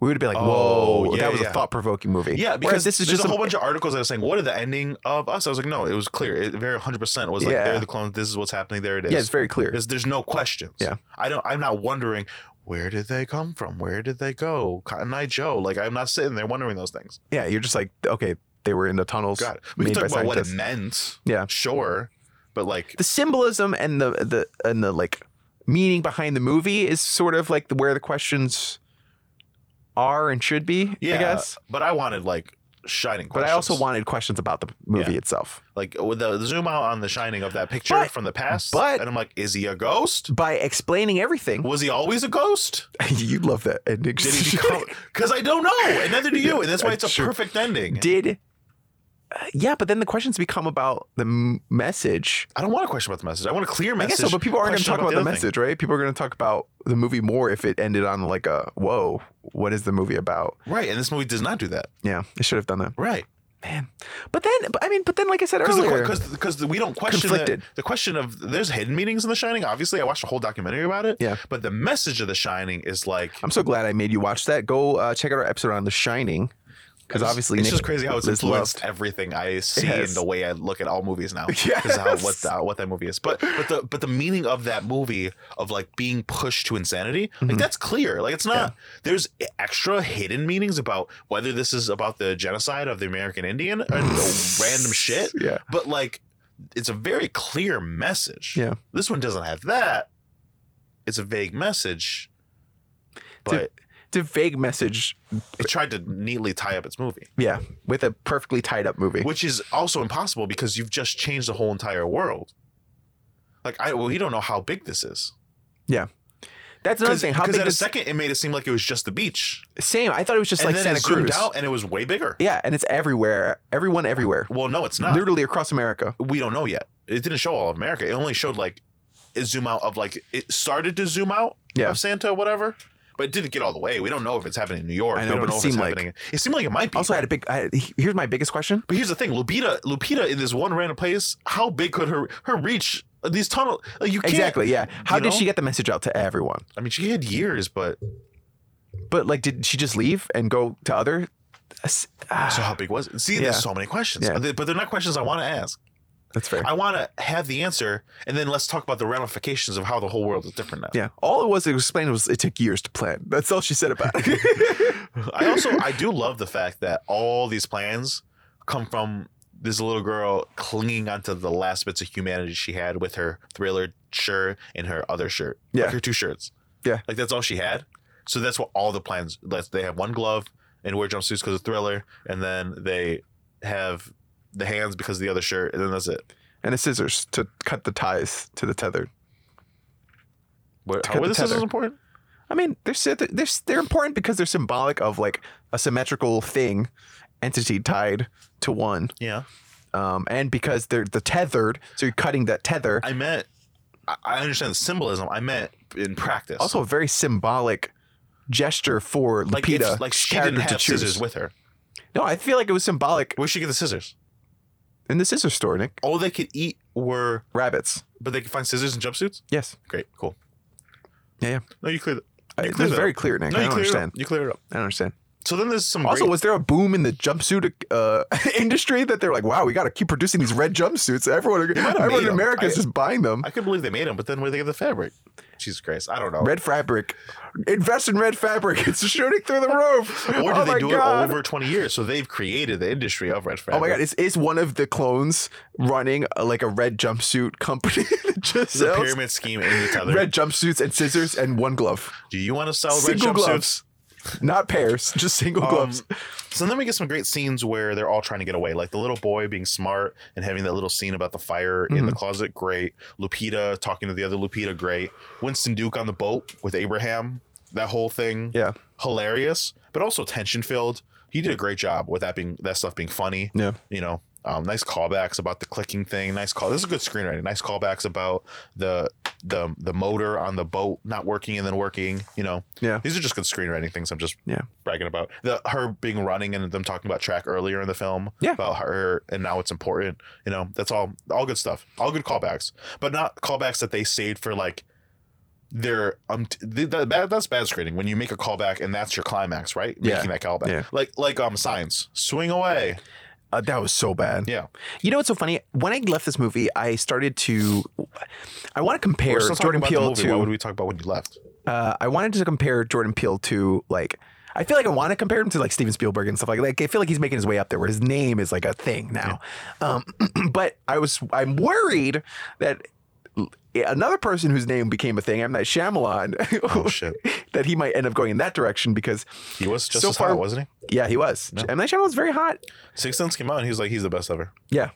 Speaker 1: We would have been like,
Speaker 2: Oh,
Speaker 1: "Whoa,
Speaker 2: yeah,
Speaker 1: that was a
Speaker 2: yeah.
Speaker 1: thought provoking movie."
Speaker 2: Yeah,
Speaker 1: Whereas
Speaker 2: because
Speaker 1: this is
Speaker 2: there's
Speaker 1: just
Speaker 2: a whole
Speaker 1: some- *laughs*
Speaker 2: bunch of articles that are saying, "What are the ending of us?" I was like, "No, it was clear. It very 100 percent was like,
Speaker 1: Yeah.
Speaker 2: they're the clones. This is what's happening. There it is.
Speaker 1: Yeah, it's very clear.
Speaker 2: There's, there's no questions.
Speaker 1: Yeah.
Speaker 2: I don't. I'm not wondering where did they come from. Where did they go? Cotton Eye Joe. Like I'm not sitting there wondering those things.
Speaker 1: Yeah, you're just like, okay, they were in the tunnels.
Speaker 2: God, we
Speaker 1: made
Speaker 2: can talk
Speaker 1: by
Speaker 2: about what it
Speaker 1: scientists.
Speaker 2: meant.
Speaker 1: Yeah.
Speaker 2: sure, but like,
Speaker 1: the symbolism and the the and the like meaning behind the movie is sort of like the, where the questions are and should be.
Speaker 2: yeah.
Speaker 1: I guess.
Speaker 2: But I wanted like shining.
Speaker 1: But
Speaker 2: Questions.
Speaker 1: I also wanted questions about the movie
Speaker 2: Yeah.
Speaker 1: itself.
Speaker 2: like with the zoom out on the shining of that picture
Speaker 1: But-
Speaker 2: from the past.
Speaker 1: but-
Speaker 2: and I'm like, is he a ghost?
Speaker 1: By explaining everything, *laughs*
Speaker 2: Was he always a ghost?
Speaker 1: you love that ending. *laughs*
Speaker 2: Did he become? Because I don't know, and neither do you, and that's why it's a
Speaker 1: Sure.
Speaker 2: perfect ending.
Speaker 1: Did- uh, yeah, but then the questions become about the m- message.
Speaker 2: I don't want a question about the message. I want a clear
Speaker 1: I
Speaker 2: message.
Speaker 1: guess so, but people aren't going to
Speaker 2: Question
Speaker 1: talk about the,
Speaker 2: other thing.
Speaker 1: message, right? People are going to talk about the movie more if it ended on like a whoa, what is the movie about?
Speaker 2: right? And this movie does not do that,
Speaker 1: Yeah, it should have done that,
Speaker 2: right?
Speaker 1: man. But then, but I mean, but then, like I said earlier,
Speaker 2: Because because we don't question the,
Speaker 1: Conflicted.
Speaker 2: the question of there's hidden meanings in The Shining. Obviously, I watched a whole documentary about it.
Speaker 1: Yeah.
Speaker 2: but the message of The Shining is like
Speaker 1: I'm so glad I made you watch that. Go uh, check out our episode on The Shining, because
Speaker 2: It's-
Speaker 1: obviously
Speaker 2: it's
Speaker 1: Nick
Speaker 2: just crazy how it's
Speaker 1: Liz
Speaker 2: influenced
Speaker 1: loved-
Speaker 2: everything I see
Speaker 1: Yes.
Speaker 2: and the way I look at all movies
Speaker 1: *laughs*
Speaker 2: now.
Speaker 1: Yes.
Speaker 2: Is how what the, what that movie is, but but the but the meaning of that movie of like being pushed to insanity,
Speaker 1: Mm-hmm.
Speaker 2: like that's clear. Like it's not there's extra hidden meanings about whether this is about the genocide of the American
Speaker 1: *laughs*
Speaker 2: Indian or the random shit.
Speaker 1: Yeah.
Speaker 2: But like, it's a very clear message.
Speaker 1: Yeah.
Speaker 2: This one doesn't have that. It's a vague message.
Speaker 1: It's a-
Speaker 2: But
Speaker 1: It's a vague message,
Speaker 2: it tried to neatly tie up its movie.
Speaker 1: yeah, with a perfectly tied up movie.
Speaker 2: which is also impossible because you've just changed the whole entire world. Like I, well, you don't know how big this is.
Speaker 1: That's another
Speaker 2: Because
Speaker 1: thing. How
Speaker 2: because
Speaker 1: big
Speaker 2: at a
Speaker 1: is
Speaker 2: second, it made it seem like it was just the beach,
Speaker 1: same? I thought it was just
Speaker 2: and
Speaker 1: like Santa
Speaker 2: then it zoomed
Speaker 1: Cruz.
Speaker 2: out, and it was way bigger.
Speaker 1: Yeah, and it's everywhere. Everyone everywhere.
Speaker 2: Well, no, it's not.
Speaker 1: Literally across America.
Speaker 2: We don't know yet. It didn't show all of America. It only showed like zoom out of like it started to zoom out
Speaker 1: Yeah.
Speaker 2: of Santa, whatever, but it didn't get all the way. We don't know if it's happening in New York.
Speaker 1: I know,
Speaker 2: we
Speaker 1: but it
Speaker 2: don't know if it's
Speaker 1: seemed like-
Speaker 2: happening. It seemed like it might be.
Speaker 1: Also, I had a big. I, here's my biggest question.
Speaker 2: But here's the thing, Lupita, Lupita in this one random place, how big could her her reach? These tunnel, like you can't.
Speaker 1: Exactly. Yeah. How
Speaker 2: you
Speaker 1: did
Speaker 2: know?
Speaker 1: she get the message out to everyone?
Speaker 2: I mean, she had
Speaker 1: *sighs*
Speaker 2: years, but
Speaker 1: But like, did she just leave and go to other?
Speaker 2: so
Speaker 1: Ah,
Speaker 2: how big was it? See,
Speaker 1: Yeah.
Speaker 2: there's so many questions, Uh,
Speaker 1: Yeah.
Speaker 2: but they're not questions I want to ask.
Speaker 1: that's fair.
Speaker 2: I want to have the answer, and then let's talk about the ramifications of how the whole world is different now.
Speaker 1: Yeah. All it was explained was it took years to plan. That's all she said about it. *laughs*
Speaker 2: I also I do love the fact that all these plans come from this little girl clinging onto the last bits of humanity she had with her thriller shirt and her other shirt.
Speaker 1: Yeah.
Speaker 2: Like her two shirts.
Speaker 1: Yeah.
Speaker 2: Like that's all she had. So that's what all the plans like they have one glove and wear jumpsuits because of thriller, and then they have the hands because of the other shirt, and then that's it.
Speaker 1: and the scissors to cut the ties to the tether.
Speaker 2: What,
Speaker 1: cut
Speaker 2: were
Speaker 1: the
Speaker 2: the scissors
Speaker 1: tether.
Speaker 2: important?
Speaker 1: I mean, they're sy- they're they're important because they're symbolic of like a symmetrical thing, entity tied to one,
Speaker 2: Yeah.
Speaker 1: um, and because they're the tethered, so you're cutting that tether.
Speaker 2: I meant I- I understand the symbolism. I meant in practice.
Speaker 1: Also, a very symbolic gesture for
Speaker 2: like
Speaker 1: Lupita.
Speaker 2: if, like she
Speaker 1: character
Speaker 2: didn't
Speaker 1: to
Speaker 2: have
Speaker 1: choose.
Speaker 2: scissors with her.
Speaker 1: No, I feel like it was symbolic
Speaker 2: Where'd she get the scissors?
Speaker 1: in the scissor store, Nick.
Speaker 2: All they could eat were,
Speaker 1: Rabbits.
Speaker 2: but they could find scissors and jumpsuits.
Speaker 1: Yes.
Speaker 2: Great, cool.
Speaker 1: Yeah, yeah.
Speaker 2: No, you cleared.
Speaker 1: I,
Speaker 2: You
Speaker 1: this
Speaker 2: cleared
Speaker 1: is
Speaker 2: it
Speaker 1: very
Speaker 2: up.
Speaker 1: clear, Nick.
Speaker 2: No,
Speaker 1: I
Speaker 2: you
Speaker 1: don't
Speaker 2: cleared it
Speaker 1: understand.
Speaker 2: up. You cleared it up.
Speaker 1: I don't understand.
Speaker 2: So then there's some.
Speaker 1: Also,
Speaker 2: great-
Speaker 1: was there a boom in the jumpsuit uh, *laughs* industry that they're like, wow, we got to keep producing these red jumpsuits? Everyone,
Speaker 2: have
Speaker 1: everyone
Speaker 2: made
Speaker 1: in
Speaker 2: 'em.
Speaker 1: America is
Speaker 2: I-
Speaker 1: just buying them.
Speaker 2: I couldn't believe they made them, but then where they get the fabric? Jesus Christ, I don't know.
Speaker 1: red fabric. Invest in red fabric. *laughs* It's shooting through
Speaker 2: *laughs*
Speaker 1: the roof.
Speaker 2: or
Speaker 1: oh
Speaker 2: did
Speaker 1: my
Speaker 2: they do
Speaker 1: god.
Speaker 2: it over 20 years? So they've created the industry of red fabric.
Speaker 1: Oh my god! Is is one of the clones running uh, like a red jumpsuit company *laughs* that just
Speaker 2: It's a
Speaker 1: sells
Speaker 2: pyramid scheme in the tether.
Speaker 1: red jumpsuits and scissors and one glove,
Speaker 2: do you want to sell red
Speaker 1: single
Speaker 2: jumpsuits?
Speaker 1: gloves, not pairs, *laughs* just single
Speaker 2: Um,
Speaker 1: gloves.
Speaker 2: so then we get some great scenes where they're all trying to get away, like the little boy being smart and having that little scene about the fire
Speaker 1: Mm-hmm.
Speaker 2: in the closet. Great. Lupita talking to the other Lupita. Great. Winston Duke on the boat with Abraham. That whole thing.
Speaker 1: Yeah.
Speaker 2: Hilarious, but also tension filled. He did a great job with that being that stuff being funny.
Speaker 1: Yeah.
Speaker 2: You know, um, nice callbacks about the clicking thing. Nice call. This is good screenwriting. Nice callbacks about the the the motor on the boat not working and then working. You know.
Speaker 1: Yeah.
Speaker 2: These are just good screenwriting things. I'm just
Speaker 1: Yeah.
Speaker 2: bragging about the her being running and them talking about track earlier in the film.
Speaker 1: Yeah.
Speaker 2: about her and now it's important. You know, that's all all good stuff. All good callbacks, but not callbacks that they saved for like their um. Th- that, that- that's bad screening when you make a callback and that's your climax, right?
Speaker 1: Yeah.
Speaker 2: Making that callback,
Speaker 1: Yeah.
Speaker 2: like like um science swing away.
Speaker 1: Uh, that was so bad.
Speaker 2: Yeah.
Speaker 1: You know what's so funny? When I left this movie, I started to. I want to compare
Speaker 2: We're still
Speaker 1: Jordan
Speaker 2: talking about
Speaker 1: Peele
Speaker 2: the movie. Why would
Speaker 1: to.
Speaker 2: we talk about when you left?
Speaker 1: Uh, I wanted to compare Jordan Peele to like. I feel like I want to compare him to like Steven Spielberg and stuff like that. Like, I feel like he's making his way up there, where his name is like a thing now. Um, *clears throat* but I was I'm worried that another person whose name became a thing, M Night Shyamalan, *laughs*
Speaker 2: Oh shit,
Speaker 1: that he might end up going in that direction because
Speaker 2: he was just
Speaker 1: So
Speaker 2: as
Speaker 1: far-
Speaker 2: hot, wasn't he?
Speaker 1: yeah, he was M Night Shyamalan's very hot.
Speaker 2: Six Sense came out and he was like, he's the best ever.
Speaker 1: Yeah.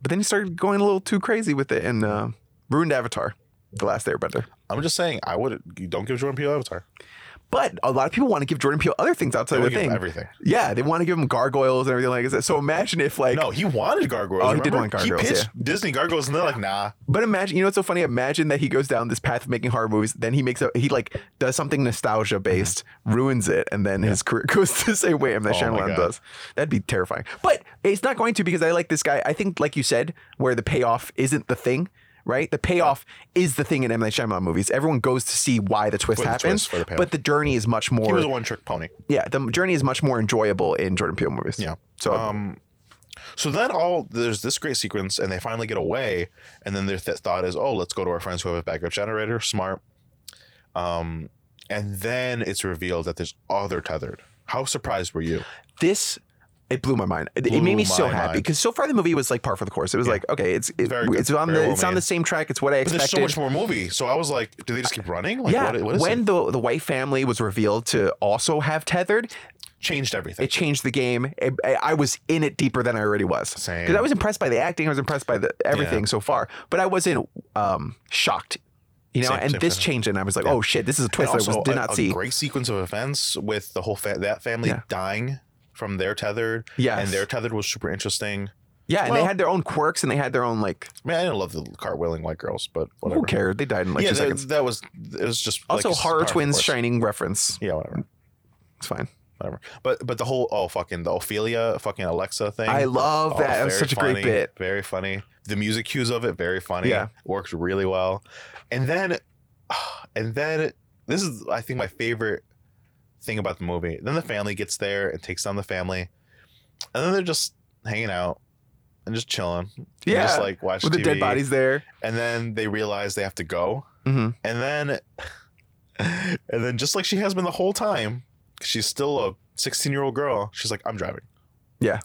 Speaker 1: But then he started going a little too crazy with it and uh, ruined Avatar, The Last Airbender.
Speaker 2: I'm just saying, I would don't give Jordan Peele Avatar.
Speaker 1: But a lot of people want to give Jordan Peele other things outside
Speaker 2: I
Speaker 1: of the
Speaker 2: would give him
Speaker 1: thing.
Speaker 2: everything.
Speaker 1: yeah, they want to give him gargoyles and everything like that. So imagine if like,
Speaker 2: No, he wanted gargoyles.
Speaker 1: Oh, he
Speaker 2: remember?
Speaker 1: did want gargoyles,
Speaker 2: He pitched Disney gargoyles, and they're like, nah.
Speaker 1: but imagine, you know, what's so funny. Imagine that he goes down this path of making horror movies. Then he makes a, he like does something nostalgia based, ruins it. And then his career *laughs* goes the same way M. Night
Speaker 2: Mm-hmm. Oh my
Speaker 1: Shyamalan
Speaker 2: God.
Speaker 1: does. That'd be terrifying. But it's not going to because I like this guy. I think, like you said, where the payoff isn't the thing, right? The payoff is the thing in M. Night Shyamalan movies. Everyone goes to see why the twist
Speaker 2: For the
Speaker 1: happens,
Speaker 2: twist, for the payoff.
Speaker 1: but the journey is much
Speaker 2: He
Speaker 1: more.
Speaker 2: was a one-trick pony.
Speaker 1: yeah, the journey is much more enjoyable in Jordan Peele movies.
Speaker 2: Yeah.
Speaker 1: So
Speaker 2: Um, so then all there's this great sequence, and they finally get away, and then their th- thought is, oh, let's go to our friends who have a backup generator. Smart. Um, and then it's revealed that there's other tethered. How surprised were you?
Speaker 1: this. It blew my mind. It, it
Speaker 2: Blew
Speaker 1: made me so
Speaker 2: my
Speaker 1: happy
Speaker 2: mind.
Speaker 1: because so far the movie was like par for the course. It was like okay, it's it,
Speaker 2: Very good.
Speaker 1: it's on
Speaker 2: Very
Speaker 1: the
Speaker 2: well
Speaker 1: it's on
Speaker 2: made.
Speaker 1: the same track. It's what I
Speaker 2: But
Speaker 1: expected.
Speaker 2: there's so much more movie, so I was like, do they just keep running? Like,
Speaker 1: yeah,
Speaker 2: what, what is
Speaker 1: when
Speaker 2: it?
Speaker 1: the the white family was revealed to also have tethered,
Speaker 2: Changed everything.
Speaker 1: it changed the game. I, I- I was in it deeper than I already was.
Speaker 2: Same.
Speaker 1: Because I was impressed by the acting, I was impressed by the everything so far, but I wasn't um, shocked, you know.
Speaker 2: Same-
Speaker 1: and
Speaker 2: same
Speaker 1: this
Speaker 2: for me.
Speaker 1: changed, it, and I was like, oh shit, this is a
Speaker 2: And
Speaker 1: twist I was, did
Speaker 2: a-
Speaker 1: not
Speaker 2: a
Speaker 1: see.
Speaker 2: great sequence of events with the whole fa- that family
Speaker 1: Yeah.
Speaker 2: dying from their tethered.
Speaker 1: Yes.
Speaker 2: and their tethered was super interesting.
Speaker 1: Yeah, and they
Speaker 2: Well-
Speaker 1: had their own quirks and they had their own like
Speaker 2: I mean, I didn't love the cartwheeling white girls, but whatever.
Speaker 1: who cared? They died in like
Speaker 2: yeah,
Speaker 1: two
Speaker 2: that,
Speaker 1: seconds.
Speaker 2: that was it was just like,
Speaker 1: Also,
Speaker 2: it's just a
Speaker 1: horror
Speaker 2: powerful
Speaker 1: twins
Speaker 2: force.
Speaker 1: shining reference.
Speaker 2: Yeah, whatever,
Speaker 1: It's fine.
Speaker 2: whatever. But but the whole oh fucking the Ophelia fucking Alexa thing.
Speaker 1: I love
Speaker 2: oh,
Speaker 1: that. That was
Speaker 2: very
Speaker 1: such a great
Speaker 2: funny,
Speaker 1: bit.
Speaker 2: Very funny. The music cues of it very funny.
Speaker 1: Yeah.
Speaker 2: worked really well. And then, *sighs* and then this is I think my favorite thing about the movie. Then the family gets there and takes down the family, and then they're just hanging out and just chilling. and
Speaker 1: Yeah,
Speaker 2: just like watch
Speaker 1: with the dead
Speaker 2: TV.
Speaker 1: bodies there.
Speaker 2: And then they realize they have to go.
Speaker 1: hmm
Speaker 2: And then, *laughs* and then just like she has been the whole time, she's still a 16 year old girl. She's like, I'm driving.
Speaker 1: Yeah.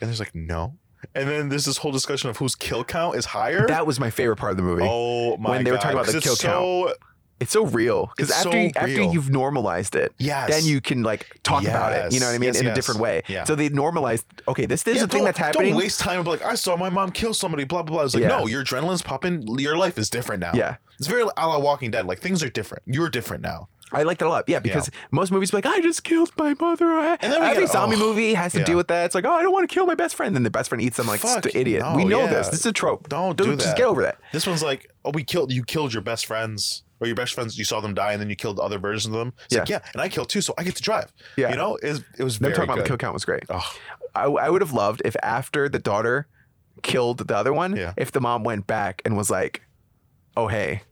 Speaker 2: And there's like, no. And then there's this whole discussion of whose kill count is higher.
Speaker 1: That was my favorite part of the movie.
Speaker 2: Er. oh my
Speaker 1: When they were
Speaker 2: God,
Speaker 1: talking about the
Speaker 2: 'cause
Speaker 1: kill
Speaker 2: it's so,
Speaker 1: It's so real because
Speaker 2: It's
Speaker 1: after
Speaker 2: so
Speaker 1: you- after
Speaker 2: real.
Speaker 1: you've normalized it,
Speaker 2: Yes.
Speaker 1: then you can like talk about it. You know what I mean
Speaker 2: Yes,
Speaker 1: in a
Speaker 2: yes.
Speaker 1: different way.
Speaker 2: Yeah.
Speaker 1: So they normalized. Okay, this, this
Speaker 2: Yeah,
Speaker 1: is a thing
Speaker 2: don't-
Speaker 1: that's happening.
Speaker 2: Don't waste time. and be like, I saw my mom kill somebody. Blah blah blah. It's like,
Speaker 1: Yeah.
Speaker 2: no, your adrenaline's popping. Your life is different now.
Speaker 1: Yeah,
Speaker 2: It's very a la Walking Dead. Like things are different. You're different now.
Speaker 1: I like that a lot. Yeah, because most movies be like, I just killed my mother. I-
Speaker 2: And then we
Speaker 1: Every
Speaker 2: get-
Speaker 1: zombie
Speaker 2: oh,
Speaker 1: movie has to
Speaker 2: yeah.
Speaker 1: deal with that. It's like, oh, I don't want to kill my best friend. Then the best friend eats them like
Speaker 2: Fuck,
Speaker 1: st- idiot.
Speaker 2: no,
Speaker 1: we know
Speaker 2: yeah.
Speaker 1: this. This is a trope.
Speaker 2: Don't
Speaker 1: Dude,
Speaker 2: do that.
Speaker 1: Just get over that.
Speaker 2: This one's like, oh, we killed you killed your best friends or your best friends. You saw them die, and then you killed the other versions of them. It's like, yeah, and I killed two, so I get to drive.
Speaker 1: Yeah.
Speaker 2: you know, it, it was
Speaker 1: Them
Speaker 2: very
Speaker 1: talking about the
Speaker 2: good.
Speaker 1: kill count was great.
Speaker 2: Oh,
Speaker 1: I, I would have loved if after the daughter killed the other one,
Speaker 2: Yeah.
Speaker 1: if the mom went back and was like, "Oh hey,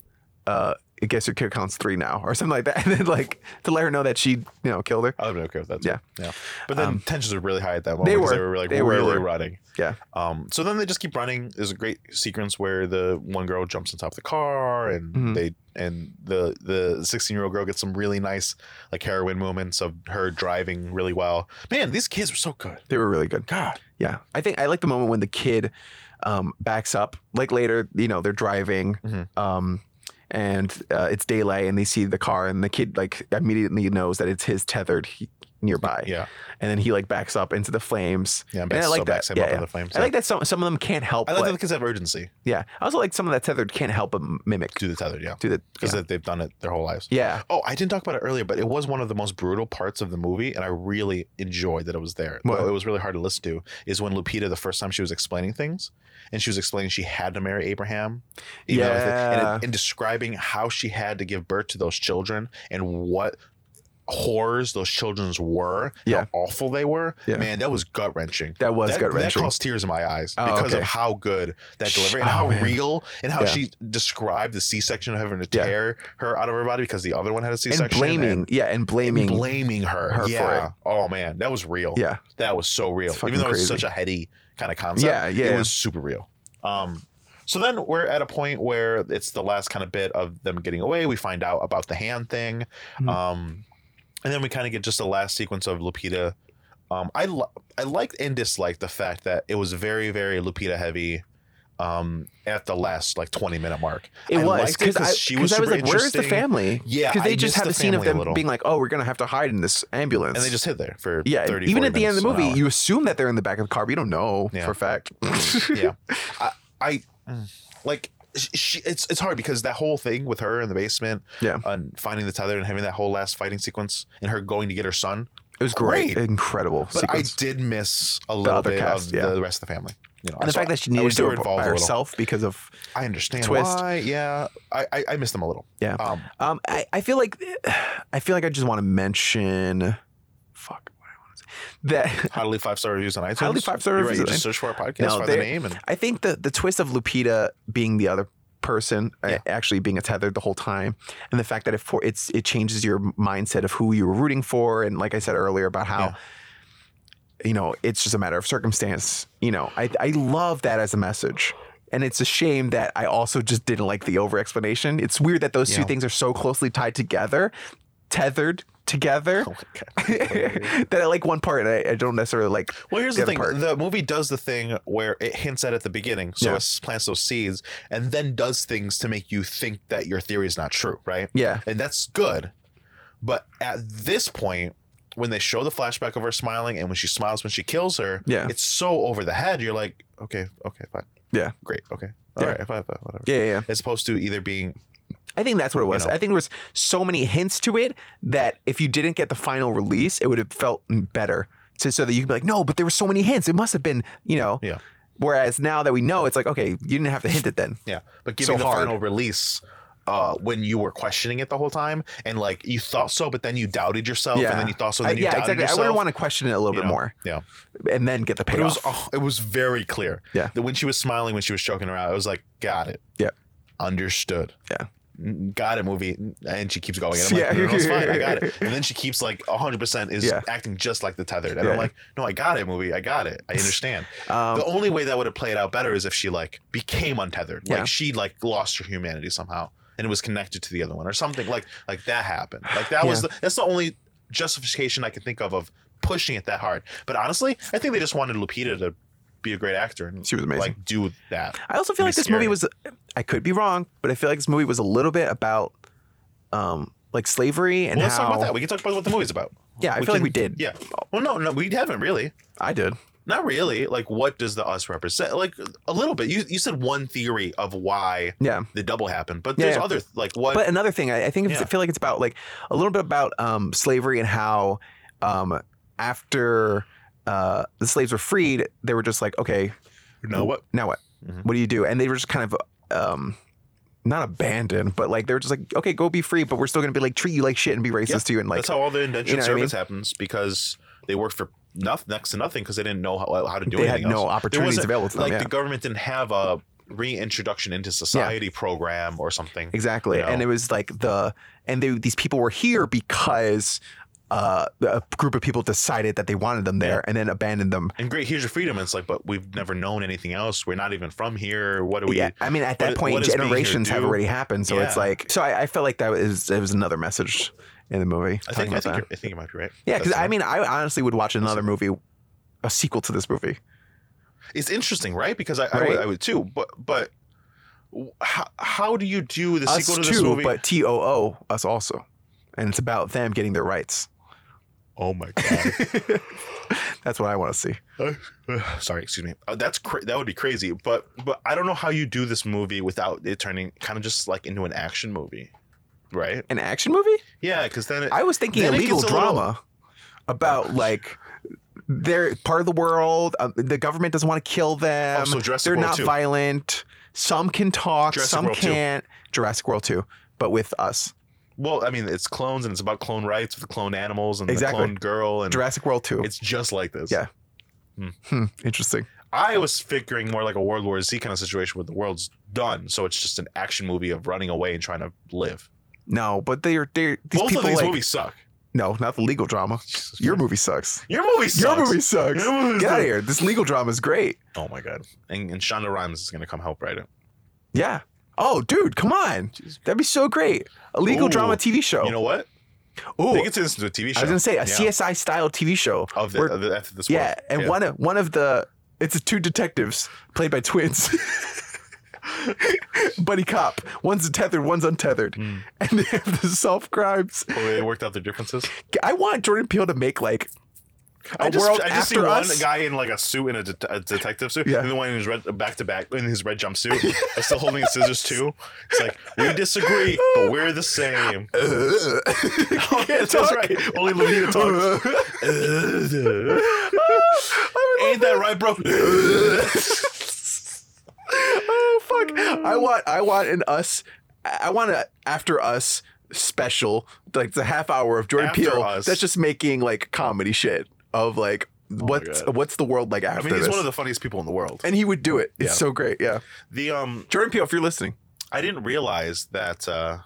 Speaker 1: uh, I guess your kill counts three now," or something like that, *laughs* and then like to let her know that she you know killed her.
Speaker 2: I would have been okay with that. Too.
Speaker 1: Yeah. Um,
Speaker 2: yeah. But then tensions were really high at that moment.
Speaker 1: They
Speaker 2: 'cause
Speaker 1: were.
Speaker 2: They were like
Speaker 1: They were, they
Speaker 2: really
Speaker 1: were.
Speaker 2: running.
Speaker 1: Yeah.
Speaker 2: Um. So then they just keep running. There's a great sequence where the one girl jumps on top of the car, and
Speaker 1: Mhm.
Speaker 2: they and the the 16 year old girl gets some really nice like heroin moments of her driving really well. Man, these kids were so good.
Speaker 1: They were really good.
Speaker 2: God.
Speaker 1: Yeah, I think I like the moment when the kid um, backs up. Like later, you know, they're driving,
Speaker 2: Mhm.
Speaker 1: um, and uh, it's daylight, and they see the car, and the kid like immediately knows that it's his tethered he- nearby,
Speaker 2: Yeah.
Speaker 1: and then he like backs up into the flames.
Speaker 2: Yeah. I'm
Speaker 1: And I like
Speaker 2: so
Speaker 1: that.
Speaker 2: backs him
Speaker 1: Yeah,
Speaker 2: up
Speaker 1: yeah.
Speaker 2: in the flames.
Speaker 1: I like that some some of them can't help.
Speaker 2: I like
Speaker 1: but-
Speaker 2: that the kids have urgency.
Speaker 1: Yeah. I also like some of that tethered can't help but mimic
Speaker 2: Do the tethered, yeah,
Speaker 1: to the
Speaker 2: because
Speaker 1: yeah.
Speaker 2: they've done it their whole lives.
Speaker 1: yeah.
Speaker 2: Oh, I didn't talk about it earlier, but it was one of the most brutal parts of the movie, and I really enjoyed that it was there.
Speaker 1: What?
Speaker 2: Though it was really hard to listen to is when Lupita, the first time she was explaining things, and she was explaining she had to marry Abraham, you know, and-
Speaker 1: Yeah.
Speaker 2: and, and describing how she had to give birth to those children and what horrors those children's were,
Speaker 1: Yeah.
Speaker 2: how awful they were.
Speaker 1: Yeah.
Speaker 2: Man, that was gut wrenching
Speaker 1: That was
Speaker 2: that,
Speaker 1: gut
Speaker 2: That
Speaker 1: wrenching.
Speaker 2: caused tears in my eyes
Speaker 1: Oh,
Speaker 2: because
Speaker 1: okay.
Speaker 2: of how good that
Speaker 1: Sh-
Speaker 2: delivery and
Speaker 1: oh,
Speaker 2: how
Speaker 1: man.
Speaker 2: real and how
Speaker 1: Yeah.
Speaker 2: she described the C-section of having to
Speaker 1: Yeah.
Speaker 2: tear her out of her body because the other one had a C-section
Speaker 1: and blaming. yeah, and blaming.
Speaker 2: and blaming her.
Speaker 1: her for
Speaker 2: yeah. Oh man, that was real.
Speaker 1: yeah.
Speaker 2: That was so real.
Speaker 1: It's fucking
Speaker 2: Even though
Speaker 1: crazy.
Speaker 2: it's such a heady kind of concept.
Speaker 1: Yeah, yeah.
Speaker 2: It was super real. Um so then we're at a point where it's the last kind of bit of them getting away. We find out about the hand thing.
Speaker 1: Mhm.
Speaker 2: Um and then we kind of get just the last sequence of Lupita. Um I li- I liked and disliked the fact that it was very very Lupita heavy um at the last like 20 minute mark.
Speaker 1: It
Speaker 2: I
Speaker 1: was
Speaker 2: liked
Speaker 1: because I,
Speaker 2: she
Speaker 1: 'cause I was
Speaker 2: super
Speaker 1: like, where's the
Speaker 2: interesting.
Speaker 1: family?
Speaker 2: Yeah,
Speaker 1: Because they
Speaker 2: I
Speaker 1: just
Speaker 2: missed
Speaker 1: have
Speaker 2: the
Speaker 1: a scene of
Speaker 2: family a
Speaker 1: them
Speaker 2: little.
Speaker 1: being like, oh, we're gonna have to hide in this ambulance.
Speaker 2: and they just hid there for
Speaker 1: yeah,
Speaker 2: 30
Speaker 1: even
Speaker 2: 40
Speaker 1: at the end of the
Speaker 2: minutes to an
Speaker 1: movie,
Speaker 2: hour.
Speaker 1: you assume that they're in the back of the car, but you don't know
Speaker 2: Yeah.
Speaker 1: for a fact.
Speaker 2: *laughs* yeah i i like sh- she, it's it's hard because that whole thing with her in the basement
Speaker 1: Yeah.
Speaker 2: and finding the tether and having that whole last fighting sequence and her going to get her son
Speaker 1: *laughs* It was great,
Speaker 2: Great.
Speaker 1: incredible
Speaker 2: but
Speaker 1: sequence.
Speaker 2: i did miss a little
Speaker 1: other
Speaker 2: bit
Speaker 1: cast,
Speaker 2: of
Speaker 1: yeah.
Speaker 2: the rest of the family you know
Speaker 1: and the
Speaker 2: so
Speaker 1: fact that she
Speaker 2: I
Speaker 1: needed
Speaker 2: wish
Speaker 1: to
Speaker 2: they
Speaker 1: do
Speaker 2: were
Speaker 1: it
Speaker 2: involved
Speaker 1: by
Speaker 2: a little.
Speaker 1: herself because of
Speaker 2: i understand
Speaker 1: Twist.
Speaker 2: why yeah i i, I miss them a little
Speaker 1: Yeah.
Speaker 2: um
Speaker 1: Um, I, I feel like I feel like I just want to mention, fuck, what I want to say that *laughs*
Speaker 2: how to leave five star reviews on iTunes.
Speaker 1: How to leave five-star
Speaker 2: You're
Speaker 1: reviews
Speaker 2: Right, you
Speaker 1: on
Speaker 2: just search for our podcast,
Speaker 1: No,
Speaker 2: find the
Speaker 1: they- *laughs*
Speaker 2: name, and
Speaker 1: I think the the twist of Lupita being the other person, uh,
Speaker 2: Yeah.
Speaker 1: actually being a tethered the whole time, and the fact that it for it's it changes your mindset of who you were rooting for, and like I said earlier about how.
Speaker 2: Yeah.
Speaker 1: You know, it's just a matter of circumstance. You know, I I love that as a message. And it's a shame that I also just didn't like the over explanation. It's weird that those two
Speaker 2: Yeah.
Speaker 1: things are so closely tied together, tethered together.
Speaker 2: oh my god.
Speaker 1: *laughs* that I like one part and I, I don't necessarily like.
Speaker 2: Well, here's
Speaker 1: the
Speaker 2: the,
Speaker 1: other
Speaker 2: thing:
Speaker 1: part.
Speaker 2: the movie does the thing where it hints at at the beginning, so
Speaker 1: Yeah.
Speaker 2: it plants those seeds, and then does things to make you think that your theory is not true, right?
Speaker 1: Yeah,
Speaker 2: And that's good. But at this point, when they show the flashback of her smiling, and when she smiles when she kills her,
Speaker 1: Yeah.
Speaker 2: it's so over the head. You're like, okay, okay, fine,
Speaker 1: Yeah.
Speaker 2: great, okay, all
Speaker 1: Yeah.
Speaker 2: right, fine, fine, whatever.
Speaker 1: yeah, yeah. yeah.
Speaker 2: As opposed to either being
Speaker 1: I think that's what it was.
Speaker 2: know.
Speaker 1: I think there was so many hints to it that if you didn't get the final release, it would have felt better. To, so that you could be like, no, but there were so many hints. It must have been, you know.
Speaker 2: Yeah.
Speaker 1: Whereas now that we know, it's like, okay, you didn't have to hint it then.
Speaker 2: Yeah, but giving
Speaker 1: So
Speaker 2: the
Speaker 1: hard.
Speaker 2: final release uh, when you were questioning it the whole time and like you thought so, but then you doubted yourself,
Speaker 1: Yeah.
Speaker 2: and then you thought so,
Speaker 1: I-
Speaker 2: then you
Speaker 1: yeah,
Speaker 2: doubted
Speaker 1: exactly.
Speaker 2: yourself.
Speaker 1: I would want to question it a little
Speaker 2: you
Speaker 1: bit
Speaker 2: know,
Speaker 1: more
Speaker 2: Yeah,
Speaker 1: and then get the
Speaker 2: but
Speaker 1: payoff.
Speaker 2: it was oh, it was very clear.
Speaker 1: Yeah.
Speaker 2: that when she was smiling, when she was joking around, I was like, got it.
Speaker 1: Yeah.
Speaker 2: understood.
Speaker 1: Yeah.
Speaker 2: Mm, got it. Movie, and she keeps going. And I'm
Speaker 1: Yeah.
Speaker 2: like, no, no, no, it's fine. I got
Speaker 1: *laughs*
Speaker 2: it. And then she keeps like 100 percent is
Speaker 1: Yeah.
Speaker 2: acting just like the tethered, and I'm
Speaker 1: Yeah.
Speaker 2: like, no, I got it. Movie, I got
Speaker 1: *laughs*
Speaker 2: it. I understand.
Speaker 1: um,
Speaker 2: the only way that would have played out better is if she like became untethered
Speaker 1: Yeah.
Speaker 2: like she like lost her humanity somehow and it was connected to the other one or something like like that happened like that was the, that's the only justification i can think of of pushing it that hard but honestly i think they just wanted lupita to be a great actor and
Speaker 1: she was amazing.
Speaker 2: like do that
Speaker 1: I also feel
Speaker 2: It'd be
Speaker 1: like this
Speaker 2: scary.
Speaker 1: movie was I could be wrong, but I feel like this movie was a little bit about um like slavery and
Speaker 2: well, let's
Speaker 1: how Oh.
Speaker 2: talk about that we can talk about what the movie's about
Speaker 1: Yeah, I
Speaker 2: We
Speaker 1: feel like
Speaker 2: can-
Speaker 1: we did.
Speaker 2: yeah well no no we haven't really
Speaker 1: I did.
Speaker 2: not really like what does the us represent like a little bit you, you said one theory of why
Speaker 1: Yeah.
Speaker 2: the double happened but
Speaker 1: Yeah,
Speaker 2: there's
Speaker 1: yeah.
Speaker 2: other like what
Speaker 1: But another thing, I, I think it's,
Speaker 2: Yeah.
Speaker 1: I feel like it's about like a little bit about um slavery and how um after uh the slaves were freed, they were just like, okay,
Speaker 2: no what
Speaker 1: now what?
Speaker 2: Mhm.
Speaker 1: What do you do? And they were just kind of um not abandoned, but like they were just like, okay, go be free, but we're still gonna be like treat you like shit and be racist
Speaker 2: Yeah,
Speaker 1: to you and like
Speaker 2: that's how all the indentured
Speaker 1: you know what I
Speaker 2: service happens because they work for nothing, next to nothing because they didn't know how, how to do
Speaker 1: they had
Speaker 2: anything
Speaker 1: no
Speaker 2: else.
Speaker 1: opportunities
Speaker 2: wasn't,
Speaker 1: available to them.
Speaker 2: Like
Speaker 1: yeah.
Speaker 2: the government didn't have a reintroduction into society program or something.
Speaker 1: Exactly.
Speaker 2: you know?
Speaker 1: And it was like the and they, these people were here because uh, a group of people decided that they wanted them there and then abandoned them.
Speaker 2: And great, here's your freedom. It's like, but we've never known anything else. We're not even from here. What do we?
Speaker 1: yeah, I mean, at that
Speaker 2: what-
Speaker 1: point,
Speaker 2: what does being here
Speaker 1: generations have
Speaker 2: do?
Speaker 1: already happened, so it's
Speaker 2: Yeah.
Speaker 1: like, so I, I felt like that was it was another message in the movie.
Speaker 2: I
Speaker 1: talking
Speaker 2: think I
Speaker 1: about
Speaker 2: think,
Speaker 1: that.
Speaker 2: you're, I think you might be right.
Speaker 1: yeah, because
Speaker 2: That's
Speaker 1: I
Speaker 2: it.
Speaker 1: mean, I honestly would watch another movie, a sequel to this movie.
Speaker 2: it's interesting, right? Because I, I, would,
Speaker 1: Right.
Speaker 2: I would too. But but how, how do you do the
Speaker 1: us
Speaker 2: sequel to
Speaker 1: too,
Speaker 2: this movie?
Speaker 1: but T O O us also, and it's about them getting their
Speaker 2: *laughs*
Speaker 1: rights.
Speaker 2: oh my god.
Speaker 1: That's what I want to see.
Speaker 2: *sighs* sorry excuse me Uh, that's cra- that would be crazy but but i don't know how you do this movie without it turning kind of just like into an action movie right
Speaker 1: An action movie?
Speaker 2: yeah because then it,
Speaker 1: I was thinking a
Speaker 2: Then it
Speaker 1: legal
Speaker 2: gets a little- Oh,
Speaker 1: drama about like they're part of the world. Um, the government doesn't want to kill them.
Speaker 2: Oh, so Jurassic
Speaker 1: they're
Speaker 2: World
Speaker 1: not
Speaker 2: 2.
Speaker 1: violent. Some can talk.
Speaker 2: Jurassic
Speaker 1: some
Speaker 2: World 2.
Speaker 1: can't. Jurassic World Two, but with us.
Speaker 2: well i mean it's clones and it's about clone rights with the clone animals and
Speaker 1: Exactly.
Speaker 2: the clone girl and
Speaker 1: Jurassic World Two.
Speaker 2: it's just like this
Speaker 1: Yeah. Hmm, interesting.
Speaker 2: i was figuring more like a world war z kind of situation where the world's done so it's just an action movie of running away and trying to live
Speaker 1: No, but they're they these
Speaker 2: both
Speaker 1: people
Speaker 2: of these
Speaker 1: like
Speaker 2: movies suck
Speaker 1: no, not the legal drama.
Speaker 2: Jesus
Speaker 1: Your
Speaker 2: Christ.
Speaker 1: movie sucks.
Speaker 2: your movie sucks.
Speaker 1: Your movie sucks.
Speaker 2: Your movie
Speaker 1: Get out
Speaker 2: sucks.
Speaker 1: of here. This legal drama is great.
Speaker 2: oh my god and, and shonda rhimes is gonna come help write it
Speaker 1: Yeah. Oh, dude, come on. That'd be so great. A legal
Speaker 2: Ooh.
Speaker 1: drama TV show.
Speaker 2: you know what
Speaker 1: Ooh,
Speaker 2: they get to this into a tv show
Speaker 1: I was gonna say a
Speaker 2: Yeah.
Speaker 1: CSI style TV show.
Speaker 2: of the,
Speaker 1: where-
Speaker 2: of the after this
Speaker 1: yeah,
Speaker 2: world.
Speaker 1: and one of one of the it's two detectives played by twins. *laughs* Buddy cop. One's tethered, one's untethered. *laughs*
Speaker 2: Mm.
Speaker 1: And they have to solve crimes.
Speaker 2: Oh, they worked out their
Speaker 1: *laughs*
Speaker 2: differences.
Speaker 1: I want Jordan Peele to make
Speaker 2: *laughs*
Speaker 1: like *laughs* a
Speaker 2: I just,
Speaker 1: world
Speaker 2: I just see
Speaker 1: after us.
Speaker 2: one guy in like a suit and a, det- a detective suit,
Speaker 1: Yeah.
Speaker 2: and the one in his red back to back in his red
Speaker 1: *laughs*
Speaker 2: jumpsuit, is still holding his scissors too. It's like we disagree, but we're the
Speaker 1: Can't
Speaker 2: same. Oh, That's
Speaker 1: talk.
Speaker 2: right. Only Lupita talks.
Speaker 1: *laughs*
Speaker 2: *laughs* Ain't that right, bro? *laughs*
Speaker 1: oh
Speaker 2: *laughs*
Speaker 1: fuck! I want I want an us. I want an after us special, like the half hour of Jordan
Speaker 2: After
Speaker 1: Peele.
Speaker 2: Us. Oh
Speaker 1: That's just making like comedy shit of like what's
Speaker 2: God.
Speaker 1: what's the world like
Speaker 2: I
Speaker 1: after
Speaker 2: mean, he's
Speaker 1: this?
Speaker 2: one of the funniest people in the world.
Speaker 1: and he would do it. It's
Speaker 2: Yeah.
Speaker 1: so great. Yeah,
Speaker 2: The um,
Speaker 1: Jordan Peele, if you're listening,
Speaker 2: I didn't realize that uh,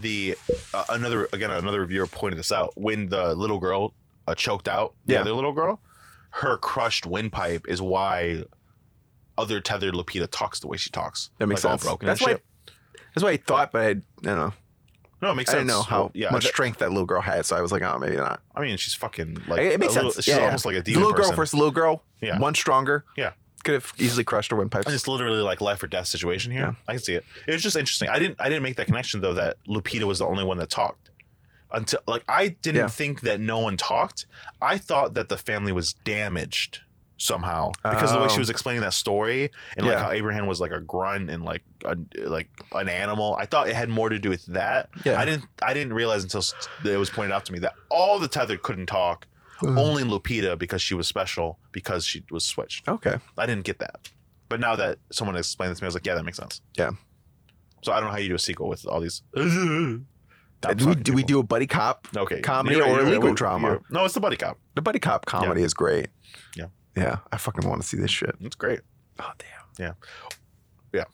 Speaker 2: the uh, another again another reviewer pointed this out when the little girl uh, choked out the
Speaker 1: Yeah.
Speaker 2: other little girl, her crushed windpipe is why other tethered Lupita talks the way she talks.
Speaker 1: that makes
Speaker 2: Like, all
Speaker 1: sense.
Speaker 2: broken
Speaker 1: that's
Speaker 2: and
Speaker 1: why.
Speaker 2: shit.
Speaker 1: That's why I thought, but I, I don't know.
Speaker 2: No, it makes
Speaker 1: I
Speaker 2: sense.
Speaker 1: didn't know how
Speaker 2: yeah.
Speaker 1: much
Speaker 2: that-
Speaker 1: strength that little girl had, so I was like, oh, maybe not.
Speaker 2: I mean, she's fucking like
Speaker 1: it makes
Speaker 2: a little,
Speaker 1: sense.
Speaker 2: She's
Speaker 1: Yeah, yeah.
Speaker 2: almost like a
Speaker 1: The
Speaker 2: demon
Speaker 1: little girl
Speaker 2: person.
Speaker 1: versus little girl.
Speaker 2: Yeah.
Speaker 1: one stronger.
Speaker 2: Yeah.
Speaker 1: could have easily crushed her windpipe.
Speaker 2: It's literally like life or death situation here.
Speaker 1: Yeah.
Speaker 2: I can see it. It was just interesting. I didn't I didn't make that connection though that Lupita was the only one that talked. Until like I didn't
Speaker 1: Yeah.
Speaker 2: think that no one talked. I thought that the family was damaged somehow because of the way
Speaker 1: Oh.
Speaker 2: she was explaining that story and like
Speaker 1: Yeah.
Speaker 2: how Abraham was like a grunt and like a, like an animal. I thought it had more to do with that.
Speaker 1: Yeah.
Speaker 2: I didn't I didn't realize until s- it was pointed out to me that all the tethered couldn't talk.
Speaker 1: Hmm.
Speaker 2: Only Lupita because she was special because she was switched.
Speaker 1: *sighs* Okay.
Speaker 2: I didn't get that. But now that someone explained this to me, I was like, yeah, that makes sense.
Speaker 1: Yeah.
Speaker 2: So I don't know how you do a sequel with all these. Do
Speaker 1: Do we, do we do a buddy cop?
Speaker 2: okay
Speaker 1: comedy
Speaker 2: You're right,
Speaker 1: or
Speaker 2: you're right,
Speaker 1: legal
Speaker 2: we-
Speaker 1: drama?
Speaker 2: you're- No, it's the buddy cop.
Speaker 1: The buddy cop comedy is great.
Speaker 2: Yeah.
Speaker 1: Yeah. I fucking want to see this shit.
Speaker 2: It's great.
Speaker 1: Oh damn.
Speaker 2: Yeah. Yeah.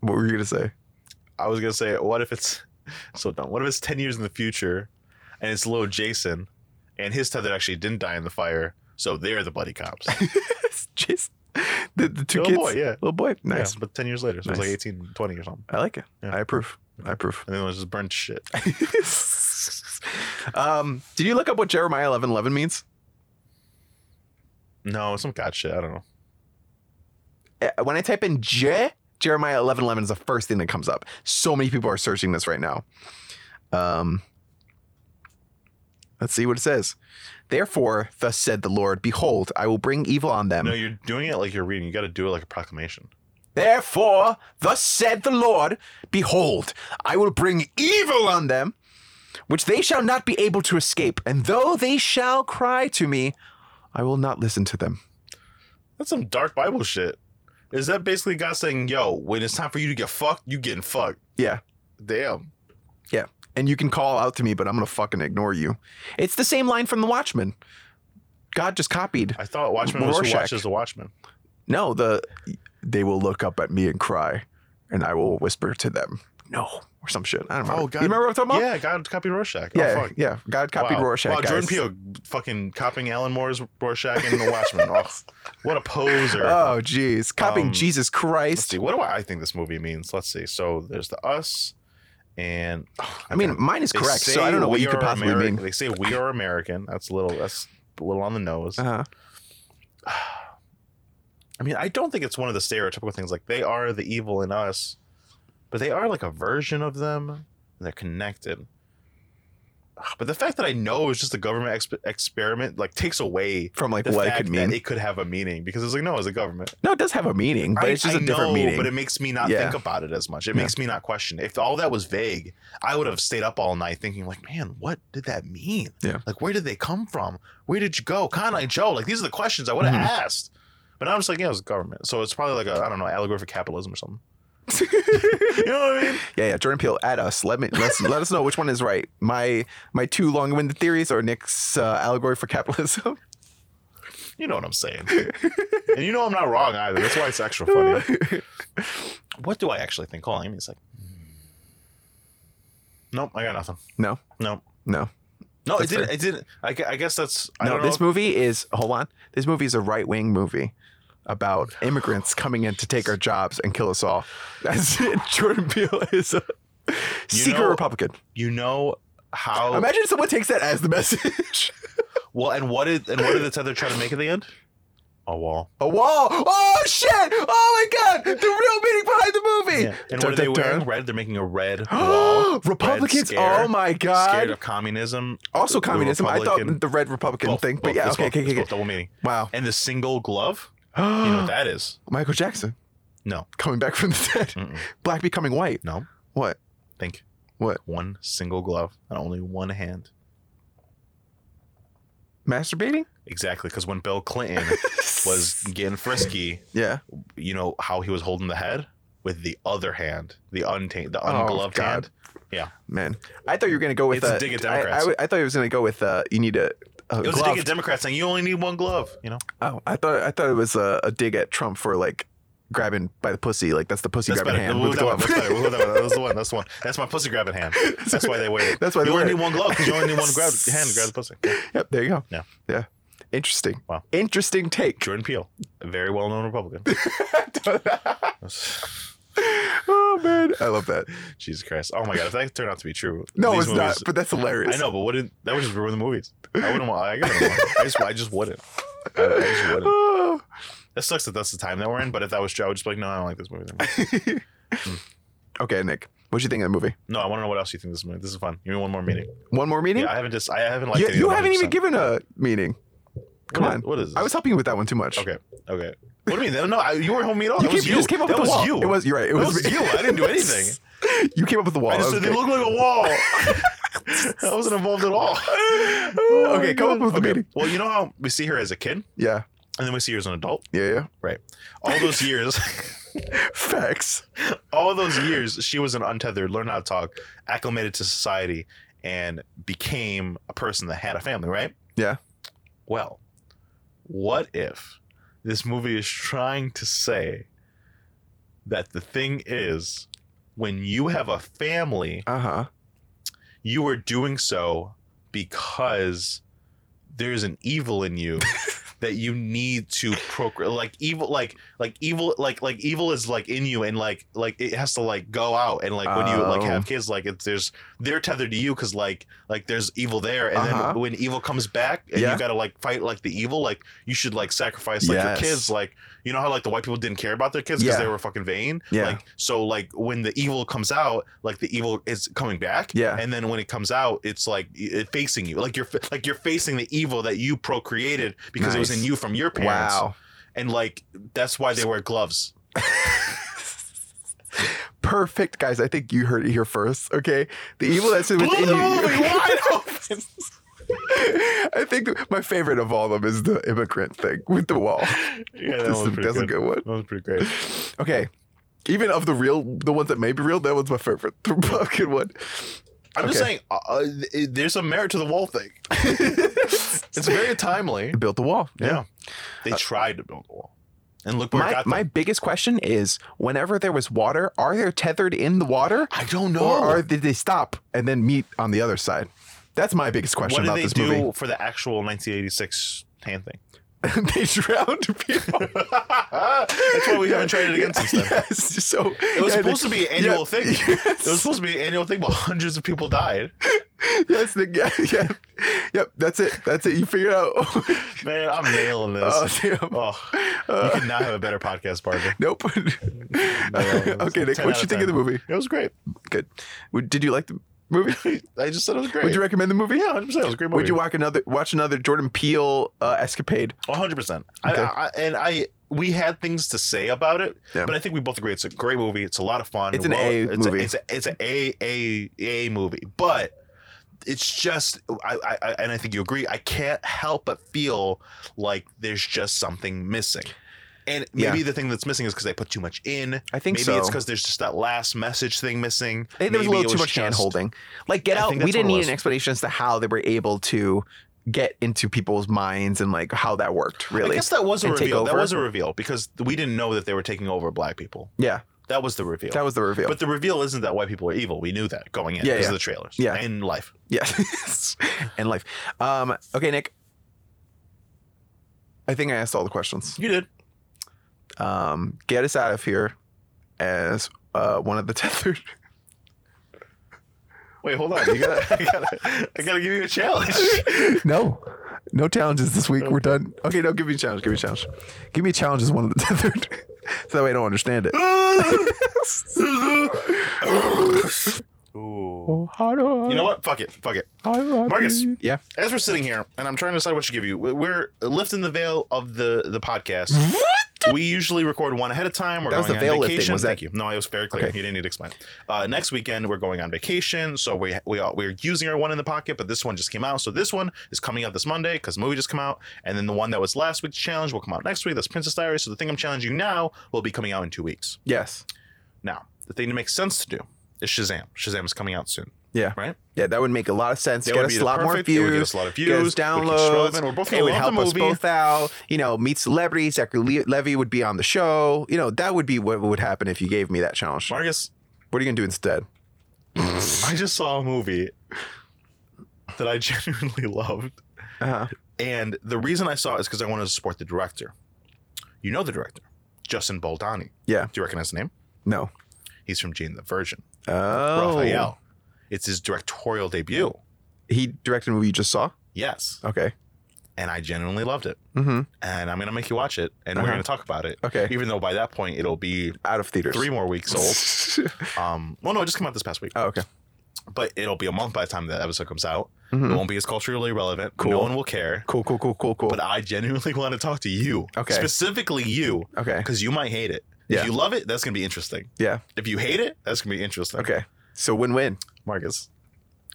Speaker 1: What were you gonna say? *laughs*
Speaker 2: I was gonna say, what if it's *laughs* so dumb? What if it's ten years in the future, and it's little Jason, and his tether actually didn't die in the fire, so they're the buddy cops.
Speaker 1: Just the, the *laughs* two
Speaker 2: Little
Speaker 1: kids.
Speaker 2: boy, yeah.
Speaker 1: Little boy. Nice.
Speaker 2: Yeah, but ten years later, so it's like
Speaker 1: Nice.
Speaker 2: 18, 20 or something,
Speaker 1: I like it.
Speaker 2: Yeah.
Speaker 1: I approve. I approve.
Speaker 2: and then it was just burnt shit.
Speaker 1: *laughs* um, did you look up what Jeremiah eleven eleven means?
Speaker 2: No, some god shit. I don't know.
Speaker 1: Uh, When I type in J, Jeremiah eleven eleven is the first thing that comes up. So many people are searching this right now. Um, let's see what it says. Therefore, thus said the Lord, Behold, I will bring evil on them.
Speaker 2: No, you're doing it like you're reading. You got to do it like a proclamation.
Speaker 1: Therefore, thus said the Lord, Behold, I will bring evil on them, which they shall not be able to escape. And though they shall cry to me, I will not listen to them.
Speaker 2: That's some dark Bible shit. Is that basically God saying, "Yo, when it's time for you to get fucked, you getting fucked"?
Speaker 1: Yeah.
Speaker 2: Damn.
Speaker 1: And you can call out to me, but I'm going to fucking ignore you. It's the same line from The Watchmen. God just copied.
Speaker 2: I thought Watchmen was who
Speaker 1: Rorschach.
Speaker 2: watches the Watchmen.
Speaker 1: No, the they will look up at me and cry, and I will whisper to them, no, or some shit. I don't remember.
Speaker 2: Oh, God.
Speaker 1: You remember what I'm talking about?
Speaker 2: Yeah, God copied Rorschach.
Speaker 1: Yeah,
Speaker 2: oh, fuck.
Speaker 1: yeah. God copied
Speaker 2: wow.
Speaker 1: Rorschach.
Speaker 2: Wow, Jordan
Speaker 1: guys.
Speaker 2: Peele fucking copying Alan Moore's Rorschach and The Watchmen. oh, what a poser.
Speaker 1: *laughs* Oh, jeez. Copying
Speaker 2: Um,
Speaker 1: Jesus
Speaker 2: Let's
Speaker 1: Christ.
Speaker 2: see. What do I think this movie means? Let's see. So there's the us, and oh,
Speaker 1: I mean,
Speaker 2: okay.
Speaker 1: mine is
Speaker 2: They
Speaker 1: correct,
Speaker 2: say
Speaker 1: so I don't know what
Speaker 2: we
Speaker 1: you could
Speaker 2: are
Speaker 1: possibly
Speaker 2: Ameri-
Speaker 1: mean.
Speaker 2: They say we are American. That's a little. That's a little on the nose.
Speaker 1: Uh-huh.
Speaker 2: I mean, I don't think it's one of the stereotypical things. Like they are the evil in us, but they are like a version of them, and they're connected. Ah, But the fact that I know it's just a government exp- experiment like takes away
Speaker 1: From like
Speaker 2: the
Speaker 1: what it
Speaker 2: fact
Speaker 1: could mean.
Speaker 2: that it could have a meaning because it's like no, it's a government.
Speaker 1: no, it does have a meaning, but
Speaker 2: I-
Speaker 1: it's just
Speaker 2: I
Speaker 1: a different
Speaker 2: know,
Speaker 1: meaning.
Speaker 2: But it makes me not
Speaker 1: Yeah.
Speaker 2: think about it as much. It
Speaker 1: Yeah.
Speaker 2: makes me not question. it. If all that was vague, I would have stayed up all night thinking, like, man, what did that mean?
Speaker 1: Yeah.
Speaker 2: Like, where did they come from? Where did you go? Conai Joe? Like, these are the questions I would have
Speaker 1: Mm-hmm.
Speaker 2: asked. But now I'm just like, yeah, it was government. So it's probably like a, I don't know, allegory for capitalism
Speaker 1: *laughs*
Speaker 2: or something. You know what I mean?
Speaker 1: yeah, yeah. Jordan Peele, at us. Let me let's, let us know which one is right. My my two long-winded theories or Nick's uh, allegory for capitalism.
Speaker 2: You know what I'm saying. and you know I'm not wrong either. That's why it's extra funny. what do I actually think? Hold on, give me a second. Nope, I got nothing.
Speaker 1: no,
Speaker 2: Nope.
Speaker 1: *laughs* no,
Speaker 2: No,
Speaker 1: That's
Speaker 2: it didn't.
Speaker 1: fair.
Speaker 2: It didn't. I, gue- I guess that's. I
Speaker 1: no.
Speaker 2: don't
Speaker 1: This
Speaker 2: know.
Speaker 1: movie is hold on. This movie is a right-wing movie about immigrants coming in to take our jobs and kill us all. That's *laughs* it. Jordan Peele is a secret
Speaker 2: know- oh.
Speaker 1: Republican.
Speaker 2: you know how
Speaker 1: Imagine someone takes that as the *laughs* message.
Speaker 2: well and what did and what did the tether try to make at the end a wall
Speaker 1: A wall. Oh shit! Oh my god! The real meaning behind the movie.
Speaker 2: and what
Speaker 1: Dun,
Speaker 2: are they
Speaker 1: dun,
Speaker 2: wearing
Speaker 1: dun.
Speaker 2: red they're making
Speaker 1: *gasps*
Speaker 2: a red wall Red
Speaker 1: Republicans.
Speaker 2: scare.
Speaker 1: oh my
Speaker 2: scared
Speaker 1: god.
Speaker 2: of communism
Speaker 1: Also
Speaker 2: The
Speaker 1: communism. I thought
Speaker 2: Republican-
Speaker 1: the red Republican
Speaker 2: Both,
Speaker 1: thing, but
Speaker 2: both,
Speaker 1: yeah.
Speaker 2: it's
Speaker 1: Okay,
Speaker 2: both,
Speaker 1: okay,
Speaker 2: it's
Speaker 1: okay.
Speaker 2: both, double meaning
Speaker 1: Wow.
Speaker 2: and the single glove you know what
Speaker 1: *gasps*
Speaker 2: that is
Speaker 1: Michael Jackson
Speaker 2: no
Speaker 1: coming back from the dead.
Speaker 2: Mm-mm.
Speaker 1: Black becoming white.
Speaker 2: no
Speaker 1: What?
Speaker 2: think
Speaker 1: What?
Speaker 2: one single glove and only one hand
Speaker 1: Masturbating?
Speaker 2: exactly because when Bill Clinton *laughs*
Speaker 1: *laughs*
Speaker 2: was getting frisky
Speaker 1: yeah.
Speaker 2: you know how he was holding the head with the other hand the untamed the
Speaker 1: Oh,
Speaker 2: ungloved
Speaker 1: God.
Speaker 2: hand yeah
Speaker 1: Man, I thought you were gonna go with
Speaker 2: It's a
Speaker 1: uh,
Speaker 2: dig at
Speaker 1: I- I
Speaker 2: Democrats.
Speaker 1: w- I thought he was gonna go with uh, you need a. a
Speaker 2: It was a
Speaker 1: glove.
Speaker 2: dig at Democrats saying you only need one glove. You know,
Speaker 1: oh, I thought I thought it was a, a dig at Trump for like grabbing by the pussy, like that's the pussy
Speaker 2: that's better.
Speaker 1: grabbing hand
Speaker 2: We'll
Speaker 1: with
Speaker 2: do
Speaker 1: the
Speaker 2: that one.
Speaker 1: glove.
Speaker 2: That's
Speaker 1: *laughs*
Speaker 2: better. We'll do that one. That was the one. That's the one. That's my pussy grabbing hand. That's why they waited.
Speaker 1: *laughs* That's why they
Speaker 2: you only
Speaker 1: waited.
Speaker 2: need one glove because you only need one
Speaker 1: *laughs*
Speaker 2: grab hand to grab the pussy.
Speaker 1: Yep, there you go.
Speaker 2: Yeah.
Speaker 1: Yeah. Interesting.
Speaker 2: Wow.
Speaker 1: Interesting take.
Speaker 2: Jordan Peele, a very well-known Republican.
Speaker 1: *laughs*
Speaker 2: *laughs*
Speaker 1: oh man. I love that.
Speaker 2: Jesus Christ! Oh my God! If that turned out to be true,
Speaker 1: No,
Speaker 2: these
Speaker 1: it's not,
Speaker 2: movies-
Speaker 1: but that's hilarious.
Speaker 2: I know, but wouldn't that would just ruin the movies? I wouldn't want. I, wouldn't want- I just, I just wouldn't. I, I just wouldn't.
Speaker 1: Oh.
Speaker 2: That sucks that that's the time that we're in. But if that was true, I would just be like, no, I don't like this movie. anymore.
Speaker 1: *sighs* okay, Nick. What'd you think of the movie?
Speaker 2: No, I want to know what else you think of this movie. This is fun. Give me one more meeting.
Speaker 1: One more meaning?
Speaker 2: Yeah, I haven't just. I haven't liked.
Speaker 1: you
Speaker 2: any of
Speaker 1: you
Speaker 2: them
Speaker 1: haven't even
Speaker 2: 100%.
Speaker 1: given a meaning. Come
Speaker 2: What is-
Speaker 1: on.
Speaker 2: What is this?
Speaker 1: I was helping you with that one too much.
Speaker 2: Okay. Okay. What do you mean? No, I, you weren't home at
Speaker 1: You,
Speaker 2: all. That
Speaker 1: came,
Speaker 2: was
Speaker 1: you
Speaker 2: you.
Speaker 1: just came up
Speaker 2: that
Speaker 1: with
Speaker 2: was
Speaker 1: the wall.
Speaker 2: you.
Speaker 1: It was you're right. It
Speaker 2: That
Speaker 1: was, *laughs*
Speaker 2: was you. I didn't do anything.
Speaker 1: you came up with the wall.
Speaker 2: I
Speaker 1: That
Speaker 2: just
Speaker 1: was *laughs*
Speaker 2: said they
Speaker 1: good.
Speaker 2: look like a wall. I wasn't involved at all.
Speaker 1: *laughs*
Speaker 2: Oh,
Speaker 1: okay, come up with a meeting.
Speaker 2: Well, you know how we see her as a kid,
Speaker 1: Yeah,
Speaker 2: and then we see her as an adult.
Speaker 1: yeah,
Speaker 2: All
Speaker 1: *laughs*
Speaker 2: those years,
Speaker 1: yeah. Facts.
Speaker 2: all those years, she was an untethered, learned how to talk, acclimated to society, and became a person that had a family. Right?
Speaker 1: Yeah.
Speaker 2: Well, what if this movie is trying to say that the thing is, when you have a family,
Speaker 1: Uh huh.
Speaker 2: you are doing so because there's an evil
Speaker 1: *laughs*
Speaker 2: in you that you need to procreate like evil like like evil like like evil is like in you and like like it has to like go out and like when you like
Speaker 1: Oh.
Speaker 2: have kids like it's there's they're tethered to you because like like there's evil there and
Speaker 1: Uh-huh.
Speaker 2: then when evil comes back and
Speaker 1: Yeah.
Speaker 2: you gotta like fight like the evil like you should like sacrifice like
Speaker 1: Yes.
Speaker 2: your kids like you know how like the white people didn't care about their kids because
Speaker 1: Yeah.
Speaker 2: they were fucking vain
Speaker 1: Yeah.
Speaker 2: like so like when the evil comes out like the evil is coming back
Speaker 1: Yeah.
Speaker 2: and then when it comes out it's like it facing you like you're like you're facing the evil that you procreated because it was
Speaker 1: Nice.
Speaker 2: in you from your parents
Speaker 1: Wow. *laughs*
Speaker 2: and like that's why they wear gloves
Speaker 1: Perfect, guys. I think you heard it here first. Okay, the evil that's within
Speaker 2: *laughs* Blew the movie
Speaker 1: you. *laughs*
Speaker 2: wide open.
Speaker 1: I think my favorite of all of them is the immigrant thing with the wall.
Speaker 2: yeah that
Speaker 1: This
Speaker 2: was
Speaker 1: is,
Speaker 2: pretty
Speaker 1: that's a
Speaker 2: good.
Speaker 1: good
Speaker 2: *laughs*
Speaker 1: one.
Speaker 2: that was pretty great
Speaker 1: Okay. Even of the real, the ones that may be real, that one's my favorite. *laughs* The fucking
Speaker 2: *laughs*
Speaker 1: one.
Speaker 2: i'm just
Speaker 1: Okay.
Speaker 2: saying uh, uh, th- there's a merit to the
Speaker 1: *laughs*
Speaker 2: wall thing it's very timely
Speaker 1: It built the wall.
Speaker 2: yeah, they tried to build a wall and look where
Speaker 1: Uh,
Speaker 2: it
Speaker 1: My,
Speaker 2: got them.
Speaker 1: my biggest question is whenever there was water, are they tethered in the water?
Speaker 2: i don't know
Speaker 1: Or are, did they stop and then meet on the other side? That's my biggest
Speaker 2: what
Speaker 1: question
Speaker 2: did
Speaker 1: about
Speaker 2: they
Speaker 1: this
Speaker 2: do
Speaker 1: movie.
Speaker 2: for the actual 1986 hand thing
Speaker 1: *laughs* they drowned people.
Speaker 2: *laughs* That's why we haven't tried it again since then.
Speaker 1: Yes, so
Speaker 2: It was supposed to be an annual *laughs*
Speaker 1: *laughs*
Speaker 2: thing.
Speaker 1: Yes.
Speaker 2: It was supposed to be an annual thing, but hundreds of people died.
Speaker 1: yes, the, yeah, yeah, yep. That's it. That's it. You figured out. *laughs*
Speaker 2: Man, I'm nailing this.
Speaker 1: oh, damn.
Speaker 2: oh,
Speaker 1: Uh,
Speaker 2: you could not have a better podcast, Barker.
Speaker 1: Nope. *laughs* okay, Nick, what you think of the movie?
Speaker 2: It was *laughs* great.
Speaker 1: Good. Would- Did you like the movie?
Speaker 2: I just said it was great.
Speaker 1: Would you recommend the movie?
Speaker 2: yeah, 100%. It was a great movie.
Speaker 1: Would you watch another watch another Jordan Peele uh, escapade?
Speaker 2: 100%.
Speaker 1: Okay.
Speaker 2: I, I, and I we had things to say about it,
Speaker 1: Yeah.
Speaker 2: but I think we both agree it's a great movie. It's a lot of fun.
Speaker 1: It's an
Speaker 2: Well,
Speaker 1: A
Speaker 2: it's
Speaker 1: movie.
Speaker 2: A, it's a, it's a A A A movie, but it's just I, I I- and I think you agree. I can't help but feel like there's just something missing. And maybe the thing that's missing is because they put too much in.
Speaker 1: I think
Speaker 2: maybe
Speaker 1: so.
Speaker 2: it's because there's just that last message thing missing.
Speaker 1: I think there was a
Speaker 2: Maybe
Speaker 1: little
Speaker 2: it
Speaker 1: too much
Speaker 2: just-
Speaker 1: hand holding. Like Get
Speaker 2: I
Speaker 1: Out,
Speaker 2: think
Speaker 1: we
Speaker 2: that's what
Speaker 1: didn't
Speaker 2: it
Speaker 1: need
Speaker 2: was.
Speaker 1: an explanation as to how they were able to get into people's minds and like how that worked.
Speaker 2: I
Speaker 1: Really,
Speaker 2: guess that was a
Speaker 1: And take
Speaker 2: reveal. That
Speaker 1: over?
Speaker 2: was a reveal because we didn't know that they were taking over black people.
Speaker 1: yeah,
Speaker 2: That was the reveal.
Speaker 1: that was the reveal.
Speaker 2: But the reveal isn't that white people are evil. We knew that going in
Speaker 1: Yeah,
Speaker 2: because
Speaker 1: yeah.
Speaker 2: of the trailers.
Speaker 1: Yeah.
Speaker 2: And life.
Speaker 1: *laughs* yes, and life. Um, okay, Nick. I think I asked all the questions.
Speaker 2: You did.
Speaker 1: um, get us out of here as uh, one of the *laughs* tethered.
Speaker 2: Wait, hold on. You gotta, *laughs* I, gotta, I gotta give you
Speaker 1: *laughs*
Speaker 2: a challenge.
Speaker 1: no, no challenges this week. We're done. Okay, no, give me a challenge. Give me a challenge. Give me a challenge as one of the *laughs* tethered. so that way I don't understand it.
Speaker 2: *laughs*
Speaker 1: Oh,
Speaker 2: Ooh. You know what? Fuck it. Fuck it. Marcus.
Speaker 1: Yeah.
Speaker 2: As we're sitting here and I'm trying to decide what to give you, we're lifting the veil of the, the podcast. We usually record one ahead of time. We're
Speaker 1: That was
Speaker 2: going
Speaker 1: the veil
Speaker 2: on
Speaker 1: lifting,
Speaker 2: vacation.
Speaker 1: was that-
Speaker 2: Thank you. No, it was very clear.
Speaker 1: Okay.
Speaker 2: You didn't need to explain. Uh, next weekend we're going on vacation, so we we are, we're using our one in the pocket, but this one just came out. So this one is coming out this Monday because the movie just came out, and then the one that was last week's challenge will come out next week. That's Princess Diaries. So the thing I'm challenging you now will be coming out in two weeks.
Speaker 1: Yes.
Speaker 2: Now the thing that makes sense to do is Shazam. Shazam is coming out soon.
Speaker 1: Yeah.
Speaker 2: Right.
Speaker 1: Yeah, that would make a lot of sense.
Speaker 2: That
Speaker 1: get
Speaker 2: would
Speaker 1: us
Speaker 2: be
Speaker 1: a
Speaker 2: the
Speaker 1: lot more
Speaker 2: perfect- it would get
Speaker 1: views.
Speaker 2: us a lot of
Speaker 1: Get us
Speaker 2: views. We can show them.
Speaker 1: downloads.
Speaker 2: We're both
Speaker 1: it
Speaker 2: gonna
Speaker 1: would
Speaker 2: love the
Speaker 1: help us
Speaker 2: movie.
Speaker 1: both out. You know, meet celebrities. Zachary Le- Levy would be on the show. You know, that would be what would happen if you gave me that challenge.
Speaker 2: Marcus,
Speaker 1: What are you gonna do instead?
Speaker 2: I just saw a movie that I *laughs* genuinely loved.
Speaker 1: Uh-huh.
Speaker 2: And the reason I saw it is because I wanted to support the director. You know the director, Justin Baldoni.
Speaker 1: Yeah.
Speaker 2: Do you recognize the name?
Speaker 1: No.
Speaker 2: He's from Jane the Virgin.
Speaker 1: Oh,
Speaker 2: Raphael. It's his directorial debut.
Speaker 1: He directed a movie you just saw.
Speaker 2: Yes.
Speaker 1: Okay.
Speaker 2: And I genuinely loved it.
Speaker 1: Mm-hmm.
Speaker 2: And I'm going to make you watch it and we're
Speaker 1: Uh-huh.
Speaker 2: going to talk about it.
Speaker 1: Okay.
Speaker 2: Even though by that point it'll be
Speaker 1: Out of theaters. *laughs*
Speaker 2: three more weeks old. *laughs*
Speaker 1: old.
Speaker 2: Um, well, no, it just came out this past week,
Speaker 1: oh, okay.
Speaker 2: but it'll be a month by the time that episode comes out. It
Speaker 1: Mhm.
Speaker 2: won't be as culturally relevant.
Speaker 1: Cool.
Speaker 2: No one will care.
Speaker 1: Cool. Cool. Cool. Cool. Cool.
Speaker 2: But I genuinely *laughs* want to talk to you.
Speaker 1: Okay.
Speaker 2: Specifically you.
Speaker 1: okay.
Speaker 2: because you might hate it.
Speaker 1: Yeah.
Speaker 2: If you love it, that's gonna be interesting.
Speaker 1: Yeah.
Speaker 2: If you hate it, that's gonna be interesting.
Speaker 1: Okay. So win-win.
Speaker 2: Marcus,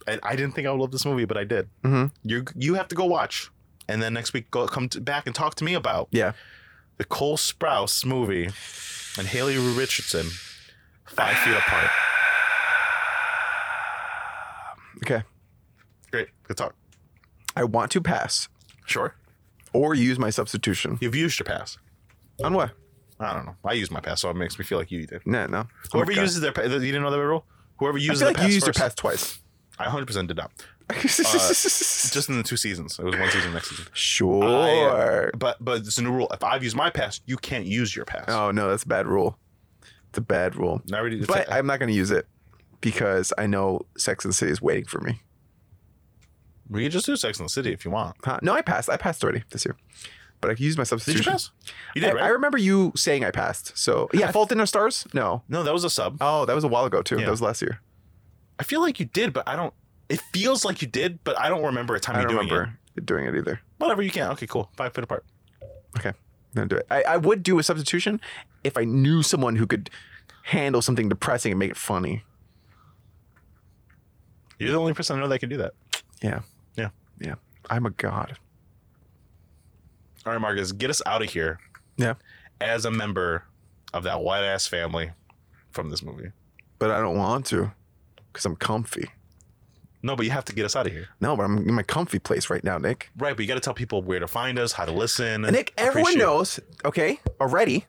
Speaker 2: I, I didn't think I would love this movie, but I did.
Speaker 1: Mhm.
Speaker 2: You you have to go watch, and then next week go come to, back and talk to me about
Speaker 1: Yeah.
Speaker 2: the Cole Sprouse movie and Haley Richardson, Five Feet Apart.
Speaker 1: Okay.
Speaker 2: Great, good talk.
Speaker 1: I want to pass
Speaker 2: Sure,
Speaker 1: or use my substitution.
Speaker 2: you've used your pass.
Speaker 1: On what?
Speaker 2: I don't know. I used my pass, so it makes me feel like you did.
Speaker 1: No, no.
Speaker 2: Whoever
Speaker 1: Okay.
Speaker 2: uses their pass, you didn't know that rule. Whoever
Speaker 1: Oh I
Speaker 2: uses
Speaker 1: feel
Speaker 2: their
Speaker 1: like
Speaker 2: pass
Speaker 1: you used
Speaker 2: first,
Speaker 1: your pass twice.
Speaker 2: I 100% did not. Just in the two seasons. It was one season, next season.
Speaker 1: *laughs* sure.
Speaker 2: But but it's a new rule. If I've used my pass, you can't use your pass.
Speaker 1: oh no, that's a bad rule. It's a bad rule.
Speaker 2: Not really. It's
Speaker 1: But
Speaker 2: like-
Speaker 1: I'm not going to use it because I know Sex and the City is waiting for me.
Speaker 2: we can just do Sex in the City if you want.
Speaker 1: Huh? No, I passed. I passed already this year, but I can use my
Speaker 2: Did
Speaker 1: substitution.
Speaker 2: you pass? You did,
Speaker 1: I,
Speaker 2: right?
Speaker 1: I remember you saying I passed. So yeah, Fault in Our Stars. No.
Speaker 2: no, that was a sub.
Speaker 1: Oh, that was a while ago too.
Speaker 2: Yeah.
Speaker 1: That was last year.
Speaker 2: I feel like you did, but I don't. It feels like you did, but I don't remember a time
Speaker 1: I
Speaker 2: you
Speaker 1: don't
Speaker 2: doing it.
Speaker 1: remember doing it either.
Speaker 2: Whatever you can. Okay, cool. Five feet apart.
Speaker 1: I'm gonna do it. I, I would do a substitution if I knew someone who could handle something depressing and make it funny.
Speaker 2: You're the only person I know that can do that.
Speaker 1: I'm a god.
Speaker 2: All right, Marcus, get us out of here.
Speaker 1: Yeah.
Speaker 2: As a member of that white ass family from this movie.
Speaker 1: But I don't want to because I'm comfy.
Speaker 2: No, but you have to get us out of here.
Speaker 1: No, but I'm in my comfy place right now, Nick.
Speaker 2: Right, but you got to tell people where to find us, how to listen.
Speaker 1: Nick, everyone
Speaker 2: appreciate-
Speaker 1: knows, okay, already